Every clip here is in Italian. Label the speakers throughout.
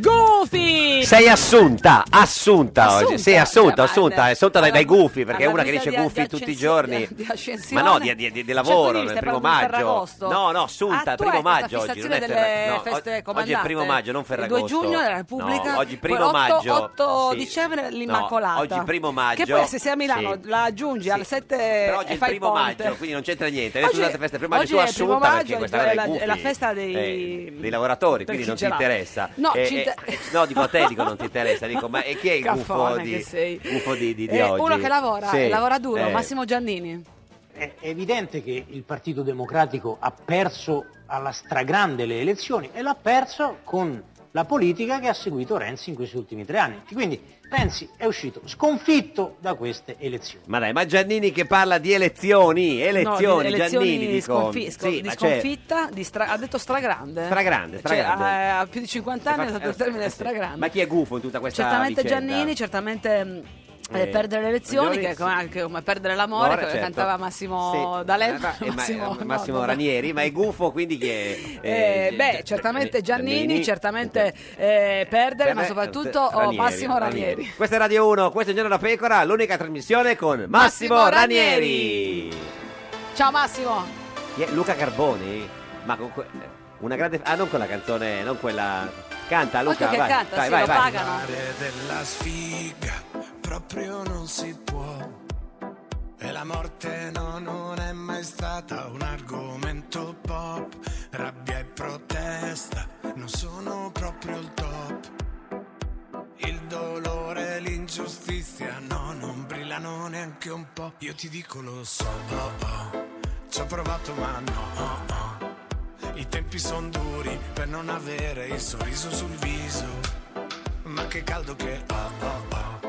Speaker 1: Goofy!
Speaker 2: Sei assunta, assunta, oggi. Sei assunta,
Speaker 1: Cioè,
Speaker 2: assunta,
Speaker 1: ma-
Speaker 2: assunta dai, dai
Speaker 1: alla-
Speaker 2: gufi, perché è
Speaker 1: alla
Speaker 2: una che
Speaker 1: vista
Speaker 2: dice
Speaker 1: di-
Speaker 2: gufi
Speaker 1: di
Speaker 2: tutti i
Speaker 1: ascensione-
Speaker 2: giorni.
Speaker 1: di ascensione.
Speaker 2: Ma no, di, di- di- di
Speaker 1: Cioè,
Speaker 2: lavoro,
Speaker 1: quindi
Speaker 2: nel
Speaker 1: stai
Speaker 2: primo
Speaker 1: parlando di
Speaker 2: maggio.
Speaker 1: Ferragosto?
Speaker 2: No, no, assunta,
Speaker 1: Ah,
Speaker 2: il
Speaker 1: tu
Speaker 2: primo
Speaker 1: hai questa
Speaker 2: maggio oggi, non
Speaker 1: fissazione
Speaker 2: è
Speaker 1: delle
Speaker 2: Ferragosto.
Speaker 1: feste
Speaker 2: oggi è il primo
Speaker 1: comandate.
Speaker 2: maggio, non
Speaker 1: Il due
Speaker 2: Ferragosto.
Speaker 1: giugno la Repubblica,
Speaker 2: No, oggi
Speaker 1: poi
Speaker 2: primo
Speaker 1: otto-
Speaker 2: maggio.
Speaker 1: otto
Speaker 2: Sì.
Speaker 1: dicembre
Speaker 2: No,
Speaker 1: l'Immacolata.
Speaker 2: oggi primo maggio.
Speaker 1: Che poi se sei a Milano
Speaker 2: Sì.
Speaker 1: la aggiungi alle 7
Speaker 2: Però oggi è
Speaker 1: e
Speaker 2: il
Speaker 1: fai il
Speaker 2: primo
Speaker 1: ponte.
Speaker 2: maggio, quindi non c'entra niente.
Speaker 1: Oggi-
Speaker 2: Adesso usate feste primo maggio,
Speaker 1: oggi
Speaker 2: tu
Speaker 1: è il primo
Speaker 2: assunta
Speaker 1: maggio,
Speaker 2: perché questa
Speaker 1: è
Speaker 2: cosa
Speaker 1: la-
Speaker 2: dei gufi,
Speaker 1: è la festa dei-
Speaker 2: eh, dei lavoratori, quindi non ti
Speaker 1: gelato.
Speaker 2: interessa.
Speaker 1: No,
Speaker 2: Eh,
Speaker 1: ci
Speaker 2: eh,
Speaker 1: inter-
Speaker 2: no, dico a te dico non ti interessa, dico ma e chi è il gufo
Speaker 1: Caffone che
Speaker 2: di,
Speaker 1: sei.
Speaker 2: gufo di, di, di
Speaker 1: Eh,
Speaker 2: oggi?
Speaker 1: uno che lavora,
Speaker 2: Sì,
Speaker 1: lavora duro,
Speaker 2: eh.
Speaker 1: Massimo Giannini.
Speaker 3: È evidente che il Partito Democratico ha perso alla stragrande le elezioni e l'ha perso con la politica che ha seguito Renzi in questi ultimi tre anni. Quindi Renzi è uscito sconfitto da queste elezioni.
Speaker 2: Ma dai, ma Giannini che parla di elezioni, elezioni,
Speaker 1: no, di-
Speaker 2: Giannini dico.
Speaker 1: sconfi- scon-
Speaker 2: Sì,
Speaker 1: di
Speaker 2: ma cioè,
Speaker 1: sconfitta, di stra- ha detto stragrande.
Speaker 2: Stragrande,
Speaker 1: Cioè,
Speaker 2: stragrande.
Speaker 1: a, a più di 50 anni è
Speaker 2: fatto-
Speaker 1: stato il termine stragrande.
Speaker 2: eh, ma chi è gufo in tutta questa
Speaker 1: certamente
Speaker 2: vicenda?
Speaker 1: Giannini, certamente mh, eh,
Speaker 2: Eh,
Speaker 1: perdere le elezioni,
Speaker 2: Giannini,
Speaker 1: che è
Speaker 2: sì.
Speaker 1: come, anche come perdere l'amore,
Speaker 2: Amore,
Speaker 1: che
Speaker 2: certo.
Speaker 1: cantava Massimo
Speaker 2: Sì. Eh,
Speaker 1: D'Alema.
Speaker 2: ma- eh, ma-
Speaker 1: Massimo,
Speaker 2: eh, Massimo
Speaker 1: no, no, no.
Speaker 2: Ranieri, ma è gufo quindi chi è?
Speaker 1: Eh,
Speaker 2: Eh,
Speaker 1: beh, certamente Giannini,
Speaker 2: Giannini,
Speaker 1: certamente eh, perdere, ma
Speaker 2: Beh,
Speaker 1: soprattutto
Speaker 2: eh,
Speaker 1: oh,
Speaker 2: Ranieri,
Speaker 1: Massimo Ranieri.
Speaker 2: Questa è Radio 1, questo è Il Giorno da Pecora, l'unica trasmissione con Massimo,
Speaker 1: Massimo
Speaker 2: Ranieri.
Speaker 1: Ciao Massimo!
Speaker 2: Chi è? Luca Carboni? Ma con que- una grande... Ah, non quella canzone, non quella... Canta Luca,
Speaker 1: Occhio che
Speaker 2: vai.
Speaker 1: canta,
Speaker 2: dai,
Speaker 1: sì,
Speaker 2: vai,
Speaker 1: lo
Speaker 2: vai.
Speaker 1: pagano.
Speaker 4: Parlare della sfiga proprio non si può. E la morte no, non è mai stata un argomento pop. Rabbia e protesta non sono proprio il top. Il dolore e l'ingiustizia no, non brillano neanche un po'. Io ti dico lo so, oh, oh. ci ho provato ma no. oh, oh. I tempi son duri per non avere il sorriso sul viso. Ma che caldo che ho, oh, oh.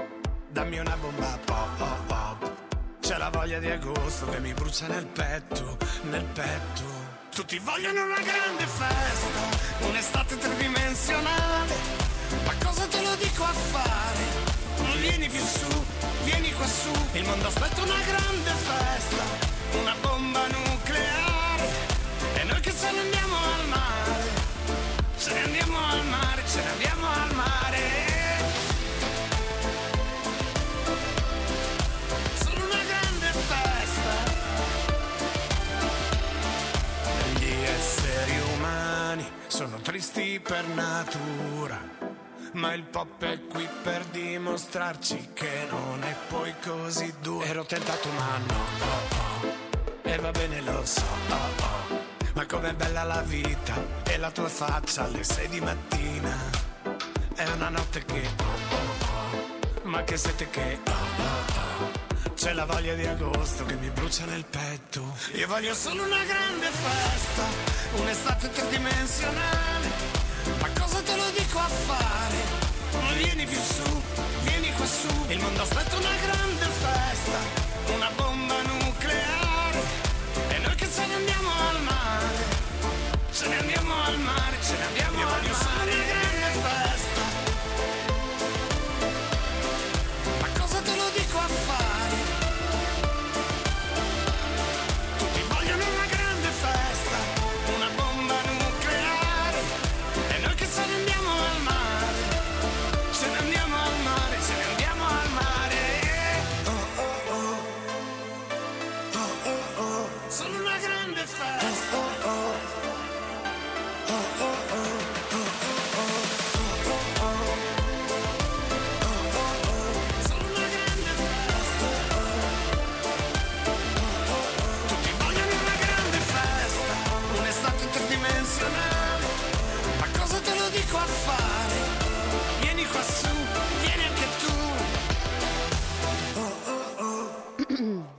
Speaker 4: Dammi una bomba pop, pop, pop. C'è la voglia di agosto che mi brucia nel petto, nel petto. Tutti vogliono una grande festa, un'estate tridimensionale. Ma cosa te lo dico a fare? Non vieni più su, vieni qua su. Il mondo aspetta una grande festa, una bomba nucleare. E noi che ce ne andiamo al mare. Ce ne andiamo al mare, ce ne andiamo al mare. Sono una grande festa. Gli esseri umani sono tristi per natura. Ma il pop è qui per dimostrarci che non è poi così duro. Ero tentato ma no, oh, oh. e va bene lo so. oh, oh. Ma com'è bella la vita e la tua faccia alle sei di mattina. È una notte che oh oh oh, ma che sete che oh oh oh. C'è la voglia di agosto che mi brucia nel petto. Io voglio solo una grande festa, un'estate tridimensionale. Ma cosa te lo dico a fare? Non vieni più su, vieni qua su. Il mondo aspetta una grande festa, una bomba nucleare. E noi che ce ne andiamo al mare, ce ne andiamo al mare, ce ne andiamo al mare. Una grande festa. Ma cosa te lo dico a fare? Tutti vogliono una grande festa, una bomba nucleare. E noi che ce ne andiamo al mare, ce ne andiamo al mare, ce ne andiamo al mare. Oh oh oh. Oh, oh, oh. Sono una grande festa. Oh, oh, oh. Oh, oh, oh. Un'estate tridimensionale, ma cosa te lo dico a fare? Vieni qua su, vieni anche tu.
Speaker 1: E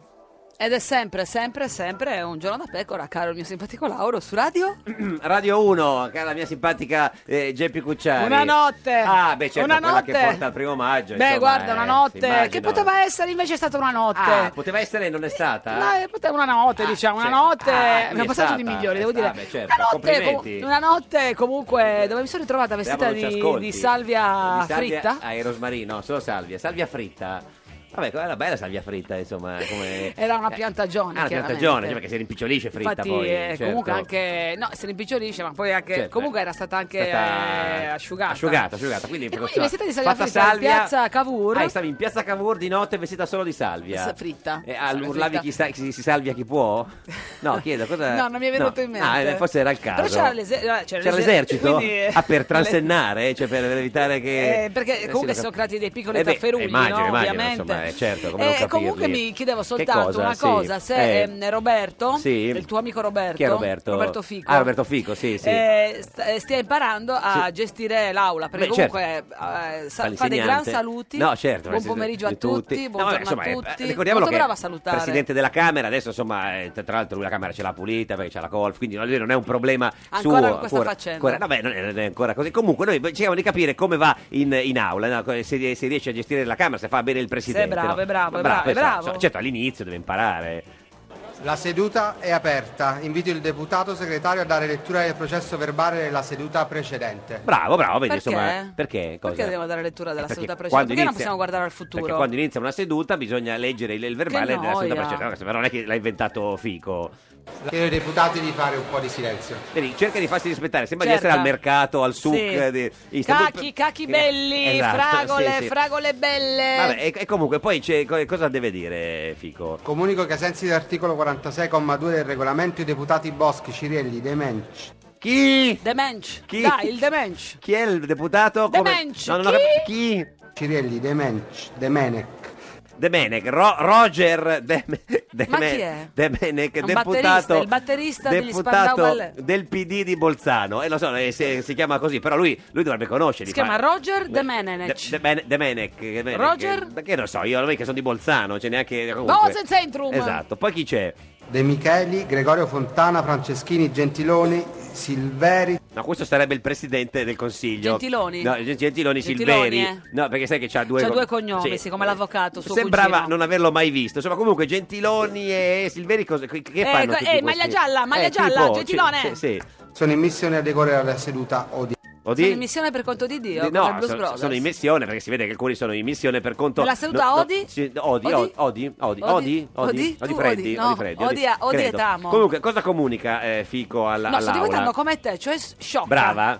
Speaker 1: Ed è sempre, sempre, sempre un giorno da pecora, caro il mio simpatico Lauro, su radio?
Speaker 2: Radio 1, cara mia simpatica eh, Geppi Cucciari.
Speaker 1: Una notte.
Speaker 2: Ah, beh, certo,
Speaker 1: Una
Speaker 2: quella
Speaker 1: notte.
Speaker 2: che porta al primo maggio.
Speaker 1: Beh,
Speaker 2: insomma,
Speaker 1: guarda, una
Speaker 2: eh,
Speaker 1: notte.
Speaker 2: si immagina.
Speaker 1: che poteva essere, invece è stata una notte.
Speaker 2: Ah, poteva essere e non è stata?
Speaker 1: No, eh, poteva- una notte, diciamo, una
Speaker 2: cioè,
Speaker 1: notte.
Speaker 2: ah, quindi
Speaker 1: abbiamo
Speaker 2: è
Speaker 1: passato di
Speaker 2: stata,
Speaker 1: migliori,
Speaker 2: è
Speaker 1: devo dire.
Speaker 2: stata, beh, certo,
Speaker 1: una, notte,
Speaker 2: complimenti.
Speaker 1: com- una notte, comunque, dove mi sono ritrovata vestita
Speaker 2: Speriamo non ci
Speaker 1: di,
Speaker 2: ascolti.
Speaker 1: di salvia,
Speaker 2: Di salvia
Speaker 1: fritta.
Speaker 2: Ah, e rosmarino, solo salvia. Salvia fritta. Vabbè, era bella salvia fritta, insomma. Come...
Speaker 1: Era una
Speaker 2: Eh,
Speaker 1: piantagione.
Speaker 2: Ah, la
Speaker 1: chiaramente.
Speaker 2: piantagione, cioè, perché si rimpicciolisce fritta
Speaker 1: Infatti,
Speaker 2: poi.
Speaker 1: eh,
Speaker 2: certo.
Speaker 1: comunque anche. No, se ne impicciolisce, ma poi anche.
Speaker 2: Certo.
Speaker 1: Comunque era stata anche
Speaker 2: È stata
Speaker 1: eh, asciugata.
Speaker 2: Asciugata, asciugata. Quindi,
Speaker 1: E quindi vestita di salvia
Speaker 2: fatta
Speaker 1: fritta in
Speaker 2: salvia-
Speaker 1: piazza Cavour.
Speaker 2: Ah, stavi in piazza Cavour di notte vestita solo di salvia.
Speaker 1: S- fritta.
Speaker 2: E
Speaker 1: Salvia
Speaker 2: al- urlavi
Speaker 1: fritta.
Speaker 2: chi, sa- chi si- si salvia chi può? No, chiedo cosa.
Speaker 1: No, non mi è venuto in mente.
Speaker 2: Ah, eh, forse era il caso.
Speaker 1: Però c'era, l'ese- eh, c'era l'ese-
Speaker 2: l'esercito?
Speaker 1: quindi, eh,
Speaker 2: Ah, per transennare, cioè per evitare che.
Speaker 1: Eh, perché
Speaker 2: Eh,
Speaker 1: comunque
Speaker 2: sì,
Speaker 1: sono
Speaker 2: lo cap-
Speaker 1: creati dei piccoli
Speaker 2: Eh beh,
Speaker 1: tafferugli,
Speaker 2: immagino,
Speaker 1: no?
Speaker 2: immagino,
Speaker 1: ovviamente.
Speaker 2: insomma, eh, certo, come
Speaker 1: Eh,
Speaker 2: non capirli?
Speaker 1: comunque mi chiedevo
Speaker 2: Che
Speaker 1: soltanto
Speaker 2: cosa?
Speaker 1: una
Speaker 2: Sì,
Speaker 1: cosa, se
Speaker 2: eh.
Speaker 1: ehm, Roberto,
Speaker 2: Sì.
Speaker 1: il tuo amico Roberto,
Speaker 2: Chi è Roberto?
Speaker 1: certo, Roberto Fico,
Speaker 2: Ah, Roberto Fico, sì, sì.
Speaker 1: eh, st- eh, stia imparando a
Speaker 2: Sì.
Speaker 1: gestire l'aula, perché
Speaker 2: Beh,
Speaker 1: comunque eh, sa- fa dei
Speaker 2: l'insegnante.
Speaker 1: gran saluti,
Speaker 2: No, certo,
Speaker 1: buon
Speaker 2: sì,
Speaker 1: pomeriggio
Speaker 2: di
Speaker 1: a tutti,
Speaker 2: No,
Speaker 1: buongiorno
Speaker 2: vabbè, insomma,
Speaker 1: a
Speaker 2: eh,
Speaker 1: tutti,
Speaker 2: ricordiamolo
Speaker 1: molto
Speaker 2: che
Speaker 1: brava a
Speaker 2: il
Speaker 1: salutare.
Speaker 2: presidente della Camera, adesso insomma, eh, tra l'altro lui la Camera ce l'ha pulita perché c'ha la colf, quindi lui non è un problema suo.
Speaker 1: Ancora con questa faccenda.
Speaker 2: ancora- vabbè, non è, non è ancora così. Comunque noi cerchiamo di capire come va in, in aula, no? Co- se, se riesce a gestire la Camera, se fa bene il presidente.
Speaker 1: bravo,
Speaker 2: no?
Speaker 1: è bravo, è bravo, è
Speaker 2: sa-
Speaker 1: bravo.
Speaker 2: sa- certo, all'inizio deve imparare.
Speaker 5: La seduta è aperta. Invito il deputato segretario a dare lettura del processo verbale della seduta precedente.
Speaker 2: Bravo, bravo, vedi,
Speaker 1: Perché?
Speaker 2: insomma, perché? Cosa?
Speaker 1: Perché dobbiamo dare lettura della
Speaker 2: Eh, perché
Speaker 1: seduta precedente?
Speaker 2: quando
Speaker 1: Perché non
Speaker 2: inizia-
Speaker 1: possiamo guardare al futuro?
Speaker 2: Perché quando inizia una seduta bisogna leggere il, il verbale della
Speaker 1: noia.
Speaker 2: seduta precedente, no, però non è che l'ha inventato Fico.
Speaker 5: Chiedo ai deputati di fare un po' di silenzio.
Speaker 2: Vedi, cerca di farsi rispettare, sembra
Speaker 1: Cerca.
Speaker 2: di essere al mercato, al
Speaker 1: Sì.
Speaker 2: suc eh, di Istanbul.
Speaker 1: Cachi, cachi belli,
Speaker 2: Esatto,
Speaker 1: fragole,
Speaker 2: sì, sì.
Speaker 1: fragole belle.
Speaker 2: Vabbè, e, e comunque poi c'è- co- cosa deve dire Fico?
Speaker 5: Comunico che ai sensi dell'articolo 46,2 del regolamento i deputati Boschi, Cirielli, De Menci,
Speaker 2: Chi?
Speaker 1: Demench,
Speaker 2: Chi?
Speaker 1: dai, il Demench.
Speaker 2: Chi è il deputato?
Speaker 1: De
Speaker 2: Come-
Speaker 1: Menci,
Speaker 2: No, non ho
Speaker 1: chi?
Speaker 2: cap- chi?
Speaker 5: Cirielli, De Menci, De Menec,
Speaker 2: De Menec, Ro- Roger De, De
Speaker 1: Ma
Speaker 2: Me-
Speaker 1: chi è?
Speaker 2: De Menec,
Speaker 1: Un
Speaker 2: deputato,
Speaker 1: batterista, il batterista degli
Speaker 2: deputato
Speaker 1: Spandau Ballet.
Speaker 2: del PD di Bolzano. E lo so, eh, si, si chiama così, però lui, lui dovrebbe conoscere.
Speaker 1: Si chiama Roger De Menenec.
Speaker 2: De, De Men- De Menec. De Menec.
Speaker 1: Roger?
Speaker 2: Eh, Che lo so, io lui che sono di Bolzano, c'è neanche... comunque.
Speaker 1: Bosen Centrum.
Speaker 2: Esatto, poi chi c'è?
Speaker 5: De Micheli, Gregorio Fontana, Franceschini, Gentiloni, Silveri,
Speaker 2: No, questo sarebbe il presidente del consiglio.
Speaker 1: Gentiloni?
Speaker 2: No, Gen- Gentiloni,
Speaker 1: Gentiloni,
Speaker 2: Silveri.
Speaker 1: eh.
Speaker 2: No, perché sai che c'ha due eh,
Speaker 1: C'ha due cognomi, siccome l'avvocato, suo
Speaker 2: Sembrava
Speaker 1: cugino.
Speaker 2: non averlo mai visto. Insomma, comunque Gentiloni e Silveri cosa, che che
Speaker 1: Eh,
Speaker 2: fanno?
Speaker 1: co-
Speaker 2: tutti
Speaker 1: eh,
Speaker 2: questi?
Speaker 1: maglia gialla, maglia
Speaker 2: Eh,
Speaker 1: gialla,
Speaker 2: tipo,
Speaker 1: Gentilone.
Speaker 2: Sì, sì.
Speaker 5: sono in missione a decorrere la seduta odierna.
Speaker 2: O
Speaker 1: Sono
Speaker 2: di-
Speaker 1: in missione per conto di Dio, come
Speaker 2: di-
Speaker 1: il
Speaker 2: no,
Speaker 1: Blues
Speaker 2: sono,
Speaker 1: Brothers.
Speaker 2: sono in missione perché si vede che alcuni sono in missione per conto.
Speaker 1: Nella seduta Odi?
Speaker 2: sì, Odi,
Speaker 1: Odi?
Speaker 2: Odi, Odi, Odi,
Speaker 1: Odi?
Speaker 2: Odi,
Speaker 1: Odi?
Speaker 2: Odi,
Speaker 1: Tu Odi?
Speaker 2: Freddi,
Speaker 1: No,
Speaker 2: Odi Freddi,
Speaker 1: Odi a- Odi e
Speaker 2: credo.
Speaker 1: Tamo.
Speaker 2: Comunque, cosa comunica eh, Fico alla,
Speaker 1: No, sto
Speaker 2: all'aula?
Speaker 1: diventando come te, cioè s- sciocca.
Speaker 2: Brava.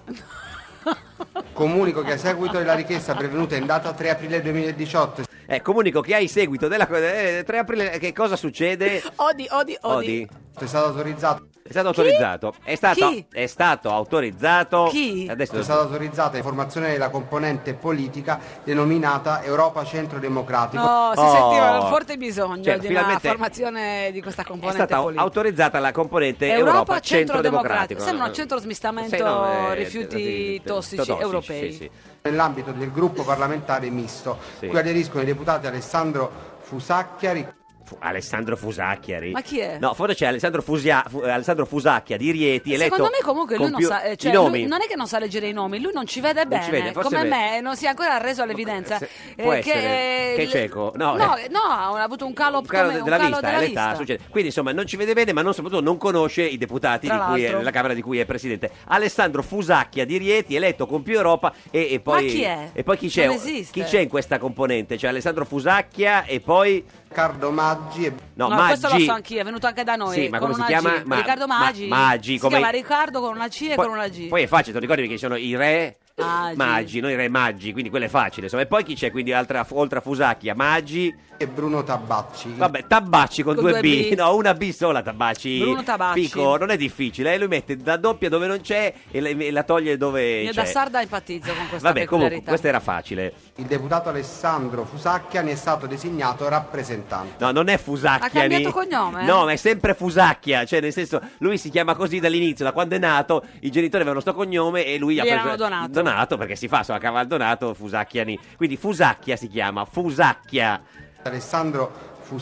Speaker 5: Comunico che a seguito della richiesta pervenuta in data 3 aprile 2018
Speaker 2: Eh, comunico che hai seguito della co- eh, 3 aprile che cosa succede?
Speaker 1: Odi, odi, odi.
Speaker 5: è stato autorizzato
Speaker 2: È stato autorizzato. È stato,
Speaker 1: Chi?
Speaker 2: è stato autorizzato.
Speaker 1: Chi?
Speaker 2: Adesso
Speaker 5: è stata autorizzata informazione della componente politica denominata Europa Centro Democratico.
Speaker 1: No, si
Speaker 2: Oh.
Speaker 1: sentiva un forte bisogno
Speaker 2: Certo,
Speaker 1: di una
Speaker 2: finalmente-
Speaker 1: formazione di questa
Speaker 2: è
Speaker 1: componente
Speaker 2: stata
Speaker 1: politica.
Speaker 2: autorizzata la componente
Speaker 1: Europa,
Speaker 2: Europa,
Speaker 1: Centro
Speaker 2: Centro
Speaker 1: Democratico.
Speaker 2: Democratico. eh,
Speaker 1: Sembra un centro smistamento rifiuti tossici europei.
Speaker 2: sì, sì.
Speaker 5: Nell'ambito del gruppo parlamentare misto,
Speaker 2: Sì.
Speaker 5: cui aderiscono i deputati Alessandro Fusacchia, Ric-
Speaker 2: Fu- Alessandro Fusacchiari.
Speaker 1: Ma chi è?
Speaker 2: No, forse c'è Alessandro, Fusia- Fu- Alessandro Fusacchia di Rieti. Eletto
Speaker 1: Secondo me comunque lui
Speaker 2: con
Speaker 1: non
Speaker 2: più-
Speaker 1: sa eh, cioè,
Speaker 2: i nomi.
Speaker 1: lui non è che non sa leggere i nomi, lui non ci vede
Speaker 2: Non
Speaker 1: bene,
Speaker 2: ci vede, forse
Speaker 1: come
Speaker 2: vede.
Speaker 1: me, eh, non si è ancora reso all'evidenza
Speaker 2: Se- può essere.
Speaker 1: eh,
Speaker 2: Che è
Speaker 1: l-
Speaker 2: cieco? No,
Speaker 1: no,
Speaker 2: eh.
Speaker 1: no, ha avuto un calo,
Speaker 2: Un calo
Speaker 1: come-
Speaker 2: de-
Speaker 1: un
Speaker 2: della
Speaker 1: calo
Speaker 2: vista, eh,
Speaker 1: della
Speaker 2: l'età
Speaker 1: vista.
Speaker 2: succede. Quindi insomma non ci vede bene, ma non, soprattutto non conosce i deputati
Speaker 1: Tra
Speaker 2: di cui è-
Speaker 1: l'altro.
Speaker 2: della Camera di cui è presidente. Alessandro Fusacchia di Rieti, eletto con più Europa e, e poi
Speaker 1: Ma chi è?
Speaker 2: E poi chi c'è?
Speaker 1: Non esiste.
Speaker 2: Chi c'è in questa componente? C'è Alessandro Fusacchia e poi
Speaker 5: Riccardo Maggi e
Speaker 2: no,
Speaker 1: No,
Speaker 2: Maggi.
Speaker 1: questo lo so anch'io, è venuto anche da noi
Speaker 2: Sì, ma
Speaker 1: con
Speaker 2: come si
Speaker 1: una
Speaker 2: chiama?
Speaker 1: G.
Speaker 2: Ma-
Speaker 1: Riccardo
Speaker 2: ma-
Speaker 1: Maggi.
Speaker 2: Maggi,
Speaker 1: si
Speaker 2: come-
Speaker 1: chiama Riccardo con una C e
Speaker 2: Poi-
Speaker 1: con una G.
Speaker 2: Poi è facile, ti ricordi perché ci sono i re
Speaker 1: Maggi.
Speaker 2: Maggi, noi re Maggi, quindi quello è facile. Insomma, e poi chi c'è? Quindi altra- oltre a Fusacchia, Maggi,
Speaker 5: e Bruno Tabacci.
Speaker 2: Vabbè, Tabacci con,
Speaker 1: Con
Speaker 2: due
Speaker 1: due
Speaker 2: B.
Speaker 1: B.
Speaker 2: No, una B sola Tabacci.
Speaker 1: Bruno Tabacci.
Speaker 2: Fico, non è difficile. Eh? Lui mette da doppia dove non c'è e la, e la toglie dove
Speaker 1: Io
Speaker 2: c'è.
Speaker 1: da sarda empatizzo con questa
Speaker 2: cioè. Vabbè, comunque,
Speaker 1: peculiarità.
Speaker 2: questo era facile.
Speaker 5: Il deputato Alessandro Fusacchia ne è stato designato rappresentante.
Speaker 2: No, non è Fusacchia.
Speaker 1: Ha cambiato cognome?
Speaker 2: No, ma è sempre Fusacchia. Cioè, nel senso, lui si chiama così dall'inizio, da quando è nato. I genitori avevano sto cognome e lui ha
Speaker 1: Gli
Speaker 2: preso.
Speaker 1: hanno donato.
Speaker 2: perché si fa, sono a cavaldonato Fusacchiani. Quindi Fusacchia si chiama. Fusacchia.
Speaker 5: Alessandro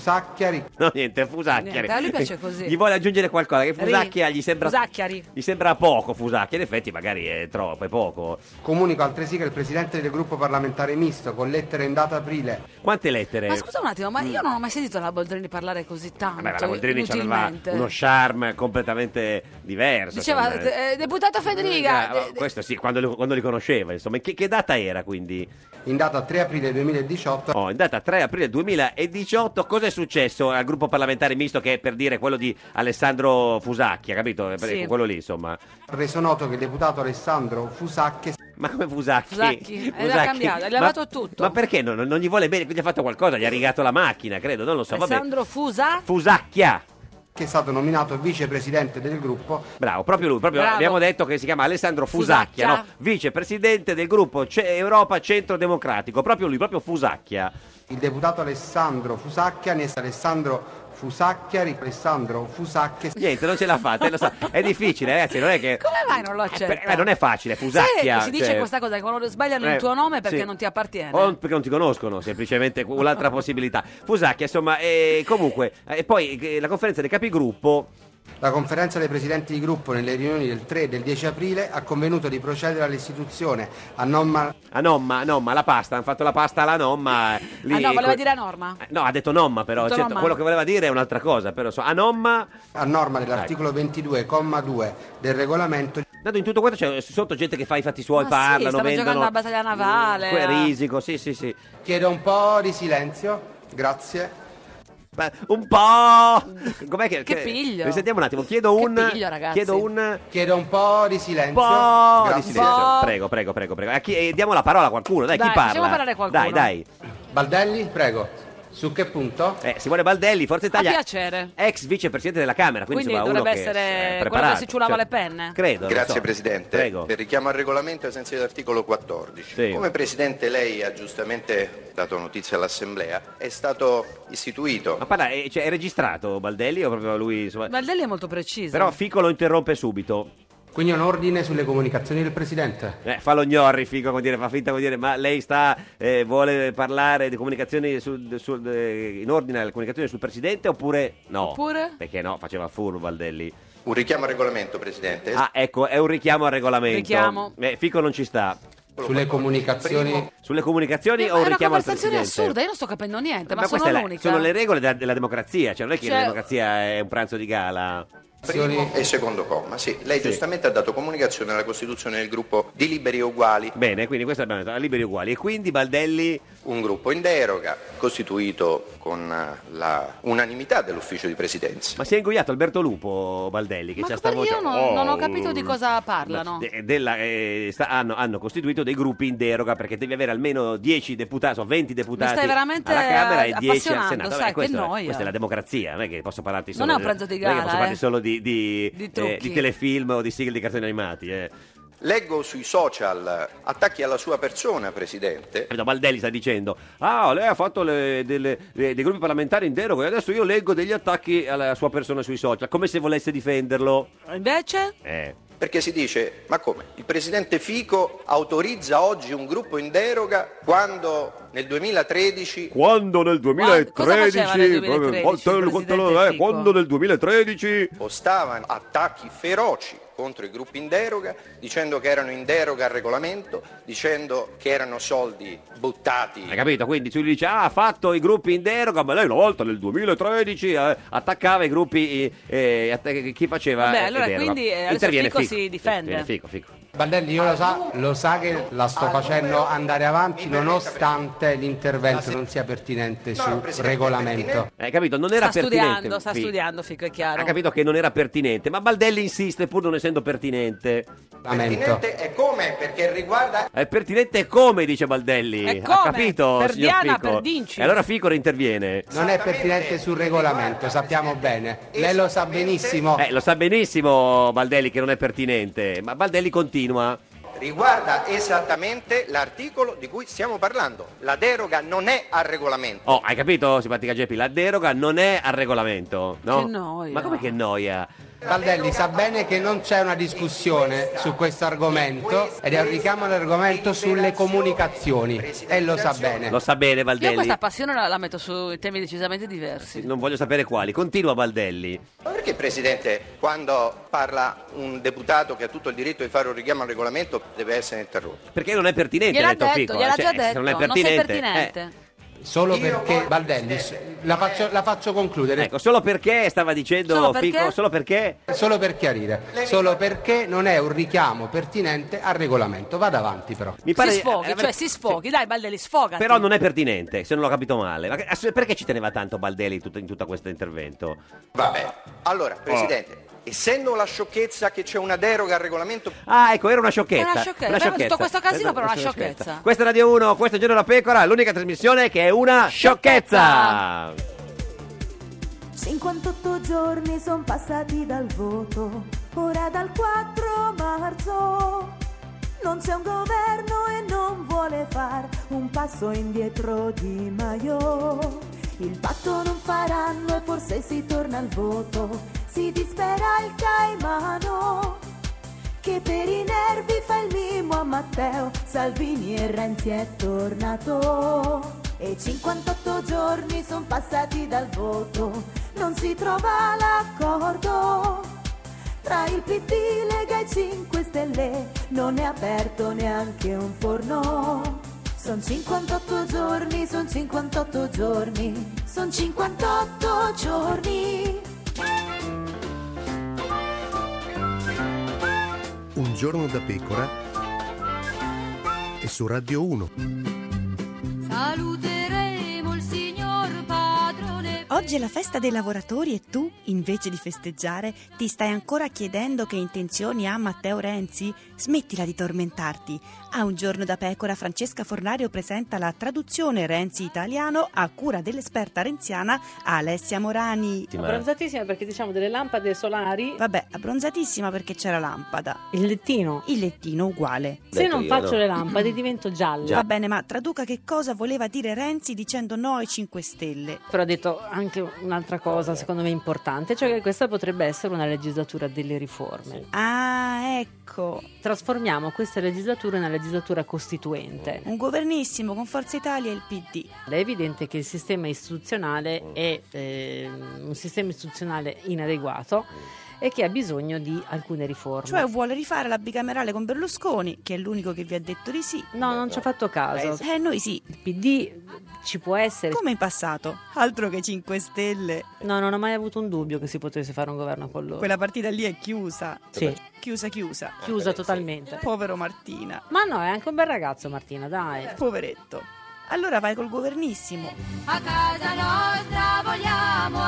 Speaker 5: Fusacchiari.
Speaker 2: No, niente, Fusacchiari.
Speaker 1: Niente, a lui piace così.
Speaker 2: Gli vuole aggiungere qualcosa, che Fusacchia gli sembra...
Speaker 1: Fusacchiari.
Speaker 2: Gli sembra poco Fusacchia, in effetti magari è troppo, è poco.
Speaker 5: Comunico altresì che il presidente del gruppo parlamentare misto, con lettere in data aprile,
Speaker 2: Quante lettere?
Speaker 1: Ma scusa un attimo, ma io non ho mai sentito la Boldrini parlare così tanto.
Speaker 2: Eh. Mm. Vabbè, ma la Boldrini aveva
Speaker 1: inutilmente.
Speaker 2: uno charme completamente diverso.
Speaker 1: Diceva,
Speaker 2: insomma.
Speaker 1: eh, deputato Federica,
Speaker 2: Eh, eh, questo sì, quando li, quando li conosceva, insomma. Che, che data era quindi?
Speaker 5: in data 3 aprile 2018,
Speaker 2: Oh, in data 3 aprile 2018, cosa è successo al gruppo parlamentare misto che è per dire quello di Alessandro Fusacchia, capito? Per-
Speaker 5: Sì.
Speaker 2: Quello lì, insomma.
Speaker 5: reso noto che il deputato Alessandro Fusacchi
Speaker 2: Ma come Fusacchi?
Speaker 1: Fusacchi, eh, l'ha cambiato, ha lavato tutto.
Speaker 2: Ma perché non, non gli vuole bene? Quindi ha fatto qualcosa, gli ha rigato la macchina, credo, non lo so. Vabbè.
Speaker 1: Alessandro Fusa,
Speaker 2: Fusacchia.
Speaker 5: Che è stato nominato vicepresidente del gruppo.
Speaker 2: Bravo, proprio lui, proprio
Speaker 5: Bravo.
Speaker 2: abbiamo detto che si chiama Alessandro Fusacchia,
Speaker 5: Fusacchia.
Speaker 2: no? vicepresidente del gruppo Ce- Europa Centro Democratico, proprio lui, proprio Fusacchia.
Speaker 5: Il deputato Alessandro Fusacchia, ne è Alessandro Fusacchiari, Alessandro Fusacchi.
Speaker 2: Niente, non ce l'ha fatta, eh, lo so. è difficile ragazzi, non è che...
Speaker 1: come mai non lo
Speaker 2: Eh,
Speaker 1: accetta?
Speaker 2: beh, non è facile, Fusacchia.
Speaker 1: Sai, si dice
Speaker 2: cioè-
Speaker 1: questa eh. cosa che quando sbagliano
Speaker 2: Eh,
Speaker 1: il tuo nome perché
Speaker 2: sì. Oh,
Speaker 1: non ti appartiene.
Speaker 2: O perché non ti conoscono, semplicemente un'altra possibilità. Fusacchia, insomma, eh, comunque, e poi eh, la conferenza dei capigruppo...
Speaker 5: La conferenza dei presidenti di gruppo nelle riunioni del 3 e del 10 aprile ha convenuto di procedere all'istituzione a non ma-
Speaker 2: A nomma, nomma, la pasta, hanno fatto la pasta alla nomma. eh, Lì,
Speaker 1: ah no, voleva
Speaker 2: que-
Speaker 1: dire a norma.
Speaker 2: Eh, No, ha detto nomma però,
Speaker 1: Ha detto
Speaker 2: certo,
Speaker 1: nomma.
Speaker 2: quello che voleva dire è un'altra cosa, però so, a nomma...
Speaker 5: a norma dell'articolo 22, comma 2 del regolamento.
Speaker 2: Dato in tutto questo cioè, c'è sotto Ecco, gente che fa i fatti suoi,
Speaker 1: Ma Ah, sì,
Speaker 2: parlano,
Speaker 1: stava giocando
Speaker 2: vendono...
Speaker 1: alla battaglia navale.
Speaker 2: Que-
Speaker 1: a-
Speaker 2: risico, sì, sì, sì.
Speaker 5: Chiedo un po' di silenzio, grazie.
Speaker 2: Ma un po'... Com'è che...
Speaker 5: Che piglio.
Speaker 2: Risentiamo un attimo, chiedo un...
Speaker 5: piglio, ragazzi.
Speaker 2: chiedo un...
Speaker 5: Chiedo un po' di silenzio.
Speaker 2: po'
Speaker 5: grazie.
Speaker 2: di silenzio. Prego, prego, prego, prego. A chi- eh, diamo la parola a qualcuno, dai, chi
Speaker 5: Dai,
Speaker 2: parla?
Speaker 5: facciamo parlare qualcuno.
Speaker 2: Dai, dai.
Speaker 5: Baldelli, prego. Su che punto?
Speaker 2: Eh, Simone Baldelli, Forza
Speaker 1: A
Speaker 2: Italia,
Speaker 1: piacere.
Speaker 2: ex vicepresidente della Camera, quindi,
Speaker 1: Quindi,
Speaker 2: insomma, uno
Speaker 1: dovrebbe
Speaker 2: che
Speaker 1: essere
Speaker 2: è
Speaker 1: quello che
Speaker 2: preparato.
Speaker 1: si ciulava
Speaker 2: cioè,
Speaker 1: le penne.
Speaker 2: Credo.
Speaker 6: Grazie
Speaker 2: non so.
Speaker 6: Presidente.
Speaker 2: Prego.
Speaker 6: Per richiamo al regolamento ai sensi dell'articolo 14.
Speaker 2: Sì.
Speaker 6: Come Presidente lei ha giustamente dato notizia all'Assemblea, è stato istituito.
Speaker 2: Ma parla, eh, cioè, è registrato Baldelli o proprio lui? insomma?
Speaker 1: Baldelli è molto preciso.
Speaker 2: Però Fico lo interrompe subito.
Speaker 5: Quindi un ordine sulle comunicazioni del Presidente.
Speaker 2: Eh, fa lo gnorri, Fico, come dire, fa finta come dire, ma lei sta, eh, vuole parlare di comunicazioni sul- sul- eh, in ordine alle comunicazioni sul Presidente oppure no?
Speaker 1: Oppure?
Speaker 2: Perché no, faceva furbo Baldelli.
Speaker 6: Un richiamo al regolamento, Presidente.
Speaker 2: Ah, ecco, è un richiamo al regolamento.
Speaker 6: Richiamo.
Speaker 2: Eh, Fico non ci sta.
Speaker 5: Sulle comunicazioni...
Speaker 2: Sulle comunicazioni
Speaker 1: Eh, Ma è
Speaker 2: o un
Speaker 1: una
Speaker 2: richiamo al
Speaker 1: conversazione
Speaker 2: Presidente?
Speaker 1: assurda, io non sto capendo niente, ma,
Speaker 2: questa è
Speaker 1: sono
Speaker 2: la-
Speaker 1: l'unica.
Speaker 2: sono le regole della, della democrazia, cioè non è che
Speaker 1: Cioè-
Speaker 2: la democrazia è un pranzo di gala.
Speaker 6: Primo e secondo comma, sì. Lei giustamente ha dato comunicazione alla costituzione del gruppo di liberi e uguali.
Speaker 2: Bene, quindi questo abbiamo detto, liberi e uguali. E quindi Baldelli...
Speaker 6: Un gruppo in deroga, costituito con eh, la unanimità dell'ufficio di presidenza.
Speaker 2: Ma si è ingoiato Alberto Lupo Baldelli che
Speaker 6: Ma
Speaker 2: c'è sta voce.
Speaker 1: Io non,
Speaker 2: "Oh,
Speaker 1: non ho capito di cosa
Speaker 2: Ma-
Speaker 1: parlano.
Speaker 2: de- della, eh, sta- hanno, hanno costituito dei gruppi in deroga perché devi avere almeno 10 deputati, sono 20 deputati
Speaker 1: stai veramente
Speaker 2: alla Camera e
Speaker 1: a-
Speaker 2: 10 al
Speaker 1: appassionando,
Speaker 2: Senato.
Speaker 1: sai,
Speaker 2: Vabbè,
Speaker 1: che
Speaker 2: questo è-
Speaker 1: noia.
Speaker 2: questa è la democrazia, non è che posso parlarti solo,
Speaker 1: Non è un pranzo di
Speaker 2: non è che
Speaker 1: gala,
Speaker 2: posso parlarti
Speaker 1: eh.
Speaker 2: solo di, di-
Speaker 1: Di
Speaker 2: eh,
Speaker 1: trucchi.
Speaker 2: di telefilm o di sigle di cartoni animati. Eh.
Speaker 6: Leggo sui social attacchi alla sua persona, Presidente.
Speaker 2: Capito? Baldelli sta dicendo, ah, lei ha fatto le- delle- le- dei gruppi parlamentari in deroga e adesso io leggo degli attacchi alla sua persona sui social, come se volesse difenderlo.
Speaker 1: Invece?
Speaker 2: Eh.
Speaker 6: Perché si dice, ma come? Il presidente Fico autorizza oggi un gruppo in deroga quando nel 2013
Speaker 2: Quando nel 2013,
Speaker 6: cosa faceva nel 2013 il
Speaker 2: quando- quando- eh, quando nel 2013
Speaker 6: postavano attacchi feroci contro i gruppi in deroga, dicendo che erano in deroga al regolamento, dicendo che erano soldi buttati
Speaker 2: Hai capito? Quindi tu gli dici, ah, ha fatto i gruppi in deroga, ma lei una volta nel 2013 eh, attaccava i gruppi, eh, eh, att- chi faceva
Speaker 1: Vabbè,
Speaker 2: eh,
Speaker 1: allora,
Speaker 2: deroga.
Speaker 1: quindi, eh, adesso Fico si difende.
Speaker 2: Interviene Fico, Fico.
Speaker 5: Baldelli, io lo, sa, lo sa che la sto facendo andare avanti nonostante l'intervento non sia pertinente sul regolamento.
Speaker 2: Hai capito? Non era
Speaker 1: sta
Speaker 2: pertinente.
Speaker 1: studiando, sta
Speaker 2: Fico.
Speaker 1: studiando, Fico, è chiaro.
Speaker 2: Ha capito che non era pertinente, ma Baldelli insiste pur non essendo pertinente.
Speaker 6: Pertinente è come? Perché riguarda
Speaker 2: È pertinente come, dice Baldelli.
Speaker 6: È
Speaker 2: Ha
Speaker 6: come?
Speaker 2: capito,
Speaker 6: Per
Speaker 2: signor
Speaker 6: Diana,
Speaker 2: Fico?
Speaker 6: per Dinci.
Speaker 2: E allora Fico interviene.
Speaker 5: Non è pertinente sul regolamento, sappiamo bene. Lei lo sa benissimo.
Speaker 2: Eh, lo sa benissimo Baldelli che non è pertinente, ma Baldelli continua.
Speaker 6: Riguarda esattamente l'articolo di cui stiamo parlando. La deroga non è al regolamento.
Speaker 2: Oh, hai capito, simpatica Geppi? La deroga non è al regolamento, no?
Speaker 6: Che noia.
Speaker 2: Ma come che noia?
Speaker 5: Baldelli sa bene che non c'è una discussione su questo argomento ed è un richiamo all'argomento sulle comunicazioni e lo sa bene.
Speaker 2: Lo sa bene
Speaker 1: Io
Speaker 2: Baldelli.
Speaker 1: questa passione la, la metto su temi decisamente diversi.
Speaker 2: Non voglio sapere quali. Continua Baldelli.
Speaker 6: Ma perché, Presidente, quando parla un deputato che ha tutto il diritto di fare un richiamo al regolamento deve essere interrotto?
Speaker 2: Perché non è pertinente,
Speaker 1: Gliel'ha
Speaker 2: ha detto
Speaker 1: detto,
Speaker 2: Fico. eh,
Speaker 1: gliel'ha
Speaker 2: cioè,
Speaker 1: già
Speaker 2: eh, se
Speaker 1: detto,
Speaker 2: Non è
Speaker 1: non sei
Speaker 2: pertinente.
Speaker 1: pertinente.
Speaker 2: eh.
Speaker 5: Solo perché Baldelli, s- la faccio, la faccio concludere.
Speaker 2: Ecco, solo perché stava dicendo
Speaker 5: Solo perché?
Speaker 2: Fico, solo perché
Speaker 5: Solo per chiarire, solo perché non è un richiamo pertinente al regolamento. Vado avanti però.
Speaker 2: Mi pare-
Speaker 1: si sfoghi,
Speaker 2: eh,
Speaker 1: cioè si sfoghi, dai Baldelli, sfogati.
Speaker 2: però non è pertinente, se non l'ho capito male. Ma che- ass- perché ci teneva tanto Baldelli tut- in tutto questo intervento?
Speaker 6: Vabbè. Allora, Presidente, essendo la sciocchezza che c'è una deroga al regolamento...
Speaker 2: Ah, ecco, era una sciocchezza.
Speaker 6: Era una sciocchezza.
Speaker 1: Abbiamo tutto questo casino per una sciocchezza.
Speaker 2: Questa è Radio 1, questo è Giorno della Pecora, l'unica trasmissione che è una sciocchezza.
Speaker 7: 58 giorni sono passati dal voto, ora dal 4 marzo. Non c'è un governo e non vuole far un passo indietro di Maio. Il patto non faranno e forse si torna al voto, si dispera il Caimano. Che per i nervi fa il mimo a Matteo, Salvini e Renzi è tornato. E 58 giorni sono passati dal voto, non si trova l'accordo. Tra il PD, Lega e 5 Stelle non è aperto neanche un forno. Son 58 giorni, son 58 giorni, son 58 giorni.
Speaker 8: Un giorno da pecora e su Radio 1.
Speaker 9: Saluteremo il signor padrone.
Speaker 10: Oggi è la festa dei lavoratori e tu, invece di festeggiare, ti stai ancora chiedendo che intenzioni ha Matteo Renzi? Smettila di tormentarti. A un giorno da pecora, Francesca Fornario presenta la traduzione Renzi italiano a cura dell'esperta renziana Alessia Morani.
Speaker 11: Abbronzatissima perché diciamo delle lampade solari.
Speaker 10: Vabbè, abbronzatissima perché c'è la lampada. Il lettino. Il lettino uguale.
Speaker 11: Se non faccio le lampade divento gialla.
Speaker 10: Va bene, ma traduca che cosa voleva dire Renzi dicendo no ai 5 Stelle.
Speaker 11: Però ha detto anche un'altra cosa, secondo me importante, cioè che questa potrebbe essere una legislatura delle riforme.
Speaker 10: Ah, ecco.
Speaker 11: Trasformiamo questa legislatura in una legislatura costituente.
Speaker 10: Un governissimo con Forza Mm. Italia e il PD.
Speaker 11: È evidente che il sistema istituzionale è ehm, un sistema istituzionale inadeguato e che ha bisogno di alcune riforme.
Speaker 10: Cioè vuole rifare la bicamerale con Berlusconi, che è l'unico che vi ha detto di sì.
Speaker 11: No, non ci ha fatto caso.
Speaker 10: Eh, noi sì.
Speaker 11: Il PD ci può essere.
Speaker 10: Come in passato, altro che 5 Stelle.
Speaker 11: No, non ho mai avuto un dubbio che si potesse fare un governo con loro.
Speaker 10: Quella partita lì è chiusa.
Speaker 11: Sì.
Speaker 10: Chiusa, chiusa.
Speaker 11: Chiusa totalmente.
Speaker 10: Povero Martina.
Speaker 11: Ma no, è anche un bel ragazzo Martina, dai.
Speaker 10: Poveretto. Allora vai col governissimo.
Speaker 9: A casa nostra vogliamo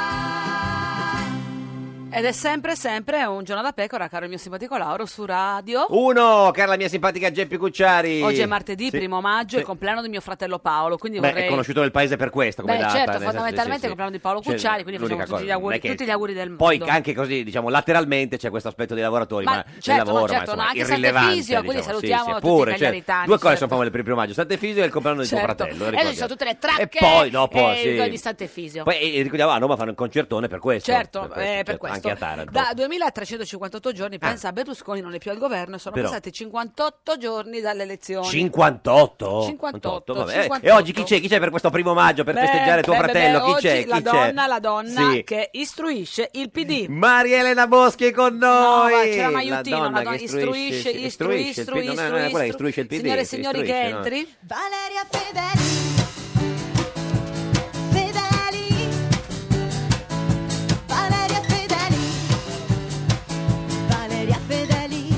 Speaker 9: andare.
Speaker 1: Ed è sempre, sempre un giorno da pecora, caro il mio simpatico Lauro, su radio.
Speaker 2: Uno, cara la mia simpatica Geppi Cucciari.
Speaker 1: Oh. Oggi è martedì,
Speaker 2: Oh, Sì.
Speaker 1: primo maggio, è il
Speaker 2: Sì.
Speaker 1: compleanno di mio fratello Paolo, quindi
Speaker 2: Beh,
Speaker 1: vorrei...
Speaker 2: è conosciuto nel paese per questo, come
Speaker 1: Beh,
Speaker 2: data,
Speaker 1: certo,
Speaker 2: nel senso,
Speaker 1: fondamentalmente
Speaker 2: sì, sì,
Speaker 1: è il compleanno di Paolo
Speaker 2: Cioè,
Speaker 1: Cucciari, quindi facciamo
Speaker 2: l'unica
Speaker 1: tutti gli,
Speaker 2: cosa, non
Speaker 1: auguri,
Speaker 2: è che-
Speaker 1: tutti gli auguri del mondo.
Speaker 2: Poi anche così, diciamo, lateralmente c'è questo aspetto dei lavoratori, ma,
Speaker 1: Ma certo,
Speaker 2: del lavoro,
Speaker 1: ma certo,
Speaker 2: ma insomma,
Speaker 1: no, anche Sante
Speaker 2: irrilevante,
Speaker 1: Fisio, quindi
Speaker 2: diciamo, sì,
Speaker 1: salutiamo tutti
Speaker 2: sì, pure,
Speaker 1: i
Speaker 2: certo.
Speaker 1: cagliaritani,
Speaker 2: Due cose
Speaker 1: certo.
Speaker 2: sono famose per il primo maggio, Sante Fisio e il compleanno di tuo
Speaker 1: Certo.
Speaker 2: fratello. lo
Speaker 1: E adesso
Speaker 2: ricordiamo.
Speaker 1: ci sono tutte le tracche
Speaker 2: E poi dopo,
Speaker 1: e il
Speaker 2: sì.
Speaker 1: gol di Sant'Efisio.
Speaker 2: Poi eh, ricordiamo a Roma fanno un concertone per questo.
Speaker 1: Certo, eh, per
Speaker 2: certo,
Speaker 1: questo.
Speaker 2: Anche a Taranto. Ah.
Speaker 1: Da 2358 giorni, pensa a Berlusconi, non è più al governo, sono
Speaker 2: Però-
Speaker 1: passati 58 giorni dalle elezioni.
Speaker 2: 58?
Speaker 1: 58,
Speaker 2: vabbè. Eh,
Speaker 1: 58.
Speaker 2: E oggi chi c'è? Chi c'è per questo primo maggio per
Speaker 1: Beh,
Speaker 2: festeggiare tuo
Speaker 1: beh, beh,
Speaker 2: fratello?
Speaker 1: beh,
Speaker 2: chi
Speaker 1: oggi
Speaker 2: c'è?
Speaker 1: La
Speaker 2: chi c'è?
Speaker 1: donna, la donna
Speaker 2: Sì.
Speaker 1: che istruisce il PD.
Speaker 2: Maria Elena Boschi è con
Speaker 1: No,
Speaker 2: noi.
Speaker 1: ma c'era Maiutino, la donna
Speaker 2: Eh, che
Speaker 1: istruisce, istruisce,
Speaker 2: il PD. No, no, no,
Speaker 1: istruisce.
Speaker 2: quella che istruisce il PD.
Speaker 1: Signore e
Speaker 2: sì,
Speaker 1: signori che
Speaker 2: istruisce, no?
Speaker 1: entri.
Speaker 7: Valeria Fedeli, Fedeli, Valeria Fedeli, Valeria Fedeli,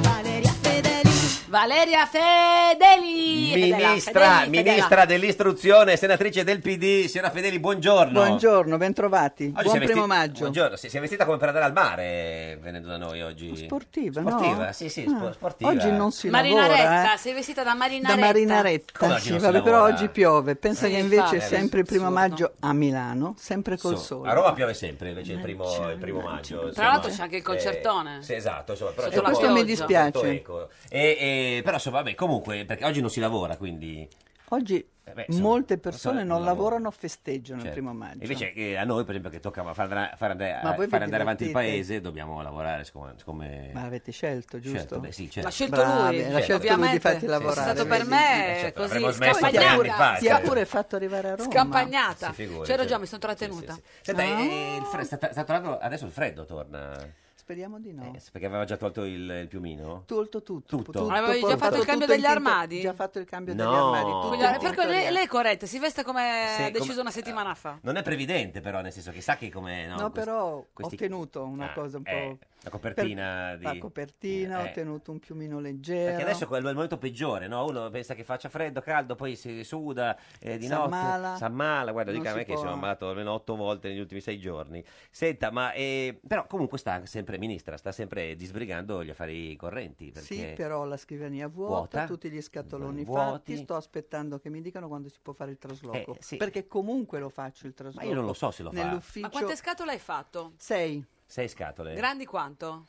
Speaker 7: Valeria Fedeli.
Speaker 1: Valeria Fedeli. Fedela,
Speaker 2: Ministra,
Speaker 1: Fedeli, Fedela.
Speaker 2: ministra dell'istruzione, senatrice del PD, signora Fedeli, buongiorno.
Speaker 12: Buongiorno, bentrovati.
Speaker 2: Oggi si
Speaker 12: Buon
Speaker 2: è
Speaker 12: primo
Speaker 2: vesti-
Speaker 12: maggio.
Speaker 2: Buongiorno, si, si è vestita come per andare al mare venendo da noi oggi.
Speaker 12: Sportiva, no?
Speaker 2: Sportiva, sì, sì, spo-
Speaker 12: Ah,
Speaker 2: sportiva. eh.
Speaker 12: Oggi non si
Speaker 1: Marinaretta,
Speaker 12: lavora, eh.
Speaker 1: sei vestita da Marinaretta.
Speaker 12: Da Marinaretta,
Speaker 2: Come oggi
Speaker 12: sì,
Speaker 2: non si
Speaker 12: vabbè, però
Speaker 2: lavora?
Speaker 12: oggi piove. Pensa
Speaker 1: Eh,
Speaker 12: che
Speaker 1: infatti.
Speaker 12: invece è
Speaker 1: Eh,
Speaker 12: sempre il primo
Speaker 1: assurdo.
Speaker 12: maggio a Milano, sempre col
Speaker 2: So-
Speaker 12: sole. Eh,
Speaker 2: A Roma piove sempre invece il primo, il primo maggio. insomma.
Speaker 1: l'altro c'è anche il concertone.
Speaker 2: Eh, sì, esatto, insomma, però
Speaker 1: Sotto
Speaker 2: c'è
Speaker 1: la
Speaker 2: un po'
Speaker 1: pioggia.
Speaker 2: molto
Speaker 12: Questo mi dispiace.
Speaker 2: eco. E, e- però insomma, vabbè, comunque, perché oggi non si lavora, quindi...
Speaker 12: Oggi
Speaker 2: Eh beh, insomma,
Speaker 12: Molte persone
Speaker 2: non
Speaker 12: non
Speaker 2: lavorano.
Speaker 12: lavorano, festeggiano il
Speaker 2: Certo.
Speaker 12: primo maggio.
Speaker 2: Invece eh, a noi, per esempio, che tocca far, andare- far andare-
Speaker 12: Ma voi
Speaker 2: fare
Speaker 12: vi
Speaker 2: andare avanti il
Speaker 12: divertite?
Speaker 2: paese, dobbiamo lavorare, siccome... siccome-
Speaker 12: Ma avete scelto, giusto?
Speaker 2: Certo, beh, sì, certo.
Speaker 1: L'ha scelto
Speaker 12: Bravi,
Speaker 1: lui,
Speaker 12: l'ha scelto lui di
Speaker 1: ovviamente.
Speaker 12: farti
Speaker 1: Sì,
Speaker 12: lavorare.
Speaker 1: È stato per me così,
Speaker 2: l'avremmo certo. smesso
Speaker 12: Poi ti
Speaker 2: tre
Speaker 12: ha
Speaker 2: anni
Speaker 12: pure-
Speaker 2: fa,
Speaker 12: Ti ha
Speaker 2: certo.
Speaker 12: pure fatto arrivare a Roma.
Speaker 1: scampagnata.
Speaker 2: Si figuri,
Speaker 1: C'ero già,
Speaker 2: certo.
Speaker 1: Cioè, mi sono trattenuta.
Speaker 2: Senta,
Speaker 12: Ah.
Speaker 2: eh, il fre- sta, sta tornando- adesso il freddo torna,
Speaker 12: Speriamo di no.
Speaker 2: Eh, perché aveva già tolto il, il piumino.
Speaker 12: Tolto tutto.
Speaker 2: Tutto?
Speaker 12: tutto,
Speaker 1: Avevi già
Speaker 12: portato
Speaker 1: fatto il
Speaker 12: tutto
Speaker 1: cambio
Speaker 12: in
Speaker 1: degli
Speaker 12: tinto-
Speaker 1: armadi?
Speaker 12: Già fatto il cambio degli
Speaker 2: No.
Speaker 12: armadi. tutto
Speaker 2: Con gli
Speaker 12: in
Speaker 2: armadi,
Speaker 1: Perché Cioè, lei,
Speaker 12: tintoria.
Speaker 1: lei è corretta, si veste come
Speaker 2: Sì, come-
Speaker 1: deciso una settimana fa.
Speaker 2: Non è previdente però, nel senso che sa che come...
Speaker 12: No, però
Speaker 2: questi-
Speaker 12: ho tenuto una
Speaker 2: Ah,
Speaker 12: cosa un po'...
Speaker 2: eh, la copertina
Speaker 12: per-
Speaker 2: di...
Speaker 12: La copertina,
Speaker 2: Eh.
Speaker 12: ho tenuto un piumino leggero.
Speaker 2: Perché adesso quello è il momento peggiore, no? Uno pensa che faccia freddo, caldo, poi si suda eh, di
Speaker 12: Si
Speaker 2: notte,
Speaker 12: ammala.
Speaker 2: si ammala. Guarda,
Speaker 12: Non
Speaker 2: dica a
Speaker 12: si
Speaker 2: me che
Speaker 12: può.
Speaker 2: sono ammalato almeno otto volte negli ultimi sei giorni. Senta, ma eh, però comunque sta sempre ministra, sta sempre disbrigando gli affari correnti. Perché...
Speaker 12: Sì, però la scrivania vuota,
Speaker 2: Vuota,
Speaker 12: tutti gli scatoloni
Speaker 2: vuoti.
Speaker 12: fatti, sto aspettando che mi dicano quando si può fare il trasloco.
Speaker 2: Eh, sì.
Speaker 12: Perché comunque lo faccio il trasloco.
Speaker 2: io non lo so se lo fa.
Speaker 12: Nell'ufficio
Speaker 1: Ma quante scatole hai fatto?
Speaker 12: sei,
Speaker 2: Sei scatole.
Speaker 1: Grandi quanto?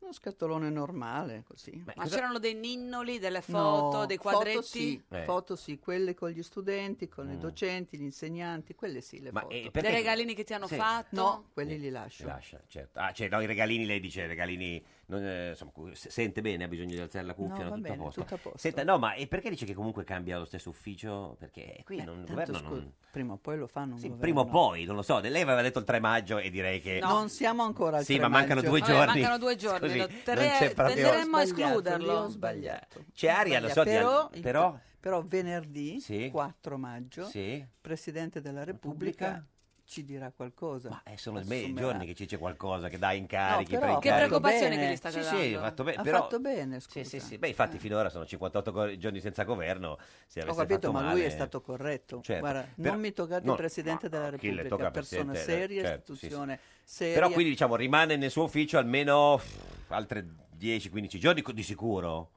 Speaker 12: uno scatolone normale, così.
Speaker 2: Eh,
Speaker 1: Ma c'erano dei ninnoli, delle
Speaker 12: No,
Speaker 1: foto, dei
Speaker 12: Foto
Speaker 1: quadretti?
Speaker 12: sì,
Speaker 2: Eh. Mm.
Speaker 12: foto sì, quelle con gli studenti, con i docenti, gli insegnanti, quelle sì le
Speaker 2: Ma,
Speaker 12: foto.
Speaker 2: eh, perché- Dei regalini
Speaker 1: che ti hanno
Speaker 2: Sì. Eh,
Speaker 1: fatto?
Speaker 12: No, quelli li
Speaker 2: Li
Speaker 12: lascio.
Speaker 2: Lascia, certo. Ah, cioè, no, i regalini, lei dice, i regalini, non, eh, insomma, cu- se- sente bene, ha bisogno di alzare la cuffia,
Speaker 12: No, va
Speaker 2: tutto, a
Speaker 12: bene,
Speaker 2: posto.
Speaker 12: tutto a posto.
Speaker 2: Senta, no, ma e perché dice che comunque cambia lo stesso ufficio? Perché qui non, il
Speaker 12: Eh, Tanto
Speaker 2: governo
Speaker 12: scu-
Speaker 2: non...
Speaker 12: Prima o poi lo fanno un
Speaker 2: Sì,
Speaker 12: governo.
Speaker 2: prima o poi, non lo so. Lei aveva detto il 3 maggio e direi che...
Speaker 12: Non siamo ancora al
Speaker 2: Sì,
Speaker 12: tre
Speaker 2: ma mancano
Speaker 12: maggio.
Speaker 2: due Vabbè, giorni.
Speaker 1: Mancano due giorni,
Speaker 2: Così,
Speaker 1: lo
Speaker 2: non
Speaker 1: terre-
Speaker 2: c'è proprio-
Speaker 1: tenderemmo a
Speaker 12: Ho sbagliato, lì Ho
Speaker 1: escluderlo.
Speaker 12: sbagliato.
Speaker 2: C'è aria, lo so, di-
Speaker 12: Però,
Speaker 2: però-
Speaker 12: però venerdì
Speaker 2: Sì.
Speaker 12: 4 maggio
Speaker 2: Sì.
Speaker 12: il Presidente della Repubblica ci dirà qualcosa.
Speaker 2: Eh, sono me-
Speaker 12: Assumerà.
Speaker 2: giorni che ci dice qualcosa, che dà
Speaker 12: No,
Speaker 2: incarichi.
Speaker 12: però
Speaker 2: per
Speaker 12: ha
Speaker 2: incarichi.
Speaker 12: fatto bene.
Speaker 2: Sì, sì, ha fatto bene.
Speaker 12: Ha
Speaker 2: però-
Speaker 12: fatto bene, scusa. Eh.
Speaker 2: Sì, sì, sì. Beh, infatti finora sono 58 go- giorni senza governo. Se
Speaker 12: Ho
Speaker 2: avesse
Speaker 12: capito,
Speaker 2: fatto
Speaker 12: ma
Speaker 2: male-
Speaker 12: lui è stato corretto.
Speaker 2: Certo.
Speaker 12: Guarda,
Speaker 2: Però-
Speaker 12: non mi toccate
Speaker 2: no,
Speaker 12: il Presidente della
Speaker 2: chi le
Speaker 12: Repubblica,
Speaker 2: tocca al
Speaker 12: persona
Speaker 2: Presidente,
Speaker 12: seria,
Speaker 2: certo, sì, sì.
Speaker 12: istituzione seria.
Speaker 2: Però quindi diciamo rimane nel suo ufficio almeno pff, altre 10-15 giorni co- di sicuro.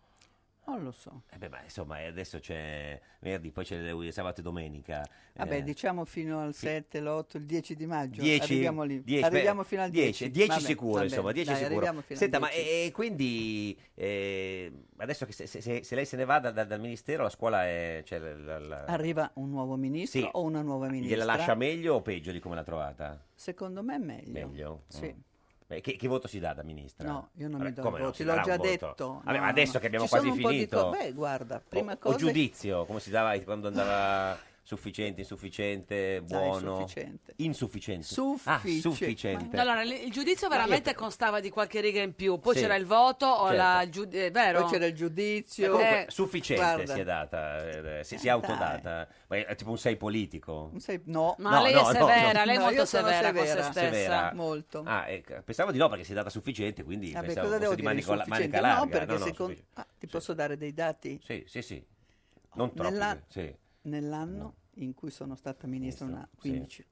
Speaker 12: Non lo so.
Speaker 2: Eh beh, ma insomma eh, adesso c'è venerdì, poi c'è le- sabato e domenica.
Speaker 12: Vabbè,
Speaker 2: Eh,
Speaker 12: diciamo fino al 7, l'8, il 10 di maggio.
Speaker 2: 10,
Speaker 12: Cioè, arriviamo lì.
Speaker 2: 10,
Speaker 12: arriviamo
Speaker 2: beh,
Speaker 12: fino al 10.
Speaker 2: 10, 10 sicuro, insomma, 10
Speaker 12: Arriviamo
Speaker 2: sicuro.
Speaker 12: fino
Speaker 2: Senta,
Speaker 12: al
Speaker 2: ma
Speaker 12: 10.
Speaker 2: e, e quindi eh, adesso che se, se- se- se lei se ne va da- da- dal ministero, la scuola è... Cioè, la- la- la-
Speaker 12: Eh. Arriva un nuovo ministro
Speaker 2: Sì.
Speaker 12: o una nuova Ah, ministra?
Speaker 2: gliela lascia meglio o peggio di come l'ha trovata?
Speaker 12: Secondo me è meglio.
Speaker 2: Meglio?
Speaker 12: Sì.
Speaker 2: Mm. Beh, che, che voto si dà da ministra?
Speaker 12: No, io non mi do
Speaker 2: come
Speaker 12: voti,
Speaker 2: si
Speaker 12: l'ho
Speaker 2: darà
Speaker 12: già
Speaker 2: un voto?
Speaker 12: detto.
Speaker 2: Vabbè,
Speaker 12: No,
Speaker 2: ma adesso
Speaker 12: no.
Speaker 2: che abbiamo
Speaker 12: Ci
Speaker 2: quasi
Speaker 12: sono un po' di
Speaker 2: finito... Oh,
Speaker 12: co- beh, guarda, prima
Speaker 2: o,
Speaker 12: cosa-
Speaker 2: O giudizio, come si dava quando andava sufficiente, insufficiente, buono...
Speaker 12: sufficiente.
Speaker 2: Insufficiente. Ah,
Speaker 12: Suffice-
Speaker 2: sufficiente.
Speaker 1: No, allora, il giudizio
Speaker 2: Ma io-
Speaker 1: veramente constava di qualche riga in più. Poi
Speaker 2: Sì.
Speaker 1: c'era il voto, o
Speaker 2: Certo.
Speaker 1: la giud- eh, vero?
Speaker 12: Poi c'era il
Speaker 2: Eh,
Speaker 12: giudizio.
Speaker 2: comunque,
Speaker 12: Eh,
Speaker 2: sufficiente
Speaker 12: guarda,
Speaker 2: si è data, eh, eh, si, si è
Speaker 12: Eh,
Speaker 2: autodata. Ma è tipo un sei politico.
Speaker 12: non sei- No.
Speaker 1: Ma
Speaker 2: No,
Speaker 1: lei
Speaker 2: no,
Speaker 1: è
Speaker 2: no,
Speaker 1: severa,
Speaker 2: no.
Speaker 1: lei è
Speaker 12: No,
Speaker 1: molto
Speaker 12: io sono
Speaker 1: severa con se
Speaker 12: severa.
Speaker 1: stessa.
Speaker 2: Severa.
Speaker 12: Molto.
Speaker 2: Ah, ecco, pensavo di no perché si è data sufficiente, quindi
Speaker 12: Vabbè,
Speaker 2: pensavo
Speaker 12: cosa devo
Speaker 2: fosse di
Speaker 12: dire?
Speaker 2: manica, la-
Speaker 12: Insufficiente?
Speaker 2: manica larga.
Speaker 12: No, perché
Speaker 2: no, no,
Speaker 12: secondo...
Speaker 2: sufficiente.
Speaker 12: Ah, ti posso dare dei dati?
Speaker 2: Sì, sì, sì. Non troppo.
Speaker 12: Nella-
Speaker 2: sì.
Speaker 12: Nell'anno in cui sono stata ministra, una
Speaker 2: sì.
Speaker 12: 15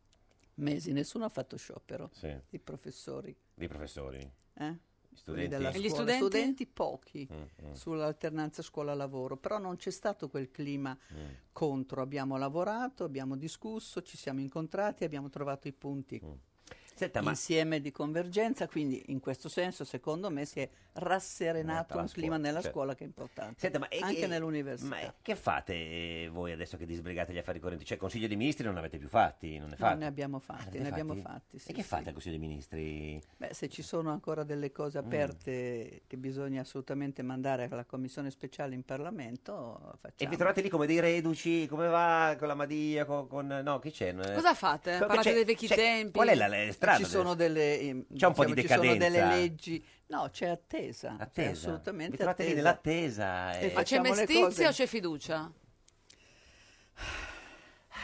Speaker 12: mesi, nessuno ha fatto sciopero.
Speaker 2: Sì.
Speaker 12: I professori.
Speaker 2: Dei professori.
Speaker 12: Eh?
Speaker 2: Studenti?
Speaker 12: Quelli della
Speaker 2: E gli
Speaker 12: scuola.
Speaker 1: studenti?
Speaker 12: pochi
Speaker 2: Mm, mm.
Speaker 12: sull'alternanza scuola-lavoro, però non c'è stato quel clima contro. Abbiamo lavorato, abbiamo discusso, ci siamo incontrati, abbiamo trovato i punti.
Speaker 2: Mm. Senta, ma-
Speaker 12: insieme di convergenza, quindi in questo senso secondo me si è rasserenato
Speaker 2: la
Speaker 12: un
Speaker 2: scuola,
Speaker 12: clima nella
Speaker 2: certo.
Speaker 12: scuola che è importante,
Speaker 2: Senta, ma e-
Speaker 12: anche
Speaker 2: e-
Speaker 12: nell'università.
Speaker 2: Ma che fate eh, voi adesso che disbrigate gli affari correnti? Cioè, Consiglio dei Ministri non avete più fatti? Non ne
Speaker 12: No,
Speaker 2: fate?
Speaker 12: ne abbiamo
Speaker 2: Ah,
Speaker 12: fatti,
Speaker 2: ne
Speaker 12: ne abbiamo
Speaker 2: fatti?
Speaker 12: fatti. sì,
Speaker 2: e che
Speaker 12: sì.
Speaker 2: fate al Consiglio dei Ministri?
Speaker 12: Beh, se ci sono ancora delle cose
Speaker 2: Mm.
Speaker 12: aperte che bisogna assolutamente mandare alla commissione speciale in Parlamento, facciamo.
Speaker 2: E vi trovate lì come dei reduci, come va con la Madia, con... con- no, chi c'è?
Speaker 1: Cosa fate?
Speaker 2: Co-
Speaker 1: Parlate
Speaker 2: Cioè,
Speaker 1: dei
Speaker 2: c'è-
Speaker 1: vecchi
Speaker 2: c'è-
Speaker 1: tempi?
Speaker 2: Qual è la, la strada?
Speaker 12: Ci sono delle, ehm,
Speaker 2: C'è un po' di
Speaker 12: diciamo, ci sono
Speaker 2: decadenza.
Speaker 12: delle leggi. No, c'è attesa, c'è
Speaker 2: Attesa.
Speaker 12: assolutamente
Speaker 2: Vi trovate lì
Speaker 12: attesa.
Speaker 2: nell'attesa.
Speaker 12: E
Speaker 2: eh.
Speaker 1: Ma c'è
Speaker 12: Facciamo le cose.
Speaker 1: mestizia o c'è fiducia?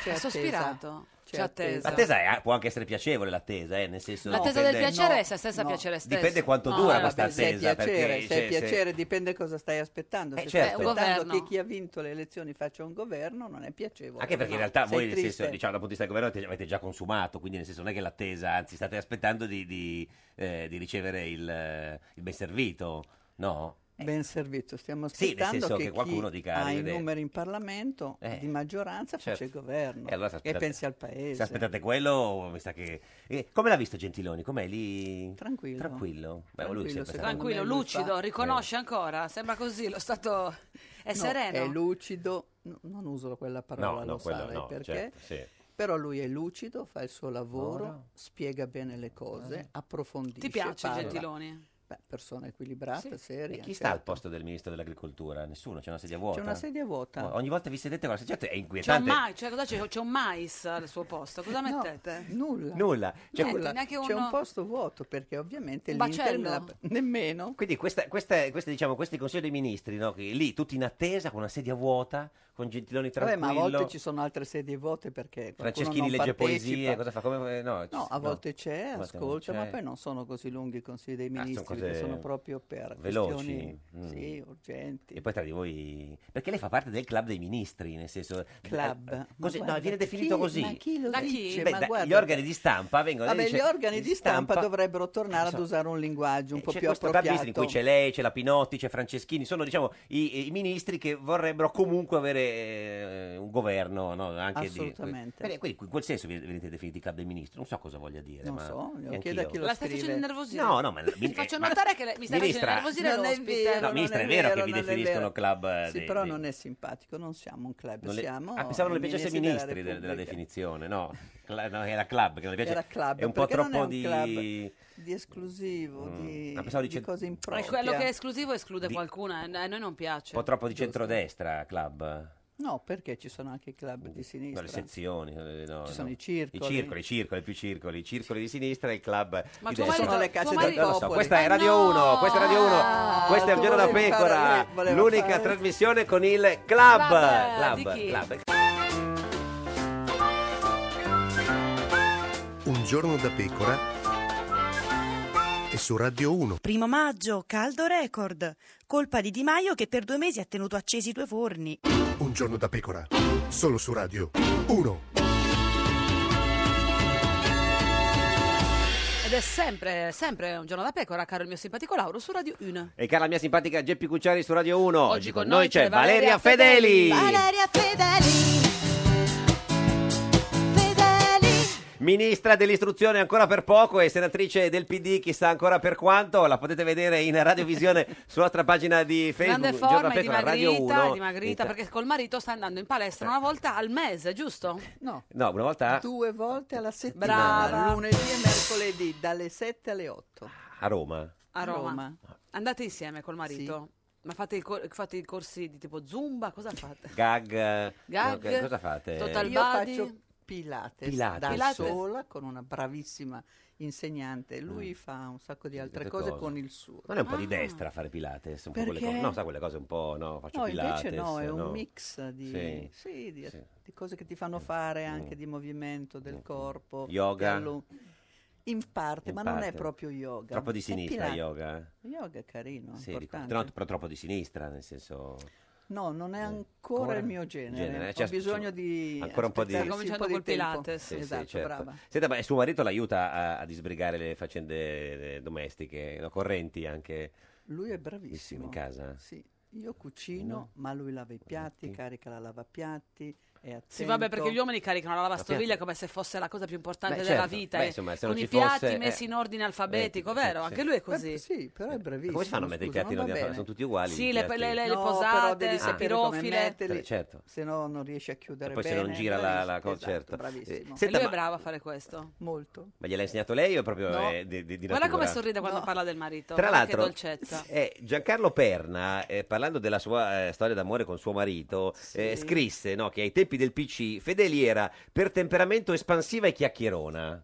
Speaker 12: C'è
Speaker 1: Ha
Speaker 12: attesa.
Speaker 1: sospirato. Cioè, C'è attesa.
Speaker 2: L'attesa è- può anche essere piacevole, l'attesa, eh, nel senso...
Speaker 1: L'attesa del
Speaker 2: dipende-
Speaker 1: piacere è se stessa piacere stesso.
Speaker 2: Dipende quanto
Speaker 1: No,
Speaker 2: dura
Speaker 1: eh,
Speaker 2: questa
Speaker 1: vabbè,
Speaker 12: Se è
Speaker 2: attesa.
Speaker 12: piacere,
Speaker 2: perché,
Speaker 12: se è
Speaker 2: cioè,
Speaker 12: piacere dipende cosa stai aspettando.
Speaker 2: Eh,
Speaker 12: se
Speaker 2: certo.
Speaker 12: stai aspettando
Speaker 1: Governo.
Speaker 12: che chi ha vinto le elezioni faccia un governo non è piacevole.
Speaker 2: Anche perché in
Speaker 12: No,
Speaker 2: realtà
Speaker 12: sei
Speaker 2: voi, nel senso,
Speaker 12: triste.
Speaker 2: diciamo, dal punto di vista del governo, avete- avete già consumato, quindi nel senso non è che l'attesa, anzi state aspettando di, di, eh, di ricevere il, eh, il ben servito, no?
Speaker 12: Ben servito, stiamo
Speaker 2: Sì, nel
Speaker 12: aspettando
Speaker 2: senso
Speaker 12: che,
Speaker 2: che qualcuno
Speaker 12: chi
Speaker 2: dica,
Speaker 12: ha i
Speaker 2: arrivederci.
Speaker 12: numeri in Parlamento
Speaker 2: Eh,
Speaker 12: di maggioranza faccia
Speaker 2: certo.
Speaker 12: Ah, il governo
Speaker 2: E allora se aspettate-
Speaker 12: pensi al paese.
Speaker 2: Se aspettate quello, mi sa che. eh, come l'ha visto Gentiloni? Com'è lì?
Speaker 12: Tranquillo.
Speaker 2: Tranquillo. Beh, lui è sempre stato-
Speaker 1: Tranquillo, lucido, riconosce ancora? Sembra così, lo stato è
Speaker 12: Eh. No,
Speaker 1: sereno.
Speaker 12: È lucido, no, non uso quella parola,
Speaker 2: no,
Speaker 12: lo
Speaker 2: quello
Speaker 12: sai
Speaker 2: no,
Speaker 12: perché.
Speaker 2: certo, sì.
Speaker 12: Però lui è lucido, fa il suo lavoro,
Speaker 1: Ora?
Speaker 12: spiega bene le cose,
Speaker 2: Ah.
Speaker 12: approfondisce.
Speaker 1: Ti piace
Speaker 12: parla.
Speaker 1: Gentiloni?
Speaker 12: Beh, persona equilibrata,
Speaker 1: Sì.
Speaker 12: seria.
Speaker 2: E chi sta al
Speaker 12: certo.
Speaker 2: posto del ministro dell'agricoltura? Nessuno, c'è una sedia vuota.
Speaker 12: una sedia vuota.
Speaker 2: Oh, Ogni volta vi sedete con la sedia, certo,
Speaker 1: C'è
Speaker 2: è
Speaker 1: un,
Speaker 2: inquietante.
Speaker 1: mais, cioè, cosa c'è? C'è un mais al suo posto, cosa mettete?
Speaker 12: nulla.
Speaker 2: Nulla. Cioè,
Speaker 12: Nulla.
Speaker 1: neanche
Speaker 12: C'è
Speaker 1: uno-
Speaker 12: un posto vuoto perché ovviamente
Speaker 1: Un
Speaker 12: l'Inter
Speaker 1: bacello?
Speaker 12: la- nemmeno
Speaker 2: Quindi questa, questa- questa, diciamo, questi consigli dei ministri, no? che lì tutti in attesa, con una sedia vuota, con Gentiloni
Speaker 12: Vabbè,
Speaker 2: tranquillo.
Speaker 12: ma a volte ci sono altre sedie vuote perché qualcuno
Speaker 2: Franceschini
Speaker 12: non
Speaker 2: legge
Speaker 12: partecipa.
Speaker 2: poesie, cosa fa? Come, eh, no, ci-
Speaker 12: No, a volte c'è,
Speaker 2: A volte non
Speaker 12: ascolta, ma
Speaker 2: c'è.
Speaker 12: poi non sono così lunghi i consigli dei
Speaker 2: Ah, sono
Speaker 12: ministri, perché sono,
Speaker 2: cose
Speaker 12: proprio per
Speaker 2: veloci,
Speaker 12: questioni
Speaker 2: mm.
Speaker 12: sì, urgenti.
Speaker 2: E poi tra di voi... Perché lei fa parte del club dei ministri, nel senso...
Speaker 12: Club?
Speaker 2: Eh,
Speaker 12: Ma
Speaker 2: così-
Speaker 12: guarda,
Speaker 2: no, viene definito
Speaker 12: chi-
Speaker 2: così.
Speaker 12: ma chi lo Da chi? dice?
Speaker 2: Beh,
Speaker 12: Ma
Speaker 2: da- gli
Speaker 12: guarda-
Speaker 2: organi di stampa vengono...
Speaker 12: Vabbè,
Speaker 2: lei
Speaker 12: gli
Speaker 2: dice,
Speaker 12: organi di stampa, dovrebbero tornare ad
Speaker 2: Insomma,
Speaker 12: usare un linguaggio un po'
Speaker 2: Eh, c'è
Speaker 12: più
Speaker 2: questo club di ministri in cui
Speaker 12: appropriato.
Speaker 2: c'è lei, c'è la Pinotti, c'è Franceschini, sono diciamo i, i ministri che vorrebbero comunque avere eh, un governo, no? Anche di-
Speaker 12: Assolutamente.
Speaker 2: Bene, quindi in quel senso vi- venite definiti club dei ministri, non so cosa voglia dire.
Speaker 12: Non
Speaker 2: ma
Speaker 12: so, lo
Speaker 2: neanch'io.
Speaker 12: chieda chi lo
Speaker 1: La stai facendo innervosire.
Speaker 2: No, no, ma la-
Speaker 1: Ti faccio
Speaker 2: eh, ma-
Speaker 1: notare che le- mi stai
Speaker 2: Ministra-
Speaker 1: facendo innervosire
Speaker 12: Non è
Speaker 1: l'ospite.
Speaker 12: vero,
Speaker 2: No,
Speaker 12: non
Speaker 2: ministra,
Speaker 12: è
Speaker 2: è vero che vi
Speaker 12: non è
Speaker 2: definiscono
Speaker 12: vero.
Speaker 2: club, eh,
Speaker 12: Sì,
Speaker 2: dei-
Speaker 12: però
Speaker 2: dei-
Speaker 12: non è simpatico, non siamo un club,
Speaker 2: Non le-
Speaker 12: siamo
Speaker 2: ah, pensavo non le
Speaker 12: i
Speaker 2: piacesse ai
Speaker 12: della
Speaker 2: ministri della, della
Speaker 12: Repubblica.
Speaker 2: definizione, no. Cla- no, era club che non le piace.
Speaker 12: Era club,
Speaker 2: è un po'
Speaker 12: perché non è
Speaker 2: troppo
Speaker 12: un
Speaker 2: di
Speaker 12: club di esclusivo,
Speaker 2: Mm,
Speaker 12: di,
Speaker 2: ma pensavo
Speaker 12: di
Speaker 2: dice-
Speaker 12: cose
Speaker 1: Ma è
Speaker 12: improprie.
Speaker 1: quello che è esclusivo esclude qualcuno, eh, a noi non
Speaker 2: un
Speaker 1: piace.
Speaker 12: Cioè,
Speaker 2: po' troppo di centrodestra club.
Speaker 12: No, perché ci sono anche i club di
Speaker 2: No,
Speaker 12: sinistra.
Speaker 2: le sezioni, eh,
Speaker 12: Ci
Speaker 2: no, no.
Speaker 12: sono i circoli.
Speaker 2: I circoli, i circoli, più circoli, i circoli di sinistra e il club
Speaker 12: Ma
Speaker 2: di
Speaker 12: tuo
Speaker 2: destra.
Speaker 12: marito- Sono le case tuo del marito-
Speaker 2: Non lo so,
Speaker 12: popolo.
Speaker 2: questa è
Speaker 12: Ma
Speaker 2: Radio
Speaker 12: no! Ah,
Speaker 2: 1, questa è Radio 1, questo è un
Speaker 12: tu
Speaker 2: giorno da
Speaker 12: volevi fare-
Speaker 2: pecora,
Speaker 12: eh, voleva
Speaker 2: l'unica
Speaker 12: fare-
Speaker 2: trasmissione con il club,
Speaker 12: Club,
Speaker 2: club,
Speaker 12: eh, di chi?
Speaker 2: club.
Speaker 8: Un giorno da pecora e su Radio 1.
Speaker 10: Primo maggio, caldo record. Colpa di Di Maio che per due mesi ha tenuto accesi i due forni.
Speaker 8: Un giorno da pecora, solo su Radio 1.
Speaker 1: Ed è sempre, sempre un giorno da pecora, caro il mio simpatico Lauro, su Radio 1.
Speaker 2: E cara la mia simpatica Geppi Cucciari su Radio 1, oggi, con, noi c'è
Speaker 1: Valeria
Speaker 2: Valeria Fedeli.
Speaker 9: Valeria Fedeli,
Speaker 2: Ministra dell'istruzione ancora per poco e senatrice del PD chissà ancora per quanto, la potete vedere in radiovisione sulla nostra pagina di Facebook.
Speaker 1: Grande
Speaker 2: Un giorno
Speaker 1: forma,
Speaker 2: da
Speaker 1: è
Speaker 2: pecora, Radio
Speaker 1: dimagrita,
Speaker 2: 1.
Speaker 1: è dimagrita,
Speaker 2: Inta-
Speaker 1: perché col marito sta andando in palestra una volta al mese, giusto?
Speaker 12: No,
Speaker 2: No, una volta
Speaker 12: due volte alla settimana,
Speaker 1: Brava.
Speaker 12: lunedì e mercoledì, dalle 7 alle 8.
Speaker 2: a Roma.
Speaker 1: a Roma.
Speaker 12: Roma.
Speaker 1: Andate insieme col marito? Ma fate i, cor- fate i corsi di tipo Zumba? Cosa fate?
Speaker 2: Gag, eh,
Speaker 1: Gag,
Speaker 2: no, che- cosa fate?
Speaker 1: total
Speaker 12: Eh, Io
Speaker 1: body.
Speaker 12: faccio Pilates,
Speaker 2: Pilates.
Speaker 12: da
Speaker 2: Pilates.
Speaker 12: sola con una bravissima insegnante.
Speaker 2: Mm.
Speaker 12: Lui fa un sacco di altre cose, con il suo. Ah.
Speaker 2: Non è un po' di destra fare Pilates? Un po quelle
Speaker 12: Perché?
Speaker 2: cose, no, sa quelle cose un po', no, faccio
Speaker 12: no,
Speaker 2: Pilates.
Speaker 12: invece no, è un mix di,
Speaker 2: Sì.
Speaker 12: sì, di-
Speaker 2: Sì. Mm.
Speaker 12: di cose che ti fanno fare anche di movimento del corpo.
Speaker 2: Yoga?
Speaker 12: di allo- In parte,
Speaker 2: In
Speaker 12: ma non è
Speaker 2: parte.
Speaker 12: proprio yoga.
Speaker 2: Troppo di
Speaker 12: È
Speaker 2: sinistra
Speaker 12: Pilates.
Speaker 2: yoga. eh?
Speaker 12: Yoga è carino,
Speaker 2: Sì, dico-
Speaker 12: importante.
Speaker 2: no, però troppo di sinistra, nel senso...
Speaker 12: No, non è ancora
Speaker 2: Ancora?
Speaker 12: il mio genere.
Speaker 2: Genere,
Speaker 12: Ho
Speaker 2: cioè,
Speaker 12: bisogno di
Speaker 2: ancora un po' di-
Speaker 12: aspettarsi
Speaker 1: Cominciando
Speaker 12: po' di
Speaker 1: col
Speaker 12: tempo.
Speaker 1: Pilates.
Speaker 2: Sì, sì,
Speaker 12: esatto,
Speaker 2: certo.
Speaker 12: brava.
Speaker 2: Senta, ma suo marito l'aiuta a, a disbrigare le faccende eh, domestiche, no, correnti anche
Speaker 12: Lui è
Speaker 2: Sì,
Speaker 12: bravissimo.
Speaker 2: in casa?
Speaker 12: Sì, io cucino, ma lui lava i piatti, carica la lavapiatti, è attento.
Speaker 1: Sì, vabbè, perché gli uomini caricano la lavastoviglie
Speaker 12: piatti.
Speaker 1: come se fosse la cosa più importante
Speaker 12: Beh,
Speaker 1: della
Speaker 12: certo.
Speaker 1: vita.
Speaker 12: Beh,
Speaker 1: eh.
Speaker 12: insomma, se non
Speaker 1: con i
Speaker 12: ci fosse,
Speaker 1: piatti
Speaker 12: eh,
Speaker 1: messi in ordine alfabetico, vero?
Speaker 12: sì.
Speaker 1: Anche lui è così.
Speaker 12: Beh, sì, Eh, però è bravissimo.
Speaker 2: come si fanno a mettere i
Speaker 12: scusa,
Speaker 2: piatti in
Speaker 12: non va
Speaker 2: ordine?
Speaker 12: bene.
Speaker 2: Sono tutti uguali i
Speaker 1: Sì, le-
Speaker 2: piatti.
Speaker 1: le- le-
Speaker 12: No,
Speaker 1: posate,
Speaker 12: però devi
Speaker 1: le
Speaker 12: sapere come
Speaker 1: pirofile.
Speaker 12: metterli,
Speaker 2: Certo.
Speaker 12: Se no non riesci a chiudere
Speaker 2: E poi se
Speaker 12: bene.
Speaker 2: non gira la, la cosa,
Speaker 12: Esatto,
Speaker 2: certo.
Speaker 12: bravissimo.
Speaker 2: Eh,
Speaker 1: E
Speaker 2: senta,
Speaker 1: lui è
Speaker 2: ma,
Speaker 1: bravo a fare questo.
Speaker 12: Molto.
Speaker 2: ma gliel'ha insegnato lei o proprio
Speaker 1: No.
Speaker 2: eh, di, di, di
Speaker 1: Guarda
Speaker 2: natura?
Speaker 1: come sorride quando parla del marito.
Speaker 2: Tra
Speaker 1: guarda che
Speaker 2: l'altro,
Speaker 1: dolcezza.
Speaker 2: eh, Giancarlo Perna, eh, parlando della sua eh, storia d'amore con suo marito, eh, scrisse no, che ai tempi del PC Fedeli era per temperamento espansiva e chiacchierona.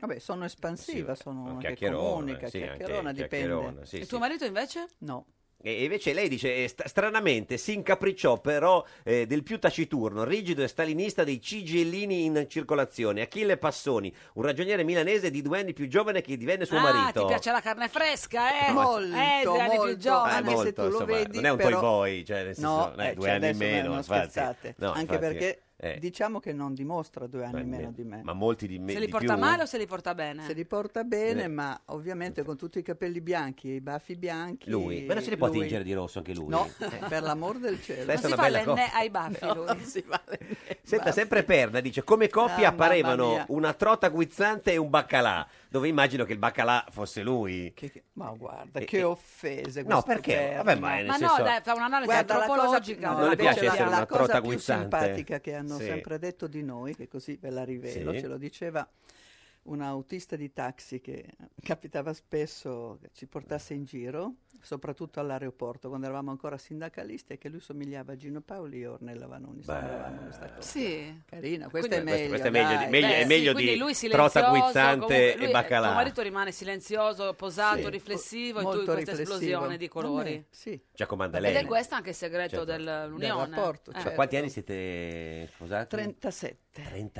Speaker 12: Vabbè, sono espansiva, sono anche
Speaker 2: chiacchierona,
Speaker 12: comunica,
Speaker 2: sì, anche
Speaker 12: chiacchierona,
Speaker 2: chiacchierona,
Speaker 12: dipende.
Speaker 2: sì,
Speaker 1: Il tuo marito invece?
Speaker 12: No.
Speaker 2: E invece lei dice, eh, st- stranamente, si incapricciò però eh, del più taciturno, rigido e stalinista dei cigellini in circolazione, Achille Passoni, un ragioniere milanese di due anni più giovane che divenne suo
Speaker 1: ah,
Speaker 2: marito.
Speaker 1: ti piace la carne fresca, eh?
Speaker 12: Molto,
Speaker 1: eh, degli anni più
Speaker 12: molto.
Speaker 1: giovani.
Speaker 12: anche se tu lo
Speaker 2: Ah, insomma,
Speaker 12: vedi,
Speaker 2: non è un
Speaker 12: però-
Speaker 2: toy boy, cioè, nel senso,
Speaker 12: No,
Speaker 2: eh,
Speaker 12: eh,
Speaker 2: due
Speaker 12: cioè,
Speaker 2: anni in
Speaker 12: adesso
Speaker 2: meno,
Speaker 12: non
Speaker 2: infatti.
Speaker 12: scherzate.
Speaker 2: No,
Speaker 12: Anche
Speaker 2: infatti.
Speaker 12: perché
Speaker 2: Eh.
Speaker 12: Diciamo che non dimostra due anni
Speaker 2: Dai,
Speaker 12: meno
Speaker 2: me-
Speaker 12: di me.
Speaker 2: Ma molti di me.
Speaker 1: Se li
Speaker 2: di
Speaker 1: porta
Speaker 2: più?
Speaker 1: male o se li porta bene?
Speaker 12: Se li porta bene,
Speaker 2: Eh.
Speaker 12: ma ovviamente con tutti i capelli bianchi e i baffi bianchi.
Speaker 2: Lui. Ma non si li può
Speaker 12: lui-
Speaker 2: tingere di rosso anche lui?
Speaker 12: No,
Speaker 2: Eh.
Speaker 12: per l'amor del cielo.
Speaker 2: Questa è Non si una fa bella le cosa. ne-
Speaker 1: ai baffi lui.
Speaker 2: Senta, sempre Perna dice come coppia
Speaker 12: Eh, Ah, mamma
Speaker 2: apparevano
Speaker 12: mia.
Speaker 2: una trota guizzante e un baccalà, dove immagino che il baccalà fosse lui.
Speaker 12: Ma guarda,
Speaker 2: Eh,
Speaker 12: che
Speaker 2: eh.
Speaker 12: offese
Speaker 2: No,
Speaker 12: questo
Speaker 2: perché?
Speaker 12: termine.
Speaker 2: Vabbè, ma nel
Speaker 1: Ma no,
Speaker 2: senso-
Speaker 1: dai, fa un'analisi
Speaker 12: Guarda, la cosa-
Speaker 1: antropologica.
Speaker 12: no,
Speaker 2: Non le
Speaker 12: la cosa-
Speaker 2: piace essere
Speaker 12: la
Speaker 2: una
Speaker 12: cosa
Speaker 2: trota
Speaker 12: più
Speaker 2: guizzante?
Speaker 12: simpatica che hanno
Speaker 2: Sì.
Speaker 12: sempre detto di noi, che così ve la rivelo,
Speaker 2: Sì.
Speaker 12: ce lo diceva un autista di taxi che capitava spesso che ci portasse in giro, soprattutto all'aeroporto, quando eravamo ancora sindacalisti, e che lui somigliava a Gino Paoli e Ornella Vanoni. Sembravano questa cosa.
Speaker 1: Sì. Quindi-
Speaker 12: Carina, questa è meglio.
Speaker 2: Questo- questo Eh, è meglio di-
Speaker 12: dai.
Speaker 2: meglio-
Speaker 1: Beh,
Speaker 2: è
Speaker 1: sì,
Speaker 2: meglio
Speaker 1: quindi
Speaker 2: di
Speaker 1: lui
Speaker 2: trota
Speaker 1: silenzioso,
Speaker 2: guizzante
Speaker 1: comunque,
Speaker 2: e
Speaker 1: lui, eh,
Speaker 2: baccalà.
Speaker 1: Tuo marito rimane silenzioso, posato,
Speaker 12: Sì.
Speaker 1: riflessivo, e tu in
Speaker 12: Molto
Speaker 1: questa
Speaker 12: riflessivo.
Speaker 1: esplosione di colori.
Speaker 12: Non è- Sì.
Speaker 2: Giacomanda Cioè, lei.
Speaker 1: Ed è questo anche il segreto
Speaker 2: Certo.
Speaker 1: dell'unione.
Speaker 12: Del rapporto, certo.
Speaker 1: Eh.
Speaker 2: Ma quanti anni siete sposati?
Speaker 12: 37.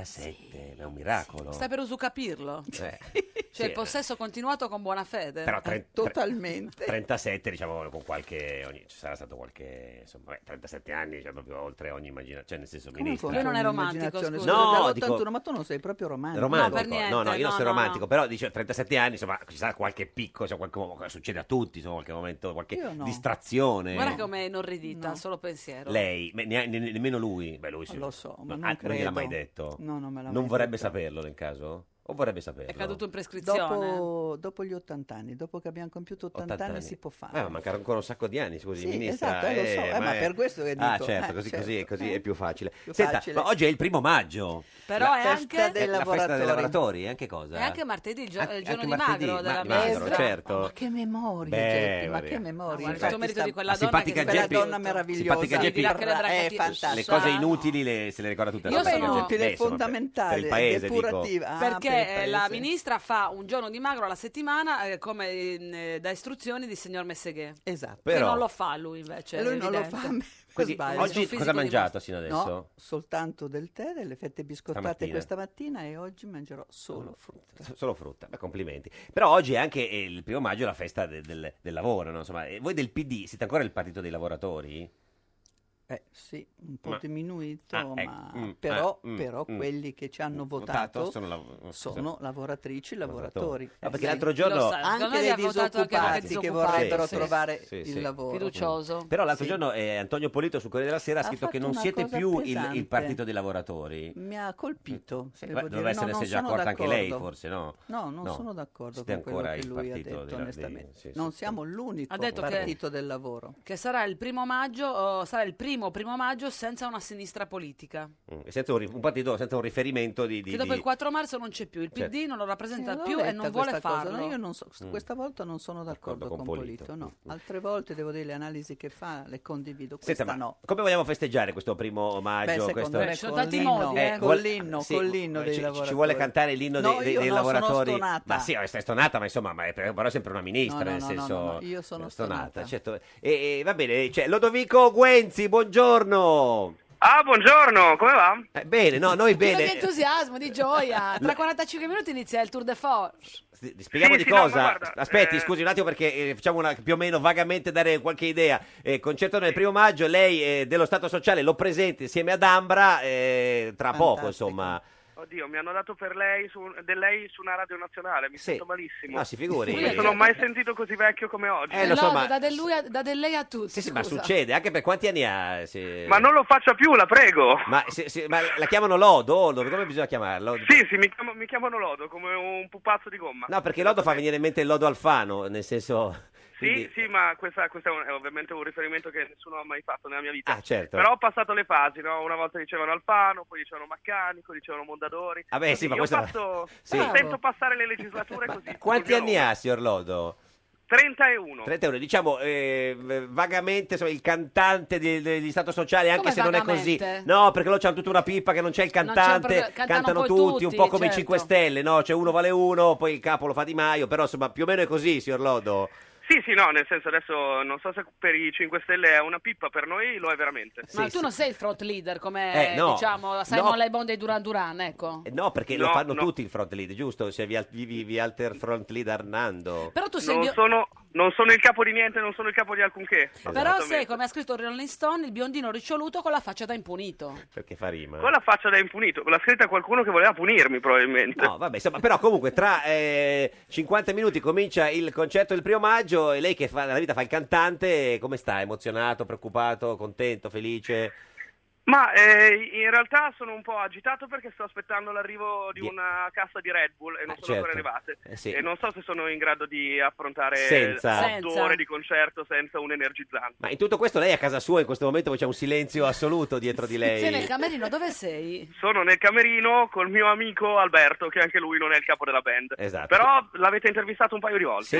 Speaker 2: 37, ma è un miracolo.
Speaker 1: Stai per usucapirlo.
Speaker 2: Eh, sì,
Speaker 1: Cioè il possesso continuato con buona fede.
Speaker 2: Però tre- tre-
Speaker 12: Eh, Totalmente.
Speaker 2: 37, diciamo, con qualche... ogni- ci sarà stato qualche... insomma, vabbè, 37 anni, cioè proprio oltre ogni immaginazione, cioè nel senso
Speaker 12: Come
Speaker 2: ministro.
Speaker 12: con
Speaker 1: Lui non è romantico,
Speaker 12: l'immaginazione?
Speaker 1: scusa.
Speaker 2: No,
Speaker 12: Sono
Speaker 2: dico-
Speaker 12: dell'81, ma tu non sei proprio romantico.
Speaker 2: romantico. No,
Speaker 1: niente,
Speaker 2: no, io non
Speaker 1: no,
Speaker 2: sono
Speaker 1: no.
Speaker 2: romantico, però dice 37 anni, insomma, ci sarà qualche picco, cioè, qualche, uomo- succede a tutti, insomma, qualche momento, qualche
Speaker 1: Io no.
Speaker 2: distrazione.
Speaker 1: Guarda come è inorridita, solo pensiero.
Speaker 2: Lei, me- ne- ne- nemmeno lui. Beh, lui sì.
Speaker 1: Lo so, ma
Speaker 2: No,
Speaker 1: non
Speaker 2: ah, gliel'ha
Speaker 1: credo.
Speaker 2: mai detto.
Speaker 12: No, non me l'ha
Speaker 2: Non
Speaker 12: mai
Speaker 2: vorrebbe
Speaker 12: detto.
Speaker 2: saperlo nel caso? O vorrebbe saperlo?
Speaker 1: È caduto in prescrizione.
Speaker 12: Dopo, dopo gli 80 anni, dopo che abbiamo compiuto 80,
Speaker 2: 80
Speaker 12: anni,
Speaker 2: anni.
Speaker 12: si può fare.
Speaker 2: Eh, ma mancano ancora un sacco di anni, scusi,
Speaker 12: Sì,
Speaker 2: ministra.
Speaker 12: esatto, eh, lo so, eh, ma
Speaker 2: è-
Speaker 12: per questo che
Speaker 2: Ah,
Speaker 12: dico,
Speaker 2: certo,
Speaker 12: eh,
Speaker 2: così,
Speaker 12: certo,
Speaker 2: così, così
Speaker 12: eh.
Speaker 2: è più facile.
Speaker 12: Più
Speaker 2: Senta,
Speaker 12: facile.
Speaker 2: ma oggi è il primo maggio.
Speaker 1: Però è
Speaker 12: festa
Speaker 1: anche- Eh,
Speaker 12: dei
Speaker 2: la festa dei lavoratori, anche cosa?
Speaker 1: E anche martedì, il, gio- il giorno di
Speaker 2: anche martedì,
Speaker 1: magro della
Speaker 2: ma- magro,
Speaker 1: ministra.
Speaker 2: certo.
Speaker 12: Ma che memoria,
Speaker 2: Beh,
Speaker 12: Geppi, ma
Speaker 2: Maria.
Speaker 12: che memoria.
Speaker 1: Ma guarda, tutto merito di quella donna
Speaker 2: simpatica
Speaker 1: che quella
Speaker 2: Geppi-
Speaker 12: donna meravigliosa.
Speaker 2: simpatica Geppi- Eh,
Speaker 12: Di là che le
Speaker 1: bracchettine-
Speaker 12: è fantastica.
Speaker 2: Le cose inutili le- se le ricorda tutte.
Speaker 1: Io
Speaker 2: la simpatica
Speaker 1: sono-
Speaker 2: Geppi.
Speaker 12: Inutile,
Speaker 2: Beh, insomma, per-
Speaker 12: fondamentale,
Speaker 2: Per il paese, dico.
Speaker 12: depurativa. Ah,
Speaker 1: perché
Speaker 12: per il
Speaker 1: eh, la
Speaker 12: paese.
Speaker 1: ministra fa un giorno di magro alla settimana eh, come in- eh, da istruzioni di signor Messeguer.
Speaker 12: Esatto.
Speaker 1: Che
Speaker 2: Però-
Speaker 1: non lo fa lui invece.
Speaker 12: E lui non lo
Speaker 1: evidente.
Speaker 12: fa,
Speaker 2: Quindi,
Speaker 12: sbaglio.
Speaker 1: Sul
Speaker 2: oggi
Speaker 1: fisico
Speaker 2: cosa ha
Speaker 1: di
Speaker 2: mangiato
Speaker 1: Mosca.
Speaker 2: sino adesso?
Speaker 12: No, soltanto del tè, delle fette biscottate
Speaker 2: Stamattina.
Speaker 12: questa mattina e oggi mangerò solo frutta.
Speaker 2: S- Solo frutta, beh, complimenti. Però oggi è anche eh, il primo maggio la festa de- del, del lavoro, no? Insomma, eh, voi del PD siete ancora il partito dei lavoratori?
Speaker 12: Eh, sì, un po'
Speaker 2: Ma-
Speaker 12: diminuito,
Speaker 2: Ah, ecco.
Speaker 12: ma
Speaker 2: Mm,
Speaker 12: però,
Speaker 2: ah, mm,
Speaker 12: però
Speaker 2: mm.
Speaker 12: quelli che ci hanno
Speaker 2: Votato
Speaker 12: votato,
Speaker 2: sono
Speaker 12: sono,
Speaker 2: lav- oh, scusa.
Speaker 12: lavoratrici, lavoratori.
Speaker 2: Ah, perché
Speaker 12: Eh,
Speaker 2: l'altro giorno- Lo sa,
Speaker 1: secondo me
Speaker 12: anche
Speaker 1: li ha
Speaker 12: dei
Speaker 1: votato anche qualche
Speaker 12: disoccupati che
Speaker 1: disoccupato,
Speaker 12: vorrebbero
Speaker 1: sì.
Speaker 12: trovare
Speaker 2: Sì,
Speaker 12: il
Speaker 2: sì.
Speaker 12: lavoro.
Speaker 1: Fiducioso.
Speaker 2: Però l'altro
Speaker 12: Sì.
Speaker 2: giorno eh, Antonio Polito su Corriere della Sera ha
Speaker 12: Ha
Speaker 2: scritto che
Speaker 12: fatto
Speaker 2: non
Speaker 12: una
Speaker 2: siete
Speaker 12: cosa
Speaker 2: più il- il,
Speaker 12: pesante.
Speaker 2: partito dei lavoratori.
Speaker 12: Mi ha colpito.
Speaker 2: Sì,
Speaker 12: devo
Speaker 2: beh,
Speaker 12: dire.
Speaker 2: doveva
Speaker 12: No, non
Speaker 2: essersi già
Speaker 12: sono
Speaker 2: accorta anche lei,
Speaker 12: d'accordo.
Speaker 2: forse, no?
Speaker 12: No, non
Speaker 2: No.
Speaker 12: sono d'accordo
Speaker 2: Siete
Speaker 12: con quello
Speaker 2: ancora
Speaker 12: che
Speaker 2: il
Speaker 12: lui ha
Speaker 2: partito
Speaker 12: detto,
Speaker 2: della- dei-
Speaker 12: onestamente.
Speaker 2: sì, sì,
Speaker 12: non
Speaker 2: sì.
Speaker 12: siamo l'unico
Speaker 1: Ha detto che-
Speaker 12: partito del lavoro.
Speaker 1: Che sarà il primo maggio, oh, sarà il primo primo maggio senza una sinistra politica.
Speaker 2: Mm, e senza un, ri- un partito senza un riferimento di... di-
Speaker 1: Che dopo
Speaker 2: di-
Speaker 1: il 4 marzo non c'è più, il PD
Speaker 2: Certo.
Speaker 1: non lo rappresenta
Speaker 12: Eh, l'ho
Speaker 1: più e
Speaker 12: letta
Speaker 1: non vuole
Speaker 12: questa cosa,
Speaker 1: farlo.
Speaker 12: no? Io non so-
Speaker 2: Mm.
Speaker 12: questa volta non sono d'accordo,
Speaker 2: D'accordo
Speaker 12: con,
Speaker 2: con
Speaker 12: Polito.
Speaker 2: Polito.
Speaker 12: no. Altre volte devo dire le analisi che fa, le condivido. Questa
Speaker 2: Senta, ma
Speaker 12: no.
Speaker 2: come vogliamo festeggiare questo primo maggio?
Speaker 12: secondo
Speaker 2: questo...
Speaker 12: me Ci sono con tanti l'inno, modi, eh. con
Speaker 2: vuole-
Speaker 12: l'inno,
Speaker 2: sì,
Speaker 12: con l'inno dei
Speaker 2: ci- Ci
Speaker 12: lavoratori.
Speaker 2: vuole cantare l'inno
Speaker 12: No,
Speaker 2: dei, dei-
Speaker 12: io
Speaker 2: dei
Speaker 12: no, sono
Speaker 2: lavoratori?
Speaker 12: stonata.
Speaker 2: Ma sì, stai stonata, ma insomma, ma è- però è sempre una ministra,
Speaker 12: No, no,
Speaker 2: nel
Speaker 12: no, no,
Speaker 2: senso...
Speaker 12: no, no, io sono stonata.
Speaker 2: certo. E, e va bene, cioè, Lodovico Guenzi, buongiorno! Eh,
Speaker 13: Ah, buongiorno, come va?
Speaker 2: bene, no, noi
Speaker 1: Pieno di
Speaker 2: bene.
Speaker 1: entusiasmo, di gioia. Tra 45 minuti inizia il tour de force.
Speaker 2: Sì, Spieghiamo
Speaker 13: Sì,
Speaker 2: di
Speaker 13: sì, no,
Speaker 2: cosa.
Speaker 13: ma guarda,
Speaker 2: Aspetti,
Speaker 13: eh,
Speaker 2: scusi un attimo perché eh, facciamo una, più o meno vagamente dare qualche idea. Eh, concerto del primo maggio, lei eh, dello Stato Sociale lo presenta insieme ad Ambra eh, tra poco, insomma.
Speaker 13: Oddio, mi hanno dato per lei su, de lei su una radio nazionale, mi sento malissimo.
Speaker 2: No, si figuri.
Speaker 13: Non mi sono mai sentito così vecchio come oggi.
Speaker 2: Eh, lo so, ma-
Speaker 1: da, del lui a- da del lei a tutti.
Speaker 2: Sì, sì, ma
Speaker 1: scusa.
Speaker 2: succede, anche per quanti anni ha? se-
Speaker 13: Ma non lo faccia più, la prego.
Speaker 2: Ma, se- se- ma la chiamano Lodo? o Lodo, come bisogna chiamarlo?
Speaker 13: Sì, sì, mi, chiamo- mi chiamano Lodo, come un pupazzo di gomma.
Speaker 2: No, perché Lodo fa venire in mente il Lodo Alfano, nel senso...
Speaker 13: Sì,
Speaker 2: quindi-
Speaker 13: sì, ma questa, questo è, un- è ovviamente un riferimento che nessuno ha mai fatto nella mia vita.
Speaker 2: Ah, certo.
Speaker 13: Però ho passato le fasi, no? Una volta dicevano Alfano, poi dicevano Maccanico, dicevano Mondadori.
Speaker 2: Ah, beh, sì,
Speaker 13: Quindi io
Speaker 2: ma questo-
Speaker 13: ho fatto-
Speaker 2: Sì.
Speaker 13: Sento passare le legislature così.
Speaker 2: Quanti anni ha, signor Lodo?
Speaker 13: 31.
Speaker 2: 30 euro, diciamo eh, v- vagamente insomma, il cantante di, di- di Stato Sociale, anche
Speaker 13: Come
Speaker 2: se non è così.
Speaker 13: vagamente?
Speaker 2: No, perché loro c'hanno tutta una pippa che non c'è il
Speaker 13: Non c'è un
Speaker 2: cantante,
Speaker 13: pro- cantano
Speaker 2: cantano
Speaker 13: un po'
Speaker 2: tutti, un
Speaker 13: tutti,
Speaker 2: po' come i
Speaker 13: certo.
Speaker 2: 5 Stelle, no? Cioè uno vale uno, poi il capo lo fa Di Maio, però insomma più o meno è così, signor Lodo.
Speaker 13: Sì, sì, no, nel senso adesso non so se per i 5 Stelle è una pippa, per noi lo è veramente.
Speaker 1: Ma tu non sei il front leader come
Speaker 2: Eh, no.
Speaker 1: diciamo Simon
Speaker 2: No.
Speaker 1: Lebon dei Duran Duran, ecco.
Speaker 2: Eh, No, perché lo
Speaker 13: No,
Speaker 2: fanno
Speaker 13: no.
Speaker 2: tutti il front lead, giusto? Cioè vi, al- vi, vi- vi alter front lead Arnando.
Speaker 1: Però tu sei
Speaker 13: non,
Speaker 1: bio-
Speaker 13: sono, Non sono il capo di niente, non sono il capo di alcunché.
Speaker 2: esatto.
Speaker 1: Però
Speaker 13: assolutamente.
Speaker 1: se, come ha scritto Rolling Stone, il biondino riccioluto con la faccia da impunito.
Speaker 2: Perché fa rima.
Speaker 13: Con la faccia da impunito, l'ha scritta qualcuno che voleva punirmi probabilmente.
Speaker 2: No, vabbè, insomma, però comunque tra eh, 50 minuti comincia il concerto del primo maggio e lei che fa, nella vita fa il cantante, eh, come sta? Emozionato, preoccupato, contento, felice?
Speaker 13: Ma eh, in realtà sono un po' agitato perché sto aspettando l'arrivo di una cassa di Red Bull e non
Speaker 2: Ah,
Speaker 13: sono ancora
Speaker 2: certo.
Speaker 13: arrivate.
Speaker 2: Eh, sì.
Speaker 13: E non so se sono in grado di affrontare
Speaker 2: Senza.
Speaker 13: otto
Speaker 2: Senza.
Speaker 13: ore di concerto senza un energizzante.
Speaker 2: Ma in tutto questo lei è a casa sua in questo momento poi c'è un silenzio assoluto dietro di
Speaker 1: Sei nel
Speaker 2: lei.
Speaker 1: camerino, dove sei?
Speaker 13: Sono nel camerino col mio amico Alberto, che anche lui non è il capo della band.
Speaker 2: Esatto.
Speaker 13: Però l'avete intervistato un paio di
Speaker 2: Ah,
Speaker 13: volte.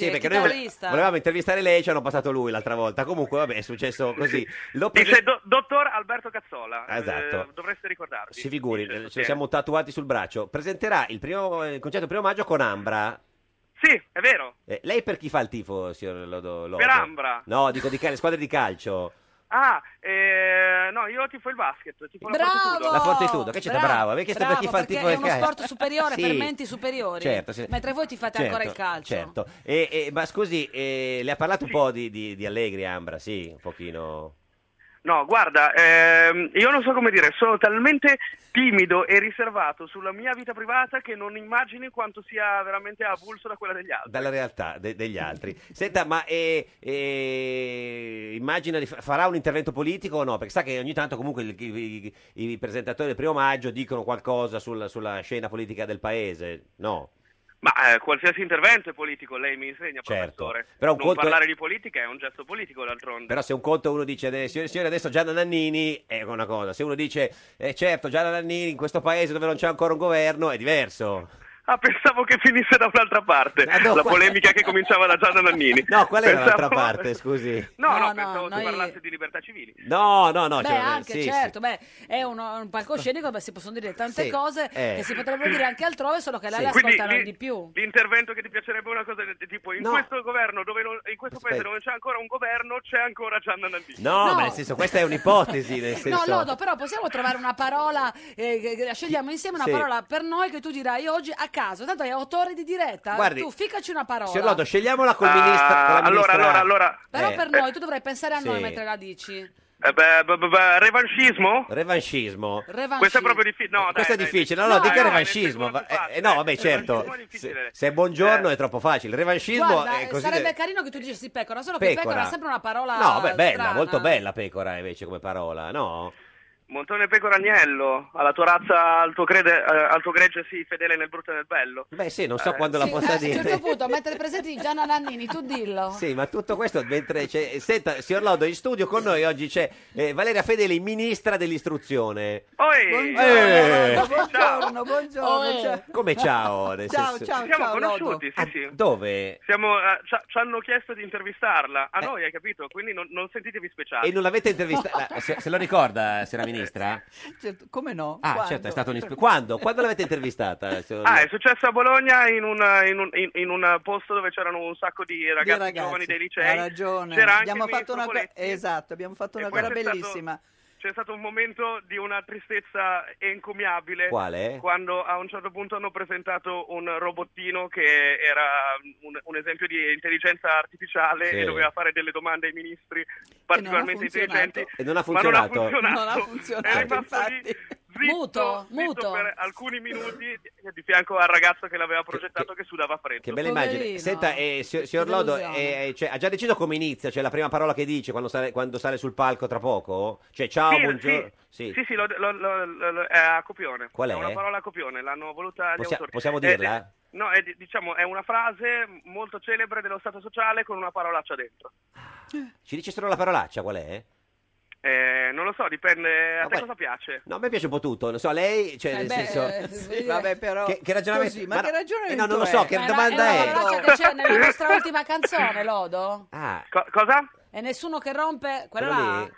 Speaker 2: perché noi vole- volevamo intervistare lei, ci hanno passato lui l'altra volta. Comunque, vabbè, è successo così. Lo prese-
Speaker 13: Dice "Do- dottor Alberto Cazzola. eh,
Speaker 2: Esatto.
Speaker 13: dovreste ricordarvi.
Speaker 2: si figuri, eh, ce lo siamo tatuati sul braccio. Presenterà il, primo, il concerto del primo maggio con Ambra.
Speaker 13: Sì, è vero.
Speaker 2: Eh, lei per chi fa il tifo, signor Lodo? Lodo?
Speaker 13: Per Ambra.
Speaker 2: No, dico di ca- le squadre di calcio.
Speaker 13: Ah, eh, no, io tifo il basket. Tifo la Fortitudo.
Speaker 2: La Fortitudo, che c'è da brava? Perché sta per chi fa il tifo
Speaker 1: perché è
Speaker 2: del
Speaker 1: uno
Speaker 2: calcio?
Speaker 1: sport superiore per
Speaker 2: Sì.
Speaker 1: menti superiori.
Speaker 2: Certo, sì.
Speaker 1: Mentre voi ti fate
Speaker 2: Certo,
Speaker 1: ancora il calcio.
Speaker 2: Certo. E- e- ma scusi, eh, le ha parlato un po' di, di- di Allegri, Ambra, sì, un pochino.
Speaker 13: No, guarda, ehm, io non so come dire, sono talmente timido e riservato sulla mia vita privata che non immagini quanto sia veramente avulso da quella degli altri.
Speaker 2: dalla realtà de- degli altri. Senta, ma eh, eh, immagina di fa- farà un intervento politico o no? Perché sa che ogni tanto comunque il- i, i- i presentatori del primo maggio dicono qualcosa sul- sulla scena politica del paese, no?
Speaker 13: Ma eh, qualsiasi intervento è politico, lei mi insegna,
Speaker 2: Certo.
Speaker 13: professore.
Speaker 2: Però un
Speaker 13: non
Speaker 2: conto è-
Speaker 13: parlare di politica è un gesto politico, d'altronde.
Speaker 2: Però se un conto uno dice, eh, signore, signore, adesso Gianna Nannini è una cosa, se uno dice, eh, certo, Gianna Nannini in questo paese dove non c'è ancora un governo è diverso.
Speaker 13: Ah, pensavo che finisse da un'altra parte, la polemica che cominciava da Gianna Nannini.
Speaker 2: Ah, No, qual era
Speaker 13: Pensavo-
Speaker 2: l'altra parte, scusi?
Speaker 13: No, no,
Speaker 1: No, no,
Speaker 13: pensavo
Speaker 1: noi-
Speaker 13: tu parlassi di libertà civili.
Speaker 2: No, no, no.
Speaker 1: beh,
Speaker 2: cioè,
Speaker 1: anche,
Speaker 2: sì, sì.
Speaker 1: certo, beh, è uno- un palcoscenico dove si possono dire tante
Speaker 2: Sì,
Speaker 1: cose
Speaker 2: eh.
Speaker 1: che si potrebbero dire anche altrove, solo che là
Speaker 2: Sì.
Speaker 1: le
Speaker 2: Quindi
Speaker 1: ascoltano
Speaker 2: lì-
Speaker 1: di più.
Speaker 13: L'intervento che ti piacerebbe è una cosa del tipo in
Speaker 2: No.
Speaker 13: questo governo dove non- in questo paese
Speaker 2: Aspetta.
Speaker 13: dove non c'è ancora un governo c'è ancora Gianna Nannini.
Speaker 2: No, ma nel senso, questa è un'ipotesi. Nel senso...
Speaker 1: No, Lodo, però possiamo trovare una parola, eh, che- che la scegliamo insieme una
Speaker 2: Sì.
Speaker 1: parola per noi che tu dirai oggi a caso, tanto hai otto ore di diretta,
Speaker 2: Guardi,
Speaker 1: tu ficcaci una parola.
Speaker 2: Signor Lodo, scegliamola col
Speaker 13: Ah,
Speaker 2: ministro. con la
Speaker 13: allora,
Speaker 2: ministra-
Speaker 13: allora, allora.
Speaker 1: Però
Speaker 2: Eh,
Speaker 1: per noi tu dovrai pensare a
Speaker 2: sì.
Speaker 1: noi mentre la dici.
Speaker 13: Eh, beh, beh, beh, beh, revanchismo?
Speaker 2: Revanchismo.
Speaker 1: Revanchismo.
Speaker 13: Questo è proprio difficile. No, dai,
Speaker 2: Questo è
Speaker 13: dai,
Speaker 2: difficile, no,
Speaker 13: dai.
Speaker 2: no,
Speaker 13: Dai,
Speaker 2: dica
Speaker 13: dai,
Speaker 2: revanchismo. va- eh, eh, no, vabbè, certo. Se, se è
Speaker 13: Eh.
Speaker 2: buongiorno è troppo facile. Il revanchismo
Speaker 1: Guarda, eh,
Speaker 2: è eh, così.
Speaker 1: sarebbe carino che tu dicessi pecora, solo che
Speaker 2: Pecora.
Speaker 1: pecora è sempre una parola
Speaker 2: No, vabbè, bella,
Speaker 1: strana.
Speaker 2: molto bella pecora invece come parola, no?
Speaker 13: Montone pecora agnello, alla tua razza, al tuo, crede- eh, al tuo gregge sì, fedele nel brutto e nel bello.
Speaker 2: Beh, sì,
Speaker 13: Eh,
Speaker 2: non so quando la
Speaker 1: Sì,
Speaker 2: possa
Speaker 1: a un certo
Speaker 2: dire.
Speaker 1: punto mettere presenti Gianna Nannini, tu dillo.
Speaker 2: Sì, ma tutto questo mentre c'è. Senta, signor Lodo, in studio con noi oggi c'è eh, Valeria Fedeli, ministra dell'istruzione.
Speaker 13: Oi!
Speaker 2: Eh.
Speaker 12: Buongiorno, buongiorno. Cioè, ciao.
Speaker 2: Come ciao? nel
Speaker 12: Ciao,
Speaker 2: senso- Ah,
Speaker 12: ciao,
Speaker 13: Ci siamo
Speaker 12: ciao,
Speaker 13: conosciuti,
Speaker 12: Lodo.
Speaker 13: sì, sì.
Speaker 2: Dove?
Speaker 13: Siamo, eh, ci, ci hanno chiesto di intervistarla, a noi hai capito, quindi non, non sentitevi speciali.
Speaker 2: Eh. E non l'avete intervistata? Eh, la- se, se lo ricorda, signora ministra?
Speaker 12: Certo, come no?
Speaker 2: Ah,
Speaker 12: Quando?
Speaker 2: certo, è stato un isp- Quando? Quando l'avete intervistata? signor-
Speaker 13: Ah, è successo a Bologna in un, in un- in- in un posto dove c'erano un sacco di
Speaker 12: Di
Speaker 13: ragazzi,
Speaker 12: ragazzi,
Speaker 13: giovani dei licei.
Speaker 12: Ha ragione.
Speaker 13: C'era anche
Speaker 12: abbiamo
Speaker 13: il
Speaker 12: fatto
Speaker 13: ministro
Speaker 12: una cosa
Speaker 13: Poletti.
Speaker 12: esatto, abbiamo fatto
Speaker 13: E
Speaker 12: una
Speaker 13: poi
Speaker 12: gara
Speaker 13: c'è stato-
Speaker 12: bellissima.
Speaker 13: c'è stato un momento di una tristezza encomiabile.
Speaker 2: Quale?
Speaker 13: Quando a un certo punto hanno presentato un robottino che era un, un esempio di intelligenza artificiale
Speaker 2: Sì.
Speaker 13: e doveva fare delle domande ai ministri particolarmente
Speaker 12: funzionato.
Speaker 13: intelligenti.
Speaker 2: E non ha funzionato.
Speaker 13: Ma non ha funzionato.
Speaker 12: Non ha funzionato,
Speaker 13: È rimasto lì zitto,
Speaker 1: Muto,
Speaker 13: zitto
Speaker 1: muto.
Speaker 13: per alcuni minuti di fianco al ragazzo che l'aveva progettato che, sudava freddo.
Speaker 2: Che bella immagine. Senta, eh, si- signor Lodo, eh, cioè, ha già deciso come inizia? Cioè, la prima parola che dice quando sale, quando sale sul palco tra poco? Cioè, ciao,
Speaker 13: Sì,
Speaker 2: buongiorno.
Speaker 13: Sì,
Speaker 2: Sì.
Speaker 13: sì, sì, lo- lo- lo- lo- lo- è a copione.
Speaker 2: Qual è?
Speaker 13: una parola a copione, l'hanno voluta gli
Speaker 2: Possia-
Speaker 13: autori. Eh,
Speaker 2: possiamo
Speaker 13: È di-
Speaker 2: dirla?
Speaker 13: no, è, di- diciamo, è una frase molto celebre dello Stato sociale con una parolaccia dentro.
Speaker 2: Ci dice solo la parolaccia, qual è?
Speaker 13: Eh, non lo so, dipende. A
Speaker 2: No,
Speaker 13: te
Speaker 2: poi-
Speaker 13: cosa piace?
Speaker 2: No, a me piace un po' tutto. Non so, a lei, cioè,
Speaker 13: Eh,
Speaker 2: nel
Speaker 13: beh,
Speaker 2: senso...
Speaker 13: eh,
Speaker 12: Sì, Vabbè, però
Speaker 2: Che, che ragionamento?
Speaker 12: così, ma, che ragionamento
Speaker 2: eh, no, non lo
Speaker 12: è?
Speaker 2: so, che
Speaker 1: Ma è una-
Speaker 2: domanda
Speaker 1: è
Speaker 2: è?
Speaker 1: una parolaccia eh, che c'è nella nostra ultima canzone, Lodo?
Speaker 2: Ah,
Speaker 13: cosa?
Speaker 1: E nessuno che rompe quella
Speaker 2: Quello
Speaker 1: là?
Speaker 2: lì?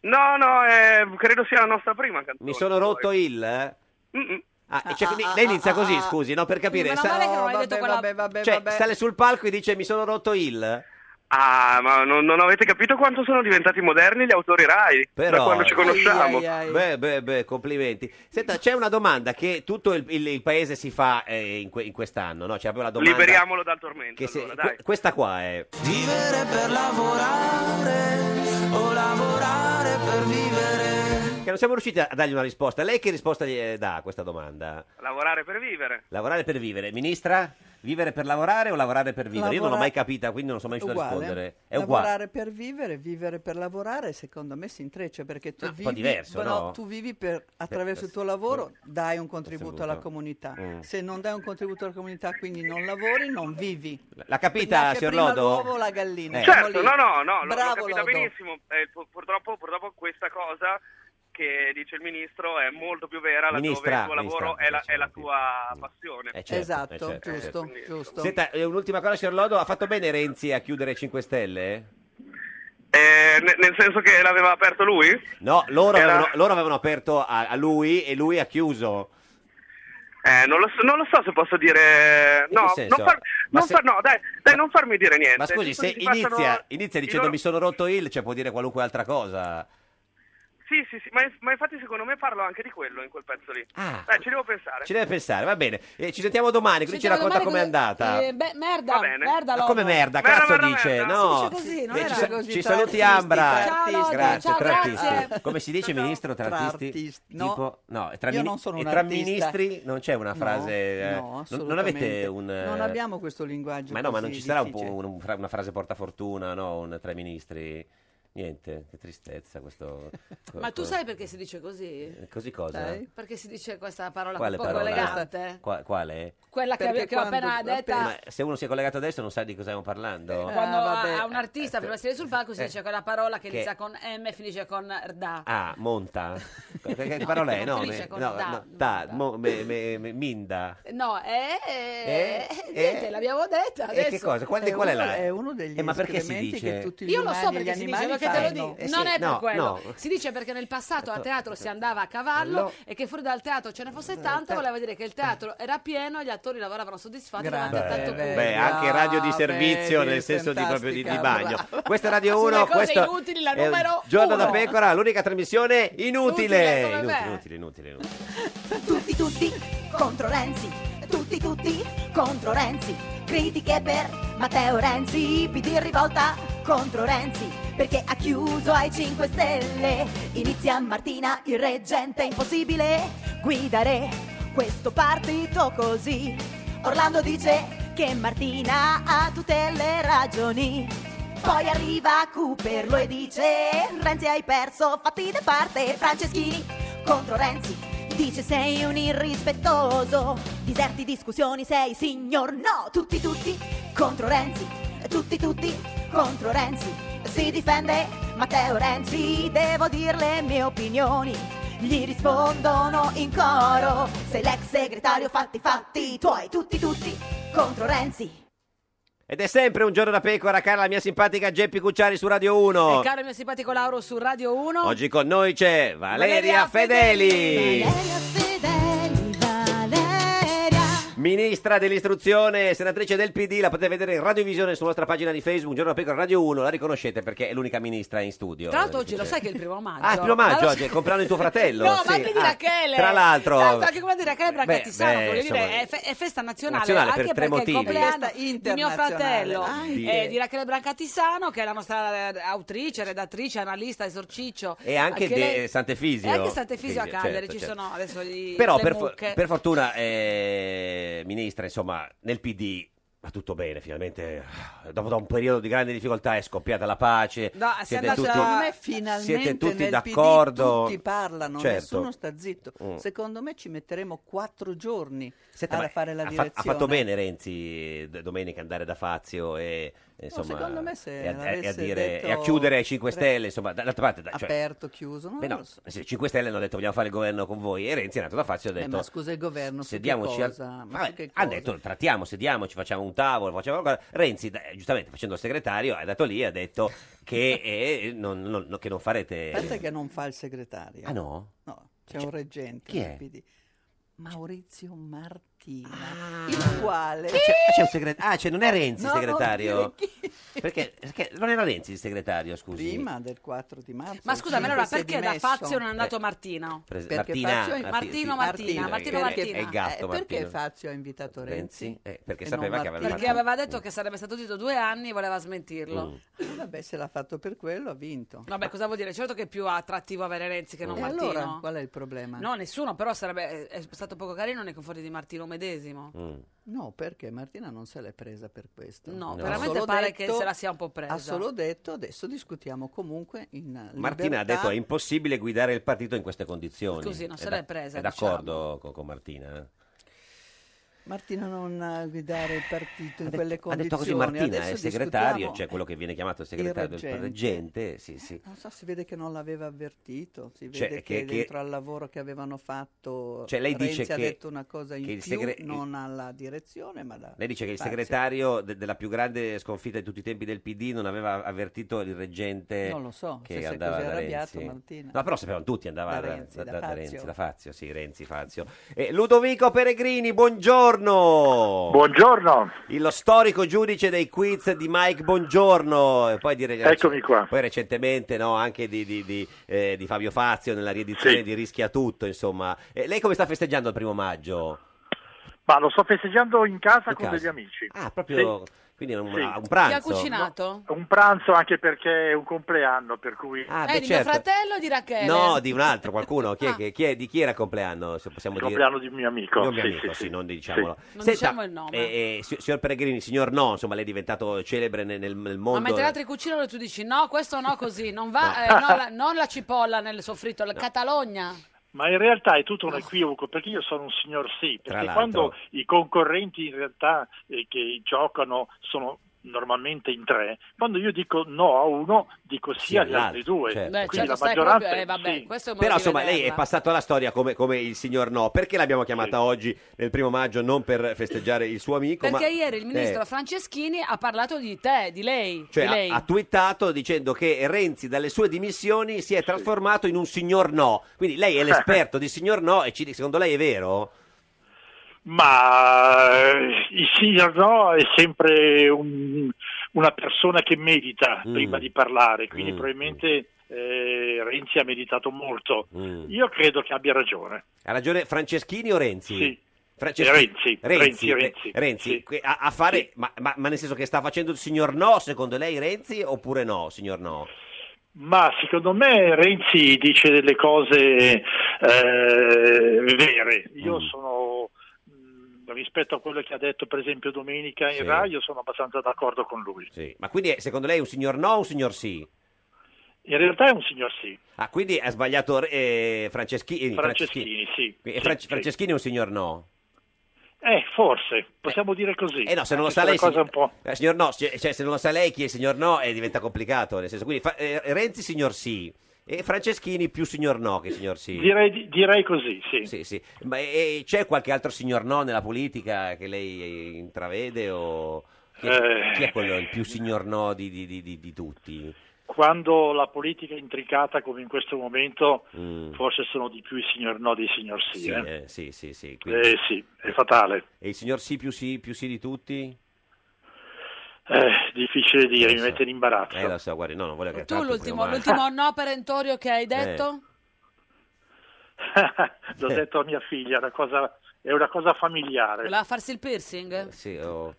Speaker 13: No, no, eh, credo sia la nostra prima canzone.
Speaker 2: mi sono rotto il... eh?
Speaker 13: Mm-mm.
Speaker 2: Ah, e cioè, quindi
Speaker 13: ah,
Speaker 2: lei
Speaker 13: ah,
Speaker 2: inizia
Speaker 13: ah,
Speaker 2: così,
Speaker 13: ah.
Speaker 2: scusi, no? Per capire...
Speaker 1: Meno
Speaker 2: sa-
Speaker 1: male che non hai
Speaker 12: Oh, vabbè,
Speaker 1: detto quella...
Speaker 12: vabbè, vabbè,
Speaker 2: cioè,
Speaker 12: vabbè.
Speaker 2: sale sul palco e dice mi sono rotto il...
Speaker 13: Ah, ma non, non avete capito quanto sono diventati moderni gli autori Rai da
Speaker 2: Però-
Speaker 13: quando ci conosciamo.
Speaker 2: Beh, beh, beh, complimenti. Senta, c'è una domanda che tutto il, il- il paese si fa eh, in, que- in quest'anno, no? C'è proprio la domanda
Speaker 13: Liberiamolo dal tormento.
Speaker 2: che se-
Speaker 13: allora, dai.
Speaker 2: que- questa qua è...
Speaker 4: Vivere per lavorare o lavorare per vivere.
Speaker 2: Che non siamo riusciti a dargli una risposta. Lei che risposta gli eh, dà a questa domanda?
Speaker 13: Lavorare per vivere.
Speaker 2: Lavorare per vivere, ministra? Vivere per lavorare o lavorare per vivere? Io non l'ho
Speaker 12: Lavora-
Speaker 2: mai capita, quindi non sono mai riuscito a
Speaker 12: Uguale.
Speaker 2: rispondere. È uguale.
Speaker 12: Lavorare per vivere, vivere per lavorare, secondo me si intreccia perché tu
Speaker 2: No, Ah, un po'
Speaker 12: vivi,
Speaker 2: diverso,
Speaker 12: però
Speaker 2: no?
Speaker 12: tu vivi per, attraverso il tuo lavoro, dai un contributo alla comunità.
Speaker 2: Mm.
Speaker 12: Se non dai un contributo alla comunità, quindi non lavori, non vivi.
Speaker 2: L'ha capita,
Speaker 12: Neanche
Speaker 2: signor
Speaker 12: prima
Speaker 2: Lodo?
Speaker 12: l'uovo o la gallina.
Speaker 2: Eh.
Speaker 12: Siamo
Speaker 13: Certo,
Speaker 12: lì.
Speaker 13: no, no, no, l'ho, l'ho
Speaker 12: Bravo,
Speaker 13: capita
Speaker 12: Lodo.
Speaker 13: benissimo. Eh, pu- purtroppo, purtroppo questa cosa che dice il ministro è molto più vera laddove
Speaker 2: Ministra,
Speaker 13: il tuo lavoro
Speaker 2: ministra,
Speaker 13: è la, è la tua passione.
Speaker 2: Eh, certo, eh,
Speaker 12: esatto,
Speaker 2: certo,
Speaker 12: giusto,
Speaker 2: certo.
Speaker 12: giusto.
Speaker 2: Senta, eh, un'ultima cosa, signor Lodo. Ha fatto bene Renzi a chiudere 5 Stelle?
Speaker 13: Eh, ne- nel senso che l'aveva aperto lui?
Speaker 2: No, loro,
Speaker 13: Era-
Speaker 2: avevano, loro avevano aperto a, a lui e lui ha chiuso.
Speaker 13: Eh, non lo so, non lo so se posso dire...
Speaker 2: In
Speaker 13: No,
Speaker 2: che senso?
Speaker 13: non far-
Speaker 2: Ma
Speaker 13: non
Speaker 2: se-
Speaker 13: far- no, dai, dai, non farmi dire niente.
Speaker 2: Ma scusi,
Speaker 13: Giusto
Speaker 2: se
Speaker 13: che si facciano-
Speaker 2: inizia, inizia
Speaker 13: i
Speaker 2: dicendo
Speaker 13: loro-
Speaker 2: mi sono rotto il, cioè può dire qualunque altra cosa.
Speaker 13: Sì, sì, sì, ma, ma infatti secondo me parlo anche di quello in quel pezzo lì.
Speaker 2: Ah.
Speaker 13: Dai, ci devo pensare.
Speaker 2: Ci deve pensare, va bene. Eh, ci sentiamo domani, così ci,
Speaker 1: Sentiamo
Speaker 2: racconta
Speaker 1: domani
Speaker 2: com'è
Speaker 1: cosa-
Speaker 2: andata.
Speaker 1: eh, beh, merda, merda,
Speaker 2: Ma come
Speaker 1: Lodo. Merda,
Speaker 2: merda, cazzo
Speaker 1: merda,
Speaker 2: dice?
Speaker 1: merda.
Speaker 2: No.
Speaker 1: Si dice così, non
Speaker 2: Eh,
Speaker 1: era
Speaker 2: ci, sa-
Speaker 1: così,
Speaker 2: ci
Speaker 1: tra
Speaker 2: saluti
Speaker 1: artisti,
Speaker 2: Ambra.
Speaker 1: tra artisti.
Speaker 2: grazie,
Speaker 1: Ciao,
Speaker 2: tra
Speaker 1: grazie.
Speaker 2: artisti. Come si dice ministro tra
Speaker 12: Tra
Speaker 2: artisti?
Speaker 12: artisti, no.
Speaker 2: Tipo- no, e tra,
Speaker 12: Io
Speaker 2: mini-
Speaker 12: non sono
Speaker 2: e
Speaker 12: un
Speaker 2: tra
Speaker 12: artista.
Speaker 2: ministri non c'è una
Speaker 12: No,
Speaker 2: frase eh,
Speaker 12: no,
Speaker 2: non- non,
Speaker 12: assolutamente.
Speaker 2: avete un eh,
Speaker 12: Non abbiamo questo linguaggio
Speaker 2: Ma no, ma
Speaker 12: così
Speaker 2: non ci sarà un po'
Speaker 12: difficile.
Speaker 2: un- un fra- una frase portafortuna, no, un tra i ministri. Niente, che tristezza questo.
Speaker 1: Ma tu sai perché si dice così?
Speaker 2: Ecco. Eh, così cosa? Sai?
Speaker 1: Perché si dice questa parola
Speaker 2: Quale
Speaker 1: un poco
Speaker 2: parola?
Speaker 12: eh?
Speaker 1: elegante.
Speaker 2: Qua- quale?
Speaker 1: Quella che,
Speaker 12: Perché
Speaker 1: ave- che ho
Speaker 12: quando-
Speaker 1: appena detta.
Speaker 2: Ma se uno si è collegato adesso non sa di cosa stiamo parlando.
Speaker 1: Quando
Speaker 12: Ah,
Speaker 1: a-
Speaker 12: vabbè.
Speaker 1: a un artista prima di salire sul palco si
Speaker 2: Eh.
Speaker 1: dice quella parola che,
Speaker 2: Che-
Speaker 1: inizia con M e finisce con RDA.
Speaker 2: Ah, monta. Che- Che parola è?
Speaker 1: non
Speaker 2: No,
Speaker 1: finisce
Speaker 2: me-
Speaker 1: con
Speaker 2: no,
Speaker 1: da,
Speaker 2: no, da, mo- me- me- me- minda.
Speaker 1: No, eh, eh,
Speaker 2: Eh,
Speaker 1: niente,
Speaker 2: eh.
Speaker 1: l'abbiamo detta
Speaker 2: E
Speaker 1: adesso.
Speaker 2: che cosa? Qual è, qual è la...
Speaker 12: è uno degli
Speaker 2: Eh, ma perché si
Speaker 12: escrementi
Speaker 2: dice?
Speaker 12: che tutti
Speaker 1: Io lo so
Speaker 12: umani e
Speaker 1: perché
Speaker 12: gli
Speaker 1: si dice, perché
Speaker 12: animali
Speaker 1: te lo
Speaker 12: fanno.
Speaker 1: dico.
Speaker 2: Eh sì,
Speaker 1: non è per
Speaker 2: no,
Speaker 1: quello.
Speaker 2: no.
Speaker 1: Si dice perché nel passato a teatro si andava a cavallo
Speaker 2: Allò.
Speaker 1: e che fuori dal teatro ce ne fosse
Speaker 2: Esatto.
Speaker 1: tanto, voleva dire che il teatro era pieno e gli attori lavoravano soddisfatti davanti a tanto
Speaker 2: Beh,
Speaker 1: pubblico.
Speaker 2: anche radio di servizio
Speaker 12: vedi,
Speaker 2: nel senso di proprio di, di
Speaker 12: fantastica,
Speaker 2: bagno. Questa è Radio
Speaker 1: Sulle
Speaker 2: 1,
Speaker 1: cose
Speaker 2: questo
Speaker 1: inutili, la
Speaker 2: è
Speaker 1: numero
Speaker 2: Giorno da
Speaker 1: uno.
Speaker 2: pecora, l'unica trasmissione inutile.
Speaker 9: Inutile, come me.
Speaker 2: inutile, inutile, inutile.
Speaker 9: Tutti, tutti contro Renzi. Tutti, tutti contro Renzi. Critiche per Matteo Renzi. PD rivolta contro Renzi. Perché ha chiuso ai 5 Stelle. Inizia Martina, il reggente. È impossibile guidare questo partito così. Orlando dice che Martina ha tutte le ragioni. Poi arriva Cooperlo e dice Renzi hai perso, fatti da parte Franceschini contro Renzi Dice sei un irrispettoso Diserti discussioni, sei signor no Tutti tutti contro Renzi Tutti tutti contro Renzi Si difende Matteo Renzi Devo dire le mie opinioni Gli rispondono in coro Sei l'ex segretario, fatti fatti tuoi Tutti tutti contro Renzi
Speaker 2: Ed è sempre un giorno da pecora, cara la mia simpatica Geppi Cucciari su Radio 1.
Speaker 1: E Eh, caro il mio simpatico Lauro su Radio 1.
Speaker 2: Oggi con noi c'è
Speaker 1: Valeria
Speaker 2: Valeria, Fedeli.
Speaker 1: Fedeli.
Speaker 2: Ministra dell'istruzione, senatrice del PD, la potete vedere in radiovisione sulla nostra pagina di Facebook, un giorno da pecora Radio 1, la riconoscete perché è l'unica ministra in studio.
Speaker 1: Tra l'altro oggi lo sai che è il primo maggio.
Speaker 2: Ah, il primo maggio
Speaker 1: Allora-
Speaker 2: oggi, è comprando il tuo fratello.
Speaker 1: No,
Speaker 2: sì.
Speaker 1: ma anche di
Speaker 2: Ah,
Speaker 1: Rachele.
Speaker 2: Tra l'altro,
Speaker 1: anche quella di Rachele Bracatisano,
Speaker 2: Beh, beh,
Speaker 1: voglio dire,
Speaker 2: insomma,
Speaker 1: è, fe- è festa nazionale,
Speaker 2: nazionale per
Speaker 1: anche
Speaker 2: tre
Speaker 1: perché
Speaker 2: motivi.
Speaker 1: è
Speaker 2: ah,
Speaker 1: il compleanno
Speaker 12: Festa
Speaker 1: di mio fratello,
Speaker 12: anche.
Speaker 1: eh, di Rachele Bracatisano, che è la nostra eh, autrice, redattrice, analista, esorciccio.
Speaker 2: E anche
Speaker 1: Anche
Speaker 2: de-
Speaker 1: lei-
Speaker 2: Sant'Efisio.
Speaker 1: E anche Sant'Efisio a
Speaker 2: Certo,
Speaker 1: Cagliari, ci
Speaker 2: certo.
Speaker 1: sono adesso gli,
Speaker 2: Però
Speaker 1: le
Speaker 2: per, fo-
Speaker 1: mucche.
Speaker 2: per fortuna, eh, ministra, insomma, nel PD va tutto bene, finalmente. eh, Dopo da un periodo di grande difficoltà è scoppiata la pace.
Speaker 12: No,
Speaker 2: siete
Speaker 12: siamo andati-
Speaker 2: tutti-
Speaker 12: secondo me finalmente
Speaker 2: siete tutti
Speaker 12: nel
Speaker 2: d'accordo?
Speaker 12: PD tutti parlano,
Speaker 2: Certo.
Speaker 12: nessuno sta zitto.
Speaker 2: Mm.
Speaker 12: Secondo me ci metteremo quattro giorni
Speaker 2: Senta,
Speaker 12: a
Speaker 2: ma
Speaker 12: fare la
Speaker 2: ha, fa-
Speaker 12: direzione.
Speaker 2: ha fatto bene Renzi d- domenica andare da Fazio e e, insomma,
Speaker 12: secondo me se
Speaker 2: e a, e a
Speaker 12: l'avesse
Speaker 2: dire,
Speaker 12: detto-
Speaker 2: e a chiudere ai 5
Speaker 12: Re-
Speaker 2: Stelle, insomma, d- d'altra parte, da- cioè,
Speaker 12: Aperto, chiuso, non
Speaker 2: beh, no,
Speaker 12: lo so.
Speaker 2: se i 5 Stelle hanno detto vogliamo fare il governo con voi e Renzi è andato da Fazio e ha
Speaker 12: Beh,
Speaker 2: detto
Speaker 12: ma scusa il governo, su che
Speaker 2: sediamoci al-
Speaker 12: cosa? Ma
Speaker 2: Vabbè,
Speaker 12: su che
Speaker 2: ha
Speaker 12: cosa?
Speaker 2: detto trattiamo, sediamoci, facciamo un tavolo, facciamo qualcosa. Renzi, da- giustamente facendo il segretario, è andato lì e ha detto che, eh, non, non- non- che non farete.
Speaker 12: Aspetta che non fa il segretario.
Speaker 2: Ah no?
Speaker 12: No,
Speaker 1: Cioè,
Speaker 12: c'è un reggente
Speaker 2: chi
Speaker 12: del
Speaker 2: è?
Speaker 12: PD. Maurizio Martina, il quale
Speaker 2: Ah, c'è un segre- ah, cioè non è Renzi il
Speaker 12: No, non
Speaker 2: segretario.
Speaker 12: dire chi.
Speaker 2: Perché, perché non era Renzi il segretario, scusi.
Speaker 12: Prima del 4 di marzo.
Speaker 1: Ma scusami,
Speaker 12: sì,
Speaker 1: allora
Speaker 12: si è
Speaker 1: perché da
Speaker 12: dimesso.
Speaker 1: Fazio non è
Speaker 12: Eh,
Speaker 2: Eh,
Speaker 1: andato Martino?
Speaker 2: Pres-
Speaker 12: Fazio-
Speaker 1: Martino, Martina, Martino,
Speaker 12: perché-
Speaker 1: Martina.
Speaker 2: È il gatto,
Speaker 12: eh, perché
Speaker 2: Martino.
Speaker 12: Fazio ha invitato Renzi?
Speaker 2: Renzi? Eh, perché
Speaker 12: E
Speaker 2: sapeva
Speaker 12: non
Speaker 2: che aveva
Speaker 1: Perché
Speaker 2: fatto-
Speaker 1: aveva detto che sarebbe stato zitto due anni e voleva smentirlo.
Speaker 2: Mm.
Speaker 12: Ah, Vabbè, se l'ha fatto per quello, ha vinto.
Speaker 1: Vabbè, cosa vuol dire? Certo che è più attrattivo avere Renzi che
Speaker 2: Mm.
Speaker 1: non
Speaker 12: e
Speaker 1: Martino.
Speaker 12: allora, qual è il problema?
Speaker 1: No, nessuno, però sarebbe è stato poco carino nei confronti di Martino medesimo.
Speaker 2: Mm.
Speaker 12: No, perché Martina non se l'è presa per questo.
Speaker 1: No,
Speaker 12: Ha
Speaker 1: veramente
Speaker 12: solo
Speaker 1: pare che se la sia un po' presa.
Speaker 12: Ha solo detto, adesso discutiamo comunque in libertà.
Speaker 2: Martina ha detto è impossibile guidare il partito in queste condizioni.
Speaker 12: Così, non
Speaker 2: È
Speaker 12: se l'è
Speaker 2: da-
Speaker 12: presa,
Speaker 2: È d'accordo con, con Martina? eh?
Speaker 12: Martina non eh, guidare il partito in quelle
Speaker 2: Ha
Speaker 12: condizioni.
Speaker 2: detto così Martina, è
Speaker 12: Adesso
Speaker 2: il segretario,
Speaker 12: discutiamo.
Speaker 2: cioè quello che viene chiamato il segretario
Speaker 12: il
Speaker 2: del
Speaker 12: reggente. Eh,
Speaker 2: reggente. Sì, sì.
Speaker 12: Non so, si vede che non l'aveva avvertito, si
Speaker 2: Cioè,
Speaker 12: vede che,
Speaker 2: che- che-
Speaker 12: dentro al lavoro che avevano fatto
Speaker 2: Cioè, lei
Speaker 12: Renzi
Speaker 2: dice
Speaker 12: ha
Speaker 2: che-
Speaker 12: detto una cosa in
Speaker 2: che il
Speaker 12: più,
Speaker 2: segre- il-
Speaker 12: non alla direzione, ma da
Speaker 2: Lei dice che il
Speaker 12: Fazio.
Speaker 2: segretario de- della più grande sconfitta di tutti i tempi del PD non aveva avvertito il reggente
Speaker 12: Non lo so,
Speaker 2: che
Speaker 12: se sei
Speaker 2: andava
Speaker 12: così
Speaker 2: da
Speaker 12: arrabbiato,
Speaker 2: Renzi.
Speaker 12: Martina.
Speaker 2: No, però sapevano tutti, andava
Speaker 12: Da
Speaker 2: da,
Speaker 12: Renzi,
Speaker 2: da-
Speaker 12: da
Speaker 2: da- da
Speaker 12: Fazio.
Speaker 2: Renzi, da Fazio, sì, Renzi, Fazio. Eh, Ludovico Peregrini, buongiorno.
Speaker 14: Buongiorno.
Speaker 2: Lo storico giudice dei quiz di Mike, buongiorno. E poi di-
Speaker 14: Eccomi qua.
Speaker 2: Poi recentemente no, anche di, di- di, eh, di Fabio Fazio nella riedizione
Speaker 14: Sì.
Speaker 2: di Rischia Tutto, insomma. Eh, lei come sta festeggiando il primo maggio?
Speaker 14: Ma lo sto festeggiando in casa
Speaker 2: In
Speaker 14: con
Speaker 2: casa?
Speaker 14: degli amici.
Speaker 2: Ah, proprio... Quindi è un,
Speaker 14: Sì.
Speaker 2: un pranzo.
Speaker 1: Chi ha cucinato?
Speaker 14: No, un pranzo anche perché è un compleanno, per cui...
Speaker 2: Ah,
Speaker 1: eh,
Speaker 2: beh,
Speaker 1: di
Speaker 2: certo.
Speaker 1: mio fratello o di Rachele?
Speaker 2: No, di un altro, qualcuno.
Speaker 1: Ah.
Speaker 2: Chi è, che- chi è- di chi era il compleanno? Se possiamo
Speaker 14: Il
Speaker 2: dire?
Speaker 14: compleanno di un mio amico,
Speaker 2: Di un mio
Speaker 14: sì,
Speaker 2: amico,
Speaker 14: sì,
Speaker 2: sì,
Speaker 14: sì.
Speaker 2: non
Speaker 1: Non
Speaker 2: diciamolo. Senta,
Speaker 1: diciamo il nome.
Speaker 2: eh, eh, si- signor Peregrini, signor No, insomma, lei è diventato celebre nel, nel- nel
Speaker 1: Ma
Speaker 2: mondo.
Speaker 1: mentre gli altri cucinano tu dici no, questo no così, non va,
Speaker 2: No.
Speaker 1: eh, no, la- non la cipolla nel soffritto, la Catalogna.
Speaker 14: Ma in realtà è tutto un equivoco, perché io sono un signor sì,
Speaker 2: Tra
Speaker 14: perché
Speaker 2: l'altro.
Speaker 14: quando i concorrenti in realtà eh, che giocano sono normalmente in tre, quando io dico no a uno, dico sì,
Speaker 2: Sì,
Speaker 14: agli
Speaker 2: all'altro,
Speaker 14: altri due.
Speaker 2: certo.
Speaker 1: Beh,
Speaker 14: Quindi
Speaker 1: certo,
Speaker 14: la
Speaker 1: stai
Speaker 14: maggioranza...
Speaker 1: proprio, eh, vabbè, questo è un modo
Speaker 2: Però
Speaker 1: di
Speaker 2: insomma lei è
Speaker 1: vederla.
Speaker 2: passato alla storia come, come il signor No. Perché l'abbiamo chiamata oggi nel primo maggio non per festeggiare il suo amico?
Speaker 1: Perché
Speaker 2: ma-
Speaker 1: ieri il ministro
Speaker 2: eh,
Speaker 1: Franceschini ha parlato di te, di lei,
Speaker 2: cioè,
Speaker 1: di lei.
Speaker 2: ha, ha twittato dicendo che Renzi dalle sue dimissioni si è trasformato in un signor No. Quindi lei è l'esperto di signor No e ci- secondo lei è vero?
Speaker 14: Ma eh, il signor no è sempre un- una persona che medita
Speaker 2: Mm.
Speaker 14: prima di parlare, quindi probabilmente eh, Renzi ha meditato molto. Io credo che abbia ragione.
Speaker 2: Mm. Ha ragione Franceschini o Renzi?
Speaker 14: Sì.
Speaker 2: Franceschini-
Speaker 14: Eh, Renzi, Renzi,
Speaker 2: eh,
Speaker 14: Renzi.
Speaker 2: Renzi,
Speaker 14: Sì.
Speaker 2: que- a, a fare,
Speaker 14: Sì.
Speaker 2: ma, ma- ma nel senso che sta facendo il signor no, secondo lei Renzi oppure no, signor no?
Speaker 14: Ma secondo me Renzi dice delle cose eh, vere. Io
Speaker 2: Mm.
Speaker 14: sono mh, rispetto a quello che ha detto per esempio domenica in
Speaker 2: Sì.
Speaker 14: Rai, io sono abbastanza d'accordo con lui.
Speaker 2: Ma quindi è- secondo lei è un signor no o un signor sì?
Speaker 14: In realtà è un signor sì.
Speaker 2: Ah, quindi ha sbagliato eh, Franceschini.
Speaker 14: Franceschini, sì.
Speaker 2: E
Speaker 14: Sì,
Speaker 2: Fran-
Speaker 14: sì.
Speaker 2: Franceschini è un signor no?
Speaker 14: Eh, forse, possiamo dire così.
Speaker 2: Eh no, se non lo
Speaker 14: Anche
Speaker 2: sa
Speaker 14: la
Speaker 2: lei...
Speaker 14: cosa è un
Speaker 2: signor-
Speaker 14: po'.
Speaker 2: eh, signor no, cioè, cioè, se non lo sa lei chi è il signor no eh, diventa complicato, nel senso, quindi fa- eh, Renzi signor sì e Franceschini più signor no che signor sì.
Speaker 14: Direi, di- direi così, sì.
Speaker 2: Ma eh, c'è qualche altro signor no nella politica che lei eh, intravede o chi è,
Speaker 14: Eh.
Speaker 2: chi è quello il più signor no di, di- di- di- di tutti?
Speaker 14: Quando la politica è intricata come in questo momento,
Speaker 2: Mm.
Speaker 14: forse sono di più i signor no dei signor sì.
Speaker 2: Sì,
Speaker 14: eh.
Speaker 2: eh, sì, sì, sì, quindi-
Speaker 14: Eh, sì, è fatale.
Speaker 2: E il signor sì più sì più sì di tutti?
Speaker 14: Eh, difficile dire,
Speaker 2: Eh,
Speaker 14: mi
Speaker 2: lo so.
Speaker 14: mette in imbarazzo.
Speaker 2: Eh, lo so, guardi, no, non voglio che
Speaker 1: Tu
Speaker 2: tanto Eh.
Speaker 1: l'ultimo,
Speaker 2: prima-
Speaker 1: l'ultimo no perentorio che hai detto?
Speaker 14: L'ho detto a mia figlia, è una cosa, è una cosa familiare.
Speaker 1: Voleva farsi il piercing?
Speaker 2: Sì, o-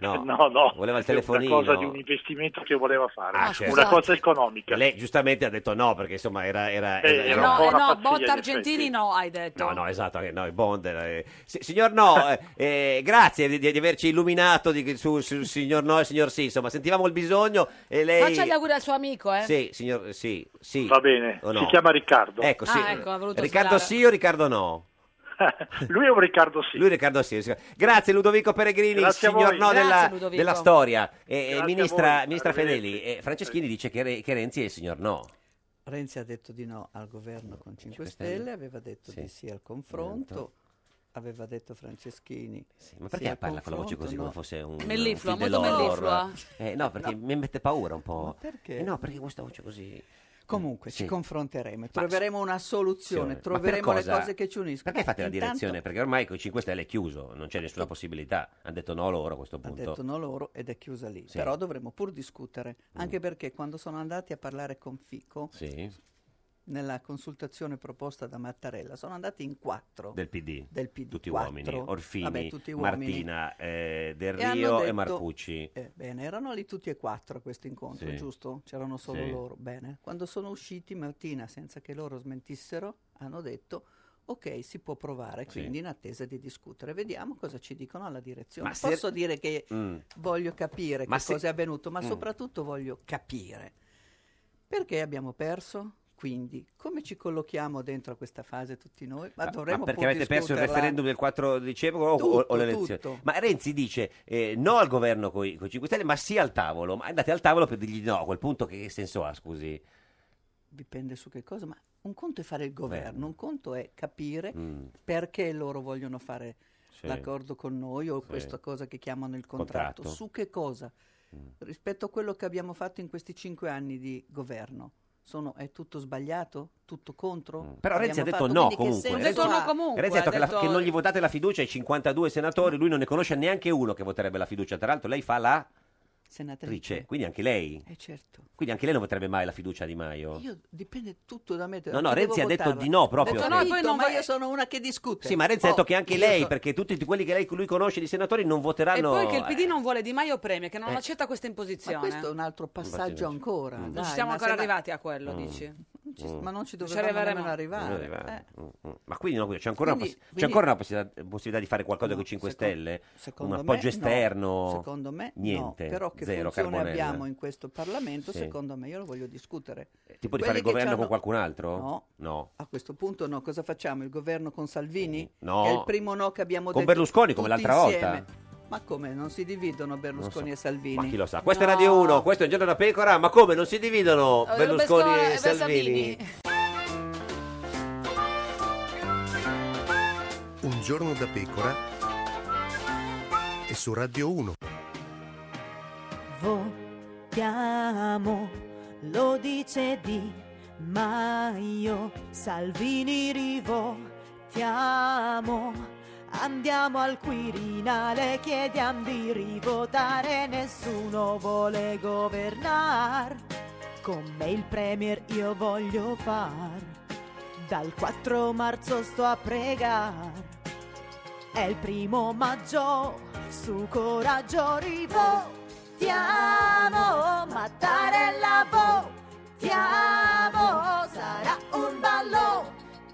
Speaker 14: No,
Speaker 2: no.
Speaker 14: no,
Speaker 2: Voleva il
Speaker 14: è una
Speaker 2: telefonino.
Speaker 14: cosa di un investimento che voleva fare,
Speaker 2: Ah, certo.
Speaker 14: una cosa economica.
Speaker 2: Lei giustamente ha detto no perché insomma era... era,
Speaker 14: Eh,
Speaker 2: era-
Speaker 14: era
Speaker 2: era-
Speaker 14: un po'
Speaker 1: Eh
Speaker 14: una
Speaker 1: no,
Speaker 14: pazzia, in
Speaker 1: Botta
Speaker 14: effetti.
Speaker 1: Argentini no, hai detto.
Speaker 2: No, no, esatto, eh, no, il Bond. era, eh. Si- signor No, eh, eh, grazie di, di averci illuminato di- su, su signor No e signor Sì. Insomma, sentivamo il bisogno e lei...
Speaker 1: Faccia gli auguri al suo amico, eh.
Speaker 2: Sì, signor Sì, sì.
Speaker 14: Va bene,
Speaker 2: O no?
Speaker 14: si chiama Riccardo.
Speaker 2: Ecco, sì.
Speaker 1: Ah, ecco, ha voluto
Speaker 2: Riccardo
Speaker 1: svelare.
Speaker 2: Sì o Riccardo No?
Speaker 14: Lui è un Riccardo Sì.
Speaker 2: Lui è Riccardo Sì. Grazie Ludovico Peregrini,
Speaker 14: Grazie a
Speaker 2: signor
Speaker 14: voi.
Speaker 2: No
Speaker 14: Grazie,
Speaker 2: della,
Speaker 14: Ludovico.
Speaker 2: della storia. E-
Speaker 14: Grazie
Speaker 2: E,
Speaker 14: a
Speaker 2: ministra,
Speaker 14: voi.
Speaker 2: ministra
Speaker 14: Arrivederci.
Speaker 2: Fedeli, eh, Franceschini dice che, Re- che Renzi è il signor No.
Speaker 12: Renzi ha detto di no al governo con 5
Speaker 2: Stelle.
Speaker 12: Stelle, aveva detto
Speaker 2: Sì.
Speaker 12: di sì al confronto, aveva detto Franceschini.
Speaker 2: Ma perché parla con la voce così come fosse un
Speaker 1: Melliflua,
Speaker 2: un film
Speaker 1: molto
Speaker 2: dell'horror?
Speaker 1: melliflua.
Speaker 2: Eh, no, perché mi mette paura un po'.
Speaker 12: Perché?
Speaker 2: Eh no, perché questa voce così.
Speaker 12: Comunque, ci
Speaker 2: Sì.
Speaker 12: confronteremo, e troveremo una soluzione,
Speaker 2: Ma per
Speaker 12: troveremo le
Speaker 2: cosa-
Speaker 12: cose che ci uniscono.
Speaker 2: Perché fate la
Speaker 12: Intanto-
Speaker 2: direzione? Perché ormai con 5 Stelle è chiuso, non c'è nessuna possibilità. Hanno detto no loro a questo
Speaker 12: ha
Speaker 2: punto.
Speaker 12: detto no loro ed è chiusa lì.
Speaker 2: Sì. Mm.
Speaker 12: Però dovremmo pur discutere, anche perché quando sono andati a parlare con Fico,
Speaker 2: Sì.
Speaker 12: nella consultazione proposta da Mattarella, sono andati in quattro.
Speaker 2: Del PD.
Speaker 12: Del PD,
Speaker 2: Tutti
Speaker 12: quattro.
Speaker 2: uomini. Orfini,
Speaker 12: Vabbè, tutti uomini.
Speaker 2: Martina, eh, Del
Speaker 12: hanno
Speaker 2: Rio e,
Speaker 12: detto-
Speaker 2: Marcucci.
Speaker 12: eh, bene, erano lì tutti e quattro a questo incontro,
Speaker 2: Sì.
Speaker 12: giusto? C'erano solo
Speaker 2: Sì.
Speaker 12: loro. Bene. Quando sono usciti Martina, senza che loro smentissero, hanno detto ok, si può provare,
Speaker 2: Sì.
Speaker 12: quindi in attesa di discutere. Vediamo cosa ci dicono alla direzione.
Speaker 2: Ma se-
Speaker 12: Posso dire che
Speaker 2: Mm.
Speaker 12: voglio capire
Speaker 2: Ma
Speaker 12: che
Speaker 2: se-
Speaker 12: cosa è avvenuto, ma
Speaker 2: Mm.
Speaker 12: soprattutto voglio capire perché abbiamo perso. Quindi, come ci collochiamo dentro a questa fase tutti noi? Ma,
Speaker 2: Ma-
Speaker 12: dovremmo
Speaker 2: ma perché
Speaker 12: pur
Speaker 2: avete perso il
Speaker 12: discuterla.
Speaker 2: referendum del 4 dicembre o, o- o le
Speaker 12: Tutto,
Speaker 2: elezioni?
Speaker 12: tutto.
Speaker 2: Ma Renzi dice eh, no al governo con i 5 Stelle, ma sì al tavolo. Ma andate al tavolo per dirgli no, a quel punto che senso ha, scusi?
Speaker 12: dipende su che cosa, ma un conto è fare il governo,
Speaker 2: Governo.
Speaker 12: un conto è capire
Speaker 2: Eh. Mm.
Speaker 12: perché loro vogliono fare
Speaker 2: Sì.
Speaker 12: l'accordo con noi o
Speaker 2: Sì.
Speaker 12: questa cosa che chiamano il contratto.
Speaker 2: Contratto. Mm.
Speaker 12: Su che cosa? Rispetto a quello che abbiamo fatto in questi cinque anni di governo. Sono- è tutto sbagliato? Tutto contro?
Speaker 2: Mm. Però Renzi ha
Speaker 12: Abbiamo
Speaker 2: detto
Speaker 12: fatto-
Speaker 2: no
Speaker 12: quindi che
Speaker 2: comunque.
Speaker 12: senso
Speaker 2: Renzi,
Speaker 12: ha?
Speaker 2: Renzi ha detto, che, la- che non gli votate la fiducia ai 52 senatori, lui non ne conosce neanche uno che voterebbe la fiducia. Tra l'altro lei fa la
Speaker 12: Senatrice,
Speaker 2: trice, quindi anche lei.
Speaker 12: eh, certo.
Speaker 2: Quindi anche lei non voterebbe mai la fiducia di Maio.
Speaker 12: Io dipende tutto da me.
Speaker 2: No, no,
Speaker 12: devo
Speaker 2: Renzi ha detto
Speaker 12: votarla.
Speaker 2: di no proprio.
Speaker 12: Ho
Speaker 2: Detto
Speaker 12: detto
Speaker 2: no,
Speaker 12: no,
Speaker 2: poi
Speaker 12: no,
Speaker 2: non
Speaker 12: ma
Speaker 2: va-
Speaker 12: io sono una che discute.
Speaker 2: Sì, ma Renzi ha
Speaker 12: Oh,
Speaker 2: detto che anche
Speaker 12: io
Speaker 2: lei,
Speaker 12: so-
Speaker 2: perché tutti quelli che lei, lui conosce di senatori non voteranno.
Speaker 1: e poi che il
Speaker 2: eh.
Speaker 1: PD non vuole Di Maio premio, che non
Speaker 2: Eh.
Speaker 1: accetta questa imposizione.
Speaker 12: Ma questo è un altro passaggio ancora.
Speaker 1: Non
Speaker 12: dai,
Speaker 1: ci siamo
Speaker 12: ma
Speaker 1: ancora
Speaker 12: se la-
Speaker 1: arrivati a quello,
Speaker 2: Mm.
Speaker 1: dici?
Speaker 12: ci-
Speaker 2: Mm.
Speaker 12: Ma non ci
Speaker 1: Non ci
Speaker 12: dovevamo
Speaker 1: arriveremo.
Speaker 12: nemmeno
Speaker 2: Non
Speaker 12: arrivare. Eh.
Speaker 2: arrivare. Mm, mm. Ma quindi no, c'è ancora,
Speaker 12: Quindi-
Speaker 2: una, possi- c'è
Speaker 12: quindi-
Speaker 2: ancora una possibilità, possibilità di fare qualcosa con i 5 Stelle?
Speaker 12: Secondo
Speaker 2: un
Speaker 12: me
Speaker 2: appoggio
Speaker 12: no.
Speaker 2: esterno?
Speaker 12: Secondo me no.
Speaker 2: niente.
Speaker 12: Però che
Speaker 2: zero,
Speaker 12: funzione
Speaker 2: carbonella.
Speaker 12: abbiamo in questo Parlamento,
Speaker 2: Sì. Eh,
Speaker 12: secondo me, io lo voglio discutere.
Speaker 2: Tipo di
Speaker 12: Quelli
Speaker 2: fare il
Speaker 12: che
Speaker 2: governo con
Speaker 12: c'hanno-
Speaker 2: qualcun altro?
Speaker 12: No.
Speaker 2: No. Mm.
Speaker 12: A questo punto no, cosa facciamo? Il governo con Salvini?
Speaker 2: No.
Speaker 12: Che è il primo no che abbiamo
Speaker 2: Con
Speaker 12: detto
Speaker 2: Berlusconi, come
Speaker 12: tutti
Speaker 2: l'altra
Speaker 12: insieme.
Speaker 2: volta?
Speaker 12: Ma come? Non si dividono Berlusconi e Salvini?
Speaker 2: Ma chi lo sa? Questo è Radio 1, questo è un giorno da pecora, ma come non si dividono
Speaker 12: Eh,
Speaker 2: Berlusconi
Speaker 12: Berlusconi
Speaker 2: e
Speaker 12: e
Speaker 2: Salvini?
Speaker 8: Un giorno da pecora e su Radio 1.
Speaker 7: Votiamo, lo dice Di Maio, Salvini rivotiamo. Andiamo al Quirinale, chiediamo di rivotare, nessuno vuole governar. Come il Premier io voglio far, dal 4 marzo sto a pregar. È il primo maggio, su coraggio rivotiamo, Mattarella votiamo, sarà un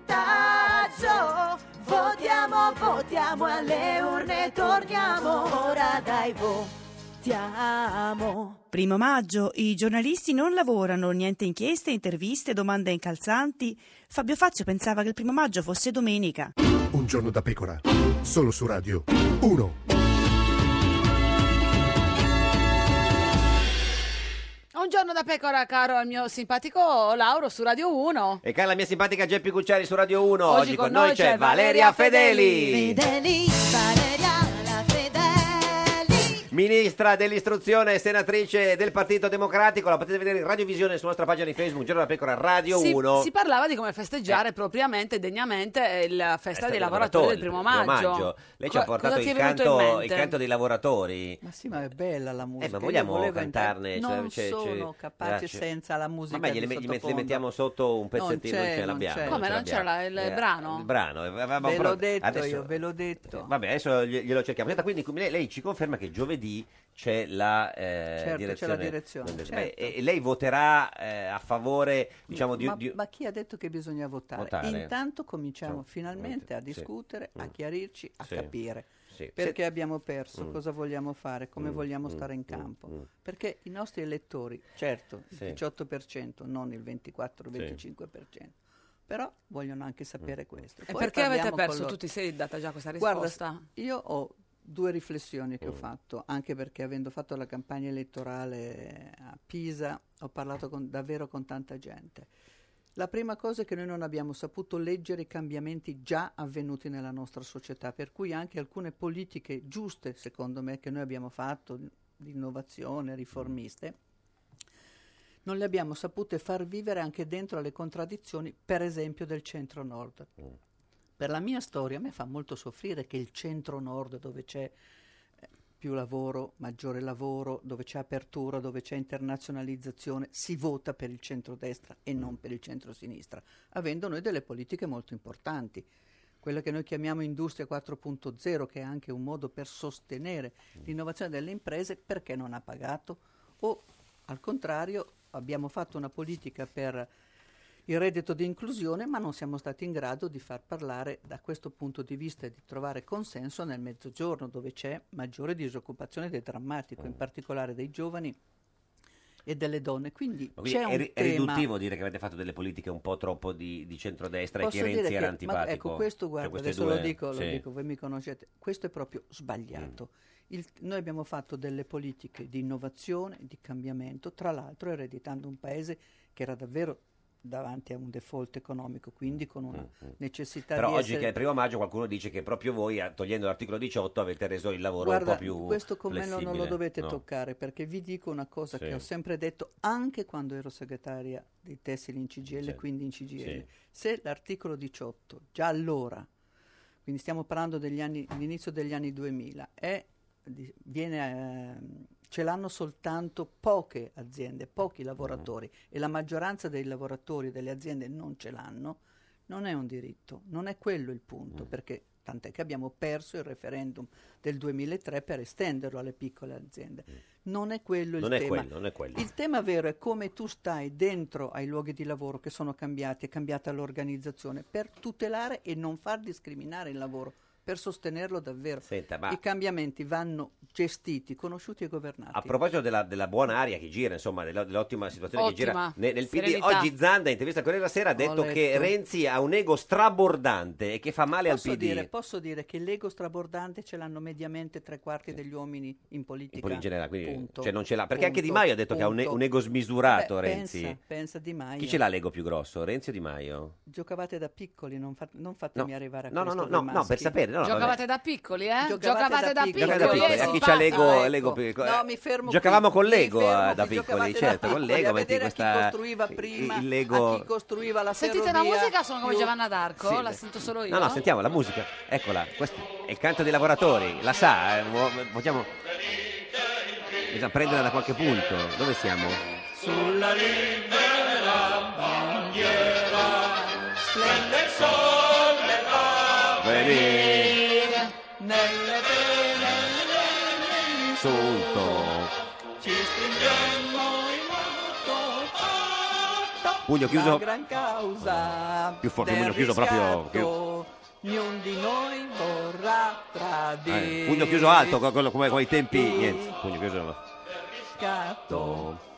Speaker 7: ballottaggio. Votiamo, votiamo, alle urne torniamo, ora dai votiamo.
Speaker 10: Primo maggio, i giornalisti non lavorano, niente inchieste, interviste, domande incalzanti. Fabio Fazio pensava che il primo maggio fosse domenica.
Speaker 8: Un giorno da pecora, solo su Radio 1.
Speaker 1: Un giorno da pecora, caro al mio simpatico Lauro su Radio 1.
Speaker 2: E cara la mia simpatica Geppi Cucciari su Radio 1, oggi,
Speaker 1: Oggi
Speaker 2: con, noi, c'è Valeria Fedeli,
Speaker 7: Fedeli, Valeria la Fedeli.
Speaker 2: ministra dell'istruzione e senatrice del Partito Democratico, la potete vedere in radiovisione sulla nostra pagina di Facebook, Giorno da Pecora Radio
Speaker 1: si,
Speaker 2: 1.
Speaker 1: si parlava di come festeggiare propriamente, degnamente, eh, la festa dei lavoratori del primo maggio.
Speaker 2: Lei ci ha
Speaker 1: Co-
Speaker 2: portato
Speaker 1: cosa ti
Speaker 2: il
Speaker 1: è venuto in
Speaker 2: canto,
Speaker 1: mente?
Speaker 2: il canto dei lavoratori. Eh,
Speaker 12: Ma sì, ma è bella la musica.
Speaker 2: ma
Speaker 12: io
Speaker 2: vogliamo
Speaker 12: volevo
Speaker 2: cantarne,
Speaker 12: entrare-
Speaker 2: cioè,
Speaker 12: Non
Speaker 2: c'è- c'è-
Speaker 12: sono capace
Speaker 2: ah, c'è-
Speaker 12: senza la musica.
Speaker 2: Vabbè,
Speaker 12: di
Speaker 2: gliele- gliele
Speaker 12: sottofondo.
Speaker 2: mettiamo sotto un pezzettino, non
Speaker 12: c'è,
Speaker 2: ce
Speaker 12: non
Speaker 2: l'abbiamo.
Speaker 12: c'è.
Speaker 1: Come,
Speaker 2: ce
Speaker 1: non c'era
Speaker 2: l'abbiamo.
Speaker 1: la- il brano?
Speaker 2: Il brano, eh, avevamo
Speaker 12: Ve l'ho
Speaker 2: pronto.
Speaker 12: detto
Speaker 2: Adesso-
Speaker 12: io, ve l'ho detto.
Speaker 2: Vabbè, adesso gli- glielo cerchiamo. Senta, quindi come lei, lei ci conferma che giovedì c'è la eh,
Speaker 12: Certo, c'è la
Speaker 2: direzione.
Speaker 12: direzione,
Speaker 2: Beh,
Speaker 12: certo.
Speaker 2: e e lei voterà eh, a favore, diciamo, di,
Speaker 12: ma,
Speaker 2: di-
Speaker 12: ma chi ha detto che bisogna votare?
Speaker 2: Votare.
Speaker 12: Intanto cominciamo
Speaker 2: Sì,
Speaker 12: finalmente a
Speaker 2: sì.
Speaker 12: discutere, a
Speaker 2: Mm.
Speaker 12: chiarirci, a
Speaker 2: Sì.
Speaker 12: capire
Speaker 2: Sì.
Speaker 12: perché
Speaker 2: Se-
Speaker 12: abbiamo perso,
Speaker 2: Mm.
Speaker 12: cosa vogliamo fare, come
Speaker 2: Mm,
Speaker 12: vogliamo
Speaker 2: mm,
Speaker 12: stare in
Speaker 2: mm,
Speaker 12: campo.
Speaker 2: mm.
Speaker 12: Perché i nostri elettori, certo,
Speaker 2: Sì.
Speaker 12: il 18%, non il 24-25%, però vogliono anche sapere questo.
Speaker 1: E
Speaker 12: Poi
Speaker 1: perché avete
Speaker 12: parliamo con
Speaker 1: perso
Speaker 12: loro.
Speaker 1: tutti i sei data già questa
Speaker 12: Guarda,
Speaker 1: risposta?
Speaker 12: io ho due riflessioni che ho
Speaker 1: Mm.
Speaker 12: fatto, anche perché avendo fatto la campagna elettorale a Pisa ho parlato con- davvero con tanta gente. La prima cosa è che noi non abbiamo saputo leggere i cambiamenti già avvenuti nella nostra società, per cui anche alcune politiche giuste, secondo me, che noi abbiamo fatto, di innovazione, riformiste, non le abbiamo sapute far vivere anche dentro le contraddizioni, per esempio, del centro-nord. Per la mia storia, a me fa molto soffrire che il centro-nord, dove c'è eh, più lavoro, maggiore lavoro, dove c'è apertura, dove c'è internazionalizzazione, si vota per il centrodestra e non per il centrosinistra, avendo noi delle politiche molto importanti quella che noi chiamiamo industria 4.0, che è anche un modo per sostenere
Speaker 2: Mm.
Speaker 12: l'innovazione delle imprese, perché non ha pagato? O al contrario abbiamo fatto una politica per il reddito di inclusione, ma non siamo stati in grado di far parlare da questo punto di vista e di trovare consenso nel mezzogiorno, dove c'è maggiore disoccupazione ed è drammatico,
Speaker 2: Mm.
Speaker 12: in particolare dei giovani e delle donne. Quindi,
Speaker 2: Ma quindi
Speaker 12: c'è
Speaker 2: è,
Speaker 12: un
Speaker 2: ri- è
Speaker 12: tema...
Speaker 2: riduttivo dire che avete fatto delle politiche un po' troppo di, di centrodestra
Speaker 12: Posso
Speaker 2: e che Renzi
Speaker 12: dire
Speaker 2: era
Speaker 12: che- ma
Speaker 2: antipatico.
Speaker 12: ecco, questo
Speaker 2: Cioè,
Speaker 12: guarda,
Speaker 2: queste
Speaker 12: adesso
Speaker 2: due-
Speaker 12: lo, dico, lo
Speaker 2: sì. Mm.
Speaker 12: dico, voi mi conoscete, questo è proprio sbagliato. Il- noi abbiamo fatto delle politiche di innovazione, di cambiamento, tra l'altro ereditando un paese che era davvero davanti a un default economico, quindi con una necessità
Speaker 2: Mm, Però
Speaker 12: di
Speaker 2: oggi
Speaker 12: essere...
Speaker 2: che è il primo maggio qualcuno dice che proprio voi, a- togliendo l'articolo 18, avete reso il lavoro
Speaker 12: Guarda,
Speaker 2: un po' più
Speaker 12: questo con me non-
Speaker 2: flessibile.
Speaker 12: non lo dovete
Speaker 2: no?
Speaker 12: toccare perché vi dico una cosa
Speaker 2: Sì.
Speaker 12: che ho sempre detto anche quando ero segretaria dei tessili in CGL,
Speaker 2: Certo.
Speaker 12: quindi in CGL.
Speaker 2: Sì.
Speaker 12: Se l'articolo 18, già allora, quindi stiamo parlando degli anni, all'inizio degli anni 2000, è, di- viene, ehm, ce l'hanno soltanto poche aziende,
Speaker 2: Mm.
Speaker 12: pochi lavoratori e la maggioranza dei lavoratori e delle aziende non ce l'hanno, non è un diritto, non è quello il
Speaker 2: Mm.
Speaker 12: punto, perché tant'è che abbiamo perso il referendum del 2003 per estenderlo alle piccole aziende. Non è quello il
Speaker 2: Mm. Non è
Speaker 12: tema.
Speaker 2: quello, non è quello.
Speaker 12: Il tema vero è come tu stai dentro ai luoghi di lavoro che sono cambiati, è cambiata l'organizzazione, per tutelare e non far discriminare il lavoro, per sostenerlo davvero.
Speaker 2: Senta, ma-
Speaker 12: I cambiamenti vanno gestiti, conosciuti e governati.
Speaker 2: A proposito della, della buona aria che gira, insomma, della- dell'ottima situazione che
Speaker 12: Ottima.
Speaker 2: gira ne- nel, PD,
Speaker 12: Serenità.
Speaker 2: oggi Zanda, in intervista a Corriere della Sera, ha detto che
Speaker 12: letto.
Speaker 2: Renzi ha un ego strabordante e che fa male
Speaker 12: Posso
Speaker 2: al PD.
Speaker 12: dire, posso dire che l'ego strabordante ce l'hanno mediamente tre quarti degli uomini in politica.
Speaker 2: in generale, quindi,
Speaker 12: Punto.
Speaker 2: cioè, non ce l'ha. Perché anche Di
Speaker 12: Punto.
Speaker 2: Maio ha detto che ha un,
Speaker 12: Punto.
Speaker 2: un ego smisurato
Speaker 12: Beh,
Speaker 2: Renzi.
Speaker 12: Pensa, pensa Di Maio.
Speaker 2: Chi ce l'ha l'ego più grosso, Renzi o Di Maio?
Speaker 12: Giocavate da piccoli, non, fa- non fatemi arrivare a
Speaker 2: No, no,
Speaker 12: questo.
Speaker 2: no,
Speaker 12: voi
Speaker 2: no, no, per
Speaker 12: maschi.
Speaker 2: sapere, no, no, Giocavate
Speaker 1: Giocavate da piccoli, eh? Giocavate, da,
Speaker 12: da
Speaker 1: piccoli.
Speaker 12: piccoli.
Speaker 2: Giocavate da piccoli,
Speaker 12: eh,
Speaker 2: a chi
Speaker 12: si
Speaker 2: c'ha
Speaker 12: parla,
Speaker 2: l'ego,
Speaker 12: ecco.
Speaker 2: l'ego più- eh,
Speaker 12: No, mi fermo
Speaker 2: Giocavamo
Speaker 12: qui,
Speaker 2: con
Speaker 12: mi
Speaker 2: l'ego
Speaker 12: fermo
Speaker 2: eh,
Speaker 12: qui,
Speaker 2: da
Speaker 12: giocavate
Speaker 2: piccoli,
Speaker 12: da
Speaker 2: certo, con
Speaker 12: piccoli,
Speaker 2: l'ego
Speaker 12: a
Speaker 2: metti
Speaker 12: vedere a chi
Speaker 2: questa
Speaker 12: costruiva prima,
Speaker 2: il lego
Speaker 12: chi costruiva la
Speaker 1: Sentite la
Speaker 12: ferrovia.
Speaker 1: musica, sono come
Speaker 12: più-
Speaker 1: Giovanna d'Arco,
Speaker 2: Sì,
Speaker 1: la
Speaker 2: beh.
Speaker 1: sento solo io.
Speaker 2: No, no, sentiamo la musica. Eccola, questo è il canto dei lavoratori, la sa, eh, mo- vogliamo bisogna prenderla da qualche punto. Dove siamo?
Speaker 4: Sulla libera bandiera splende il sole la
Speaker 2: Venire.
Speaker 4: nelle pene
Speaker 2: Sotto.
Speaker 4: ci stringemmo in atto
Speaker 2: Pugno chiuso.
Speaker 12: La gran causa
Speaker 2: Più forte,
Speaker 12: del
Speaker 2: pugno chiuso proprio.
Speaker 12: riscatto,
Speaker 2: chiu-
Speaker 12: Niun di noi vorrà tradire.
Speaker 2: eh, pugno chiuso alto, co- co- come con i tempi. Niente, pugno chiuso.
Speaker 12: Scatto.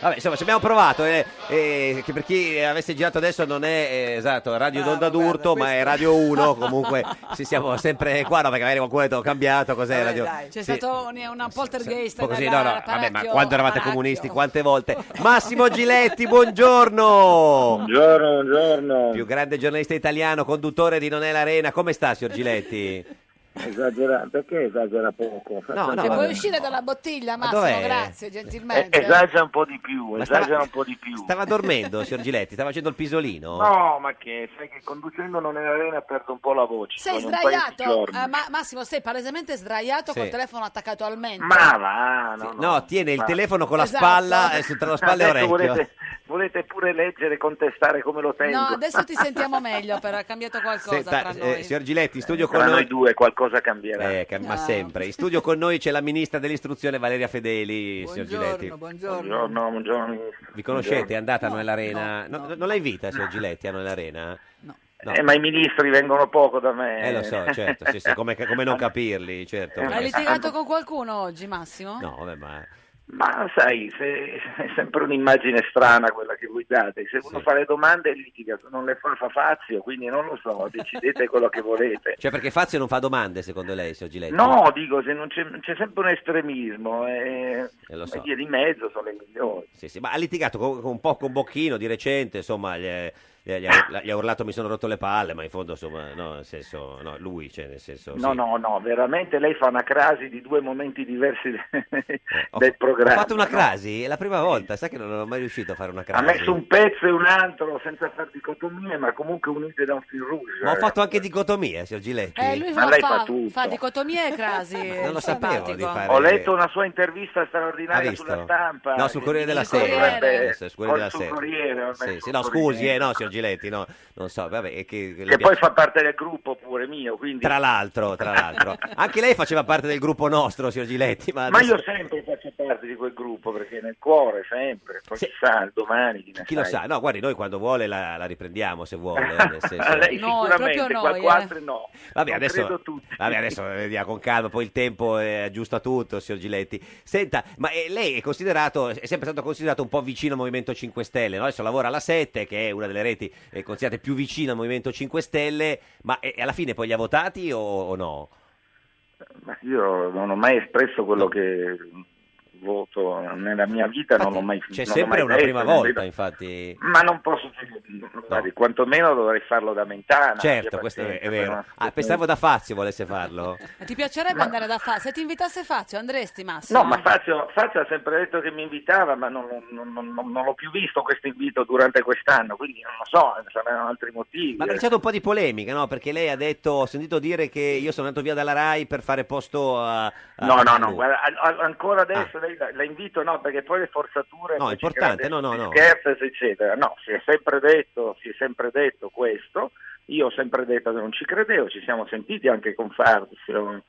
Speaker 2: Vabbè, insomma, ci abbiamo provato. eh, eh, che per chi avesse girato adesso non è eh, esatto Radio Donda d'Urto, ma è Radio 1. Comunque, sì, siamo sempre qua, no? Perché magari qualcuno ha detto, ho cambiato. Cos'è Radio
Speaker 1: C'è
Speaker 2: sì.
Speaker 1: stato un, una poltergeist
Speaker 2: Un po' così,
Speaker 1: nella-
Speaker 2: no, no,
Speaker 1: al
Speaker 2: vabbè, ma
Speaker 1: Palacchio-
Speaker 2: quando eravate
Speaker 1: Palacchio.
Speaker 2: comunisti, quante volte? Massimo Giletti, buongiorno! Buongiorno, buongiorno. Più grande giornalista italiano, conduttore di Non è l'Arena, come sta, signor Giletti?
Speaker 15: Esagera, perché esagera poco?
Speaker 2: No, no,
Speaker 1: E
Speaker 2: vabbè.
Speaker 1: puoi uscire dalla bottiglia, Massimo,
Speaker 2: dov'è? Eh, esatto,
Speaker 1: grazie, gentilmente.
Speaker 15: Eh, esagera un po' di più,
Speaker 2: Ma
Speaker 15: esagera
Speaker 2: stava-
Speaker 15: un po' di più.
Speaker 2: Stava dormendo, signor Giletti? Stava facendo il pisolino?
Speaker 15: No, ma che, sai che conducendo non in arena perdo un po' la voce.
Speaker 1: Sei
Speaker 15: sono un paio di
Speaker 1: sdraiato,
Speaker 15: giorni.
Speaker 1: eh, ma- Massimo, sei palesemente sdraiato
Speaker 2: Sì.
Speaker 1: col telefono attaccato al mento.
Speaker 15: Ma va, ah, no,
Speaker 2: No,
Speaker 15: no.
Speaker 2: tiene il
Speaker 15: ma-
Speaker 2: telefono con la
Speaker 1: Esatto.
Speaker 2: spalla e su- tra Eh, la spalla e
Speaker 15: Adesso
Speaker 2: l'orecchio.
Speaker 15: Volete, volete pure leggere e contestare come lo tengo?
Speaker 1: No, adesso ti sentiamo meglio, però ha cambiato qualcosa
Speaker 2: Senta,
Speaker 1: tra
Speaker 2: eh,
Speaker 1: noi.
Speaker 2: signor Giletti, in studio Eh.
Speaker 15: Tra
Speaker 2: con
Speaker 15: noi
Speaker 2: due
Speaker 15: qualcosa cambierà.
Speaker 2: ma sempre. In studio con noi c'è la ministra dell'istruzione Valeria Fedeli, signor Giletti.
Speaker 12: Buongiorno, buongiorno.
Speaker 15: Buongiorno, buongiorno ministro.
Speaker 2: Vi conoscete? È andata a noi all'arena? No, Non la invita, signor Giletti, a noi all'arena? No.
Speaker 15: Eh, ma i ministri vengono poco da me.
Speaker 2: Eh, lo so, certo, sì, sì, come, come non capirli, certo.
Speaker 1: Hai litigato con qualcuno oggi, Massimo?
Speaker 2: No, vabbè, ma...
Speaker 15: Ma sai, se- è sempre un'immagine strana quella che voi date. Se uno fa le domande litiga, se non le fa fa fazio, quindi non lo so, decidete quello che volete.
Speaker 2: Cioè, eh, perché Fazio non fa domande, secondo lei, signor Giletti?
Speaker 15: No, dico, se non c'è, c'è sempre un estremismo e,
Speaker 2: Eh, lo
Speaker 15: le
Speaker 2: so.
Speaker 15: vie di mezzo sono le migliori.
Speaker 2: Sì, sì, ma ha litigato con- con un po' con Bocchino di recente, insomma, gli è- eh, gli, ha, gli ha urlato mi sono rotto le palle, ma in fondo insomma, no, nel senso, no, lui, cioè, nel senso...
Speaker 15: No,
Speaker 2: sì.
Speaker 15: no, no, veramente lei fa una crasi di due momenti diversi de-
Speaker 2: Ho-
Speaker 15: del programma.
Speaker 2: Ho fatto una
Speaker 15: no?
Speaker 2: crasi, è la prima volta, sai che non ero mai riuscito a fare una
Speaker 15: Ha
Speaker 2: crasi.
Speaker 15: messo un pezzo e un altro senza far dicotomie, ma comunque unite da un fil rouge. eh.
Speaker 2: Ma ho fatto anche dicotomia, signor Giletti.
Speaker 16: Eh, lui
Speaker 15: Ma
Speaker 16: fa,
Speaker 15: lei
Speaker 16: fa-
Speaker 15: fa tutto.
Speaker 16: fa dicotomia e crasi.
Speaker 2: Non lo sapevo di fare...
Speaker 15: Ho letto una sua intervista
Speaker 2: Ha
Speaker 15: straordinaria
Speaker 2: visto?
Speaker 15: sulla stampa.
Speaker 2: No, sul Corriere della
Speaker 15: Sul Corriere.
Speaker 2: Sera. adesso, sul Corriere
Speaker 15: Col-
Speaker 2: della
Speaker 15: sul
Speaker 2: Sera.
Speaker 15: Corriere, ormai
Speaker 2: Sì,
Speaker 15: sul
Speaker 2: sì, no,
Speaker 15: Corriere.
Speaker 2: scusi, eh, no, signor Giletti, no, non so, vabbè, è che,
Speaker 15: Che poi fa parte del gruppo pure mio, quindi...
Speaker 2: Tra l'altro, tra l'altro. Anche lei faceva parte del gruppo nostro, signor Giletti, ma,
Speaker 15: Ma
Speaker 2: adesso-
Speaker 15: io sempre faccio parte di quel gruppo perché nel cuore sempre, poi chissà, domani ne
Speaker 2: chi lo
Speaker 15: sai.
Speaker 2: sa? No, guardi, noi quando vuole la, la riprendiamo, se vuole. eh, nel senso-
Speaker 15: Lei sicuramente, qualcun altro no.
Speaker 2: Vabbè
Speaker 15: Non
Speaker 2: adesso,
Speaker 15: credo tutti.
Speaker 2: vabbè, adesso vediamo con calma, poi il tempo eh, aggiusta tutto, signor Giletti. Senta, ma eh, lei è considerato, è sempre stato considerato un po' vicino al Movimento 5 Stelle, no? Adesso lavora alla 7, che è una delle reti eh, considerate più vicine al Movimento 5 Stelle, ma eh, alla fine poi li ha votati o, o no?
Speaker 15: Ma io non ho mai espresso quello che voto nella mia vita, non l'ho mai
Speaker 2: C'è
Speaker 15: finito.
Speaker 2: sempre una prima volta, infatti.
Speaker 15: Ma non posso Guardi, quantomeno dovrei farlo da Mentana.
Speaker 2: Certo,
Speaker 15: abbia
Speaker 2: questo è, è
Speaker 15: pazienza,
Speaker 2: vero.
Speaker 15: però-
Speaker 2: Ah, pensavo da Fazio volesse farlo.
Speaker 1: Eh,
Speaker 16: Ma Ti piacerebbe andare da Fazio? Se ti invitasse Fazio, andresti Massimo?
Speaker 15: No, ma Fazio, Fazio ha sempre detto che mi invitava, ma non, non- non- non- non l'ho più visto questo invito durante quest'anno, quindi non lo so, eh, saranno altri motivi. eh.
Speaker 2: Ma c'è stata un po' di polemica, no? Perché lei ha detto, ho sentito dire che io sono andato via dalla RAI per fare posto a... a
Speaker 15: No, no, no,
Speaker 2: Manu.
Speaker 15: guarda, a- a- ancora adesso lei la, la invito, no, perché poi le forzature...
Speaker 2: Ah. No, è
Speaker 15: poi ci
Speaker 2: importante,
Speaker 15: creano
Speaker 2: no, no,
Speaker 15: dei
Speaker 2: no.
Speaker 15: Scherzi, eccetera. No, si è sempre detto, si è sempre detto questo, io ho sempre detto che non ci credevo, ci siamo sentiti anche con Fazio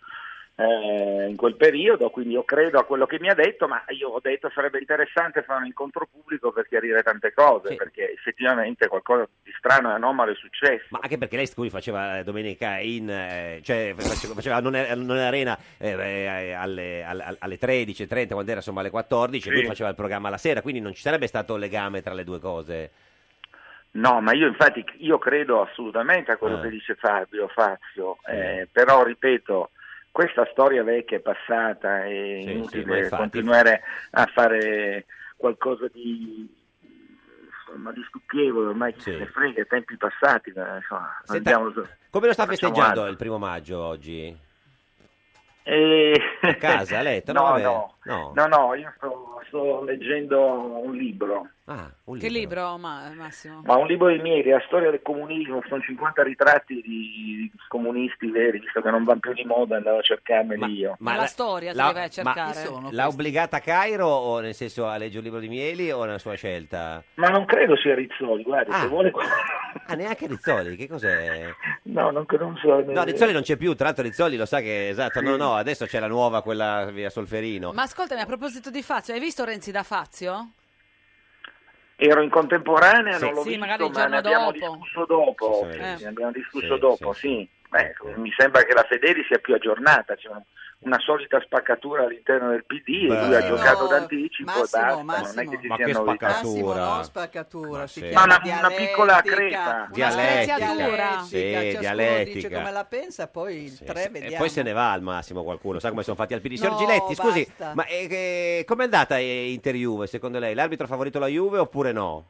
Speaker 15: eh, in quel periodo, quindi io credo a quello che mi ha detto, ma io ho detto sarebbe interessante fare un incontro pubblico per chiarire tante cose, perché effettivamente qualcosa di strano e anomalo è successo.
Speaker 2: Ma anche perché lei scusi, faceva eh, domenica in... eh, cioè face- faceva non, è- non è arena eh, eh, alle, al- al- alle 13.30, quando era insomma alle 14,
Speaker 15: Sì.
Speaker 2: lui faceva il programma la sera, quindi non ci sarebbe stato legame tra le due cose.
Speaker 15: No, ma io infatti io credo assolutamente a quello
Speaker 2: Eh.
Speaker 15: che dice Fabio Fazio, eh, però ripeto, questa storia vecchia è passata, è
Speaker 2: Sì, sì, ma
Speaker 15: inutile
Speaker 2: infatti-
Speaker 15: continuare a fare qualcosa di insomma di stucchevole, ormai chi se ne frega, i tempi passati, ma, insomma,
Speaker 2: Senta,
Speaker 15: andiamo-
Speaker 2: Come lo sta
Speaker 15: facciamo
Speaker 2: festeggiando
Speaker 15: altro.
Speaker 2: il primo maggio oggi?
Speaker 15: E-
Speaker 2: A casa, a letto?
Speaker 15: Eh, No,
Speaker 2: vabbè.
Speaker 15: no.
Speaker 2: no.
Speaker 15: No, no, io sto, sto leggendo un libro.
Speaker 2: Ah,
Speaker 16: Che libro, ma-
Speaker 1: eh,
Speaker 16: Massimo?
Speaker 15: Ma un libro di miei, la storia del comunismo, sono 50 ritratti di comunisti veri, visto che non vanno più di moda, andavo a cercarmeli io.
Speaker 16: Ma la storia se deve cercare. Chi sono
Speaker 2: L'ha obbligata a Cairo o nel senso a leggere un libro di Mieli o è una sua scelta?
Speaker 15: Ma non credo sia Rizzoli, guardi, se vuole...
Speaker 2: Ah, neanche Rizzoli, che cos'è?
Speaker 15: No, non, non so...
Speaker 2: No, Rizzoli non c'è più, tra l'altro Rizzoli lo sa che esatto, no, no, adesso c'è la nuova, quella via Solferino.
Speaker 16: Ma ascoltami, a proposito di Fazio, hai visto Renzi da Fazio?
Speaker 15: Ero in contemporanea,
Speaker 2: Sì.
Speaker 15: non l'ho
Speaker 16: Sì,
Speaker 15: visto,
Speaker 16: magari il
Speaker 15: ma ne
Speaker 16: giorno
Speaker 15: abbiamo
Speaker 16: dopo.
Speaker 15: discusso dopo.
Speaker 2: Sì,
Speaker 15: Sì,
Speaker 2: sì.
Speaker 15: ne abbiamo discusso
Speaker 2: Sì,
Speaker 15: dopo,
Speaker 2: sì,
Speaker 15: sì. Beh, mi sembra che la Fedeli sia più aggiornata, c'è una, una solita spaccatura all'interno del PD e lui ha
Speaker 12: Beh.
Speaker 15: giocato d'anticipo
Speaker 12: Massimo,
Speaker 15: e basta, non
Speaker 12: Massimo.
Speaker 15: è che ci
Speaker 12: Ma
Speaker 15: sia
Speaker 12: che
Speaker 15: novità.
Speaker 12: spaccatura. Massimo, no, spaccatura, si
Speaker 2: sì.
Speaker 12: chiama
Speaker 15: Ma una- una piccola
Speaker 12: dialettica.
Speaker 15: crepa.
Speaker 2: Dialettica.
Speaker 12: Dialettica,
Speaker 2: Sì,
Speaker 12: ciascuno dice
Speaker 2: dialettica.
Speaker 12: come la pensa, poi il 3
Speaker 2: E
Speaker 12: vediamo.
Speaker 2: poi se ne va al massimo qualcuno, sa come sono fatti al PD. Signor
Speaker 12: No,
Speaker 2: Giletti, scusi,
Speaker 12: basta.
Speaker 2: ma eh, che- com'è andata eh, Inter-Juve secondo lei? L'arbitro ha favorito la Juve oppure no?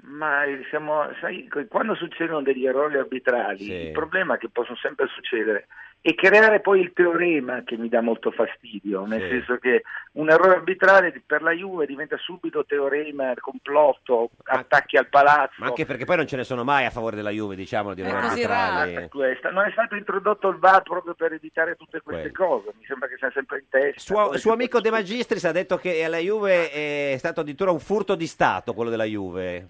Speaker 15: Ma eh, siamo, sai, que- quando succedono degli errori arbitrali,
Speaker 2: Sì.
Speaker 15: il problema è che possono sempre succedere è creare poi il teorema che mi dà molto fastidio, nel
Speaker 2: Sì.
Speaker 15: senso che un errore arbitrale di- per la Juve diventa subito teorema, complotto, attacchi al palazzo.
Speaker 2: Ma anche perché poi non ce ne sono mai a favore della Juve, diciamolo, di
Speaker 15: Oh. È
Speaker 2: errori
Speaker 15: così
Speaker 2: arbitrali.
Speaker 15: rara questa. Non è stato introdotto il VAR proprio per evitare tutte queste cose, mi sembra che sia sempre in testa.
Speaker 2: Suo, suo amico De Magistris ha detto che alla Juve è stato addirittura un furto di Stato quello della Juve.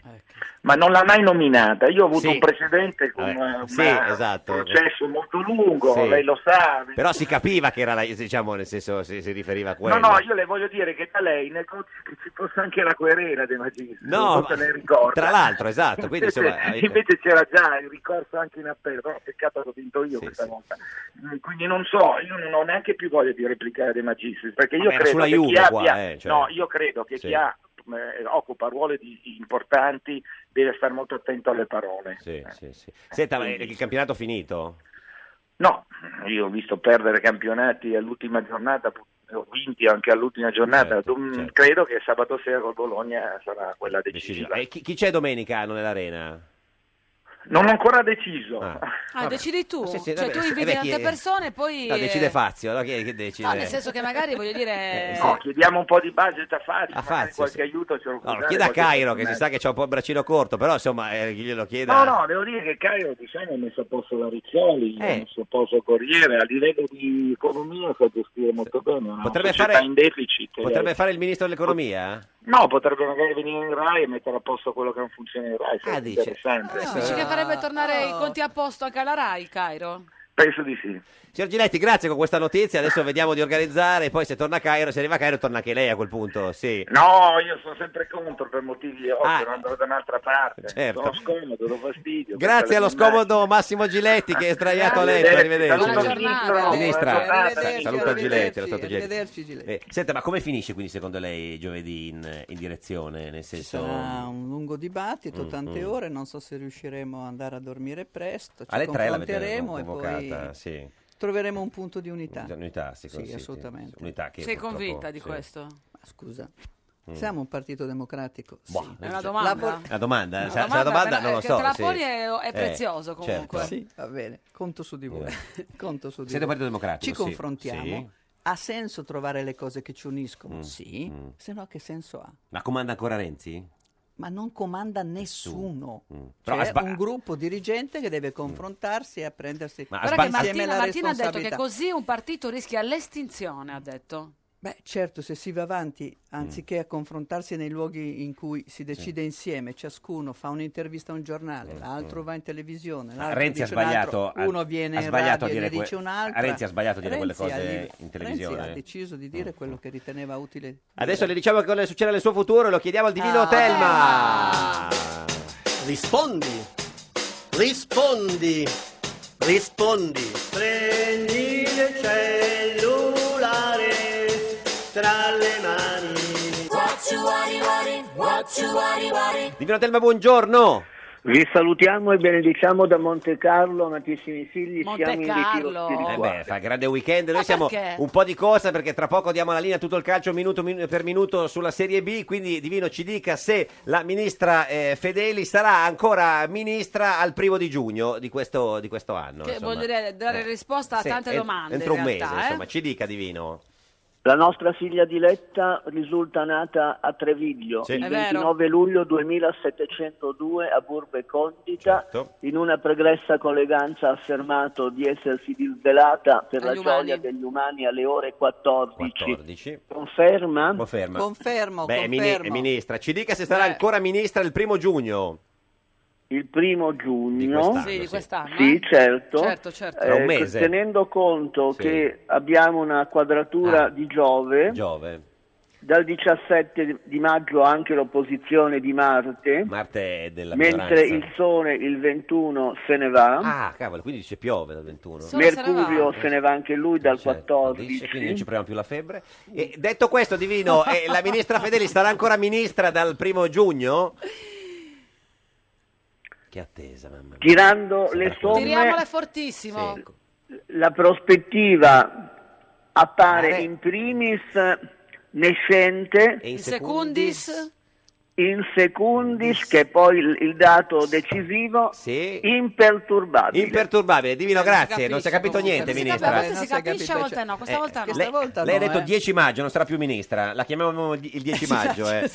Speaker 15: Ma non l'ha mai nominata. Io ho avuto
Speaker 2: Sì.
Speaker 15: un precedente con
Speaker 2: Vabbè,
Speaker 15: eh,
Speaker 2: sì,
Speaker 15: una-
Speaker 2: esatto.
Speaker 15: un processo molto lungo,
Speaker 2: Sì.
Speaker 15: lei lo sa,
Speaker 2: Però si capiva che era la diciamo nel senso si, si riferiva a
Speaker 15: No,
Speaker 2: quello.
Speaker 15: no, io le voglio dire che da lei nel codice che ci fosse anche la querela dei magistrati,
Speaker 2: No,
Speaker 15: non so
Speaker 2: ma-
Speaker 15: se lei ricorda.
Speaker 2: tra l'altro, esatto, quindi,
Speaker 15: invece,
Speaker 2: insomma, hai-
Speaker 15: invece c'era già il ricorso anche in appello, però peccato l'ho vinto io questa volta. Mm, Quindi non so, io non ho neanche più voglia di replicare dei magistrati, perché io
Speaker 2: Vabbè, era
Speaker 15: credo
Speaker 2: sulla
Speaker 15: che chi
Speaker 2: Juve qua,
Speaker 15: abbia-
Speaker 2: eh, cioè.
Speaker 15: no, io credo che
Speaker 2: Sì.
Speaker 15: chi ha, eh, occupa ruoli di- importanti deve stare molto attento alle parole.
Speaker 2: Sì, sì, sì. Senta, ma è- il campionato finito?
Speaker 15: No, io ho visto perdere campionati all'ultima giornata pu- vinti anche all'ultima giornata.
Speaker 2: Certo,
Speaker 15: Dom- Credo che sabato sera col Bologna sarà quella decisiva.
Speaker 2: E Eh, chi, chi c'è domenica nell'arena?
Speaker 15: Non ho ancora deciso.
Speaker 1: Ah, decidi tu.
Speaker 2: Sì, sì,
Speaker 1: cioè,
Speaker 2: vabbè,
Speaker 1: tu
Speaker 2: sì,
Speaker 1: inviti
Speaker 2: vabbè, chi-
Speaker 1: tante persone e poi.
Speaker 2: No, decide
Speaker 1: eh,
Speaker 2: Fazio, eh. allora chi è che decide?
Speaker 1: No, nel senso che magari voglio dire.
Speaker 15: No, chiediamo un po' di budget a Fazio,
Speaker 2: A
Speaker 15: magari
Speaker 2: Eh, Ah, Fazio,
Speaker 15: qualche
Speaker 2: sì.
Speaker 15: aiuto ce lo può
Speaker 2: No, lo
Speaker 15: dare
Speaker 2: chieda a
Speaker 15: eh, qualche
Speaker 2: Cairo, che si
Speaker 15: personaggio.
Speaker 2: sa che c'ha un po' il braccino corto, però insomma eh, glielo chieda...
Speaker 15: No, no, devo dire che Cairo diciamo, ha messo a posto la Rizzoli,
Speaker 2: Eh.
Speaker 15: ha messo a posto Corriere, a livello di economia sa gestire molto bene, è una
Speaker 2: Potrebbe
Speaker 15: società
Speaker 2: fare-
Speaker 15: in deficit.
Speaker 2: Potrebbe fare il ministro dell'economia?
Speaker 15: No, potrebbe magari venire in Rai e mettere a posto quello che non funziona in Rai, sarebbe
Speaker 2: Ah, dice.
Speaker 15: interessante. Eh,
Speaker 1: Dici Ah, che farebbe tornare i conti a posto anche alla Rai, Cairo?
Speaker 15: Penso di sì.
Speaker 2: Signor Giletti, grazie con questa notizia, adesso vediamo di organizzare, poi se torna a Cairo, se arriva a Cairo torna anche lei a quel punto, sì.
Speaker 15: No, io sono sempre contro per motivi ovvi,
Speaker 2: Ah.
Speaker 15: non andrò da un'altra parte.
Speaker 2: Certo.
Speaker 15: Sono scomodo, do fastidio.
Speaker 2: Grazie allo scomodo Massimo Giletti che è sdraiato a letto,
Speaker 15: Arrivederci,
Speaker 2: arrivederci.
Speaker 15: saluto il ministro,
Speaker 2: Ministra,
Speaker 15: buona giornata.
Speaker 2: saluta Giletti. saluta Giletti.
Speaker 12: Arrivederci, Giletti.
Speaker 2: Eh, senta, ma come finisce quindi secondo lei giovedì in, in direzione? Nel senso...
Speaker 12: Sarà un lungo dibattito,
Speaker 2: Mm,
Speaker 12: tante
Speaker 2: mm.
Speaker 12: ore, non so se riusciremo ad andare a dormire presto, ci
Speaker 2: Alle tre l'avete
Speaker 12: confronteremo e
Speaker 2: convocata,
Speaker 12: poi
Speaker 2: sì.
Speaker 12: troveremo un punto di unità.
Speaker 2: Unità, sì, così, sì.
Speaker 12: assolutamente.
Speaker 2: Unità che
Speaker 1: Sei
Speaker 2: purtroppo-
Speaker 1: convinta di
Speaker 2: sì.
Speaker 1: questo?
Speaker 12: Ma scusa,
Speaker 2: Mm.
Speaker 12: siamo un partito democratico? Sì.
Speaker 2: Boh,
Speaker 1: È una domanda.
Speaker 2: La domanda,
Speaker 12: No,
Speaker 2: sa-
Speaker 12: domanda
Speaker 2: sa la domanda
Speaker 12: per-
Speaker 2: non lo
Speaker 12: che
Speaker 2: so.
Speaker 12: te la
Speaker 2: sì.
Speaker 12: poni è-
Speaker 1: è
Speaker 2: Eh,
Speaker 1: prezioso comunque.
Speaker 2: certo.
Speaker 12: Sì, va bene, conto su di voi. conto su di
Speaker 2: Siete
Speaker 12: voi.
Speaker 2: Partito Democratico,
Speaker 12: Ci
Speaker 2: sì.
Speaker 12: confrontiamo.
Speaker 2: Sì.
Speaker 12: Ha senso trovare le cose che ci uniscono?
Speaker 2: Mm,
Speaker 12: Sì,
Speaker 2: mm.
Speaker 12: se no che senso ha?
Speaker 2: Ma comanda ancora Renzi?
Speaker 12: Ma non comanda nessuno.
Speaker 2: Mm.
Speaker 12: C'è
Speaker 2: Però ha sba- Mm.
Speaker 12: un gruppo dirigente che deve confrontarsi e prendersi
Speaker 2: Ma
Speaker 1: Guarda che
Speaker 12: insieme
Speaker 1: Martina,
Speaker 12: la
Speaker 1: Martina ha detto che
Speaker 12: responsabilità.
Speaker 1: così un partito rischia l'estinzione, ha detto.
Speaker 12: Beh, certo, se si va avanti, anziché
Speaker 2: Mm.
Speaker 12: a confrontarsi nei luoghi in cui si decide insieme, ciascuno fa un'intervista a un giornale, l'altro va in televisione,
Speaker 2: Mm, Ma
Speaker 12: l'altro
Speaker 2: Renzi ha
Speaker 12: dice un altro,
Speaker 2: sbagliato. ha-
Speaker 12: uno viene
Speaker 2: ha
Speaker 12: in
Speaker 2: sbagliato
Speaker 12: radio
Speaker 2: a
Speaker 12: e
Speaker 2: dire
Speaker 12: ne
Speaker 2: que-
Speaker 12: dice un'altra.
Speaker 2: Renzi ha sbagliato a dire quelle
Speaker 12: Renzi ha
Speaker 2: cose
Speaker 12: lib-
Speaker 2: in televisione. Mm,
Speaker 12: Renzi ha deciso di dire quello che riteneva utile. dire.
Speaker 2: Adesso le diciamo che cosa succede nel suo futuro e lo chiediamo al divino
Speaker 12: Ah,
Speaker 2: Telma.
Speaker 17: Rispondi, rispondi, rispondi. Prendi il cellulare tra le mani.
Speaker 18: What you worry, worry, what you worry, worry.
Speaker 2: Divino Telma, buongiorno.
Speaker 17: Vi salutiamo e benediciamo da Monte Carlo, amatissimi figli,
Speaker 1: Monte
Speaker 17: siamo in ritiro
Speaker 1: Carlo.
Speaker 17: spirituale.
Speaker 2: Eh beh, fa grande weekend. Noi siamo
Speaker 1: perché?
Speaker 2: un po' di corsa perché tra poco diamo la linea a tutto il calcio minuto min- per minuto sulla Serie B. Quindi Divino ci dica se la ministra eh, Fedeli sarà ancora ministra al primo di giugno di questo, di questo anno.
Speaker 1: Che
Speaker 2: insomma.
Speaker 1: vuol dire dare
Speaker 2: Eh,
Speaker 1: risposta a
Speaker 2: sì,
Speaker 1: tante
Speaker 2: en-
Speaker 1: domande.
Speaker 2: Entro
Speaker 1: in
Speaker 2: un mese,
Speaker 1: realtà, eh.
Speaker 2: insomma, ci dica Divino.
Speaker 17: La nostra figlia diletta risulta nata a Treviglio
Speaker 2: Sì.
Speaker 17: il
Speaker 2: È vero.
Speaker 17: 29 luglio 2702 a Burbe Condita.
Speaker 2: Certo.
Speaker 17: In una pregressa colleganza ha affermato di essersi disvelata per la
Speaker 12: Agli umani.
Speaker 17: gioia degli umani alle ore 14.
Speaker 2: 14.
Speaker 17: Conferma?
Speaker 2: Conferma.
Speaker 12: Confermo,
Speaker 2: Beh, è, mini-
Speaker 12: confermo.
Speaker 2: è ministra, ci dica se sarà ancora ministra il primo giugno.
Speaker 17: Il primo giugno?
Speaker 2: Di quest'anno,
Speaker 1: Sì, di quest'anno. eh.
Speaker 17: Sì, certo.
Speaker 1: Certo, certo.
Speaker 2: Tra un mese.
Speaker 17: Tenendo conto
Speaker 2: Sì.
Speaker 17: che abbiamo una quadratura
Speaker 2: Ah.
Speaker 17: di Giove,
Speaker 2: Giove.
Speaker 17: dal 17 di maggio anche l'opposizione di Marte,
Speaker 2: Marte è della
Speaker 17: mentre
Speaker 2: minoranza.
Speaker 17: il Sole il 21 se ne va.
Speaker 2: Ah, cavolo, quindi dice piove dal 21.
Speaker 17: Mercurio se ne va anche lui dal 14.
Speaker 2: Dice, quindi non ci proviamo più la febbre. E detto questo, Divino, eh, la ministra Fedeli sarà ancora ministra dal primo giugno? Che attesa, mamma mia.
Speaker 17: Girando le
Speaker 1: eh. Tiriamole
Speaker 17: somme,
Speaker 1: fortissimo.
Speaker 17: la prospettiva appare in primis nescente,
Speaker 1: In secundis,
Speaker 17: in secundis, che è poi il, il dato decisivo, imperturbabile.
Speaker 2: Imperturbabile, Divino,
Speaker 17: Non si
Speaker 2: grazie, non si è capito
Speaker 17: capisce
Speaker 2: niente,
Speaker 17: comunque.
Speaker 2: ministra.
Speaker 1: a volte si capisce, a volte no. Questa
Speaker 2: Eh,
Speaker 1: volta no.
Speaker 2: lei, lei ha detto 10 maggio, non sarà più ministra, la chiamiamo il il 10 maggio. eh.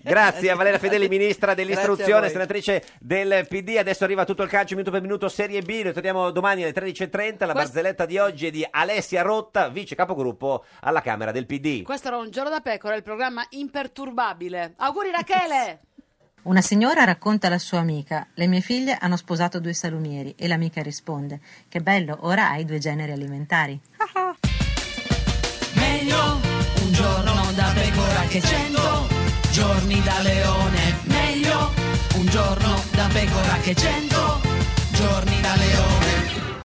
Speaker 2: Grazie a Valeria Fedeli, ministra
Speaker 17: Grazie a
Speaker 2: dell'istruzione,
Speaker 17: voi.
Speaker 2: senatrice del PD. Adesso arriva tutto il calcio minuto per minuto, Serie B. Noi torniamo domani alle 13.30. La barzelletta di oggi è di Alessia Rotta, vice capogruppo alla Camera del PD.
Speaker 1: Questo era un giorno da pecora, il programma imperturbabile. Auguri Rachele!
Speaker 19: Una signora racconta alla sua amica: Le mie figlie hanno sposato due salumieri. E l'amica risponde: Che bello, ora hai due generi alimentari.
Speaker 20: Meglio un giorno da pecora che cento giorni da leone. Meglio un giorno da pecora che cento giorni da leone.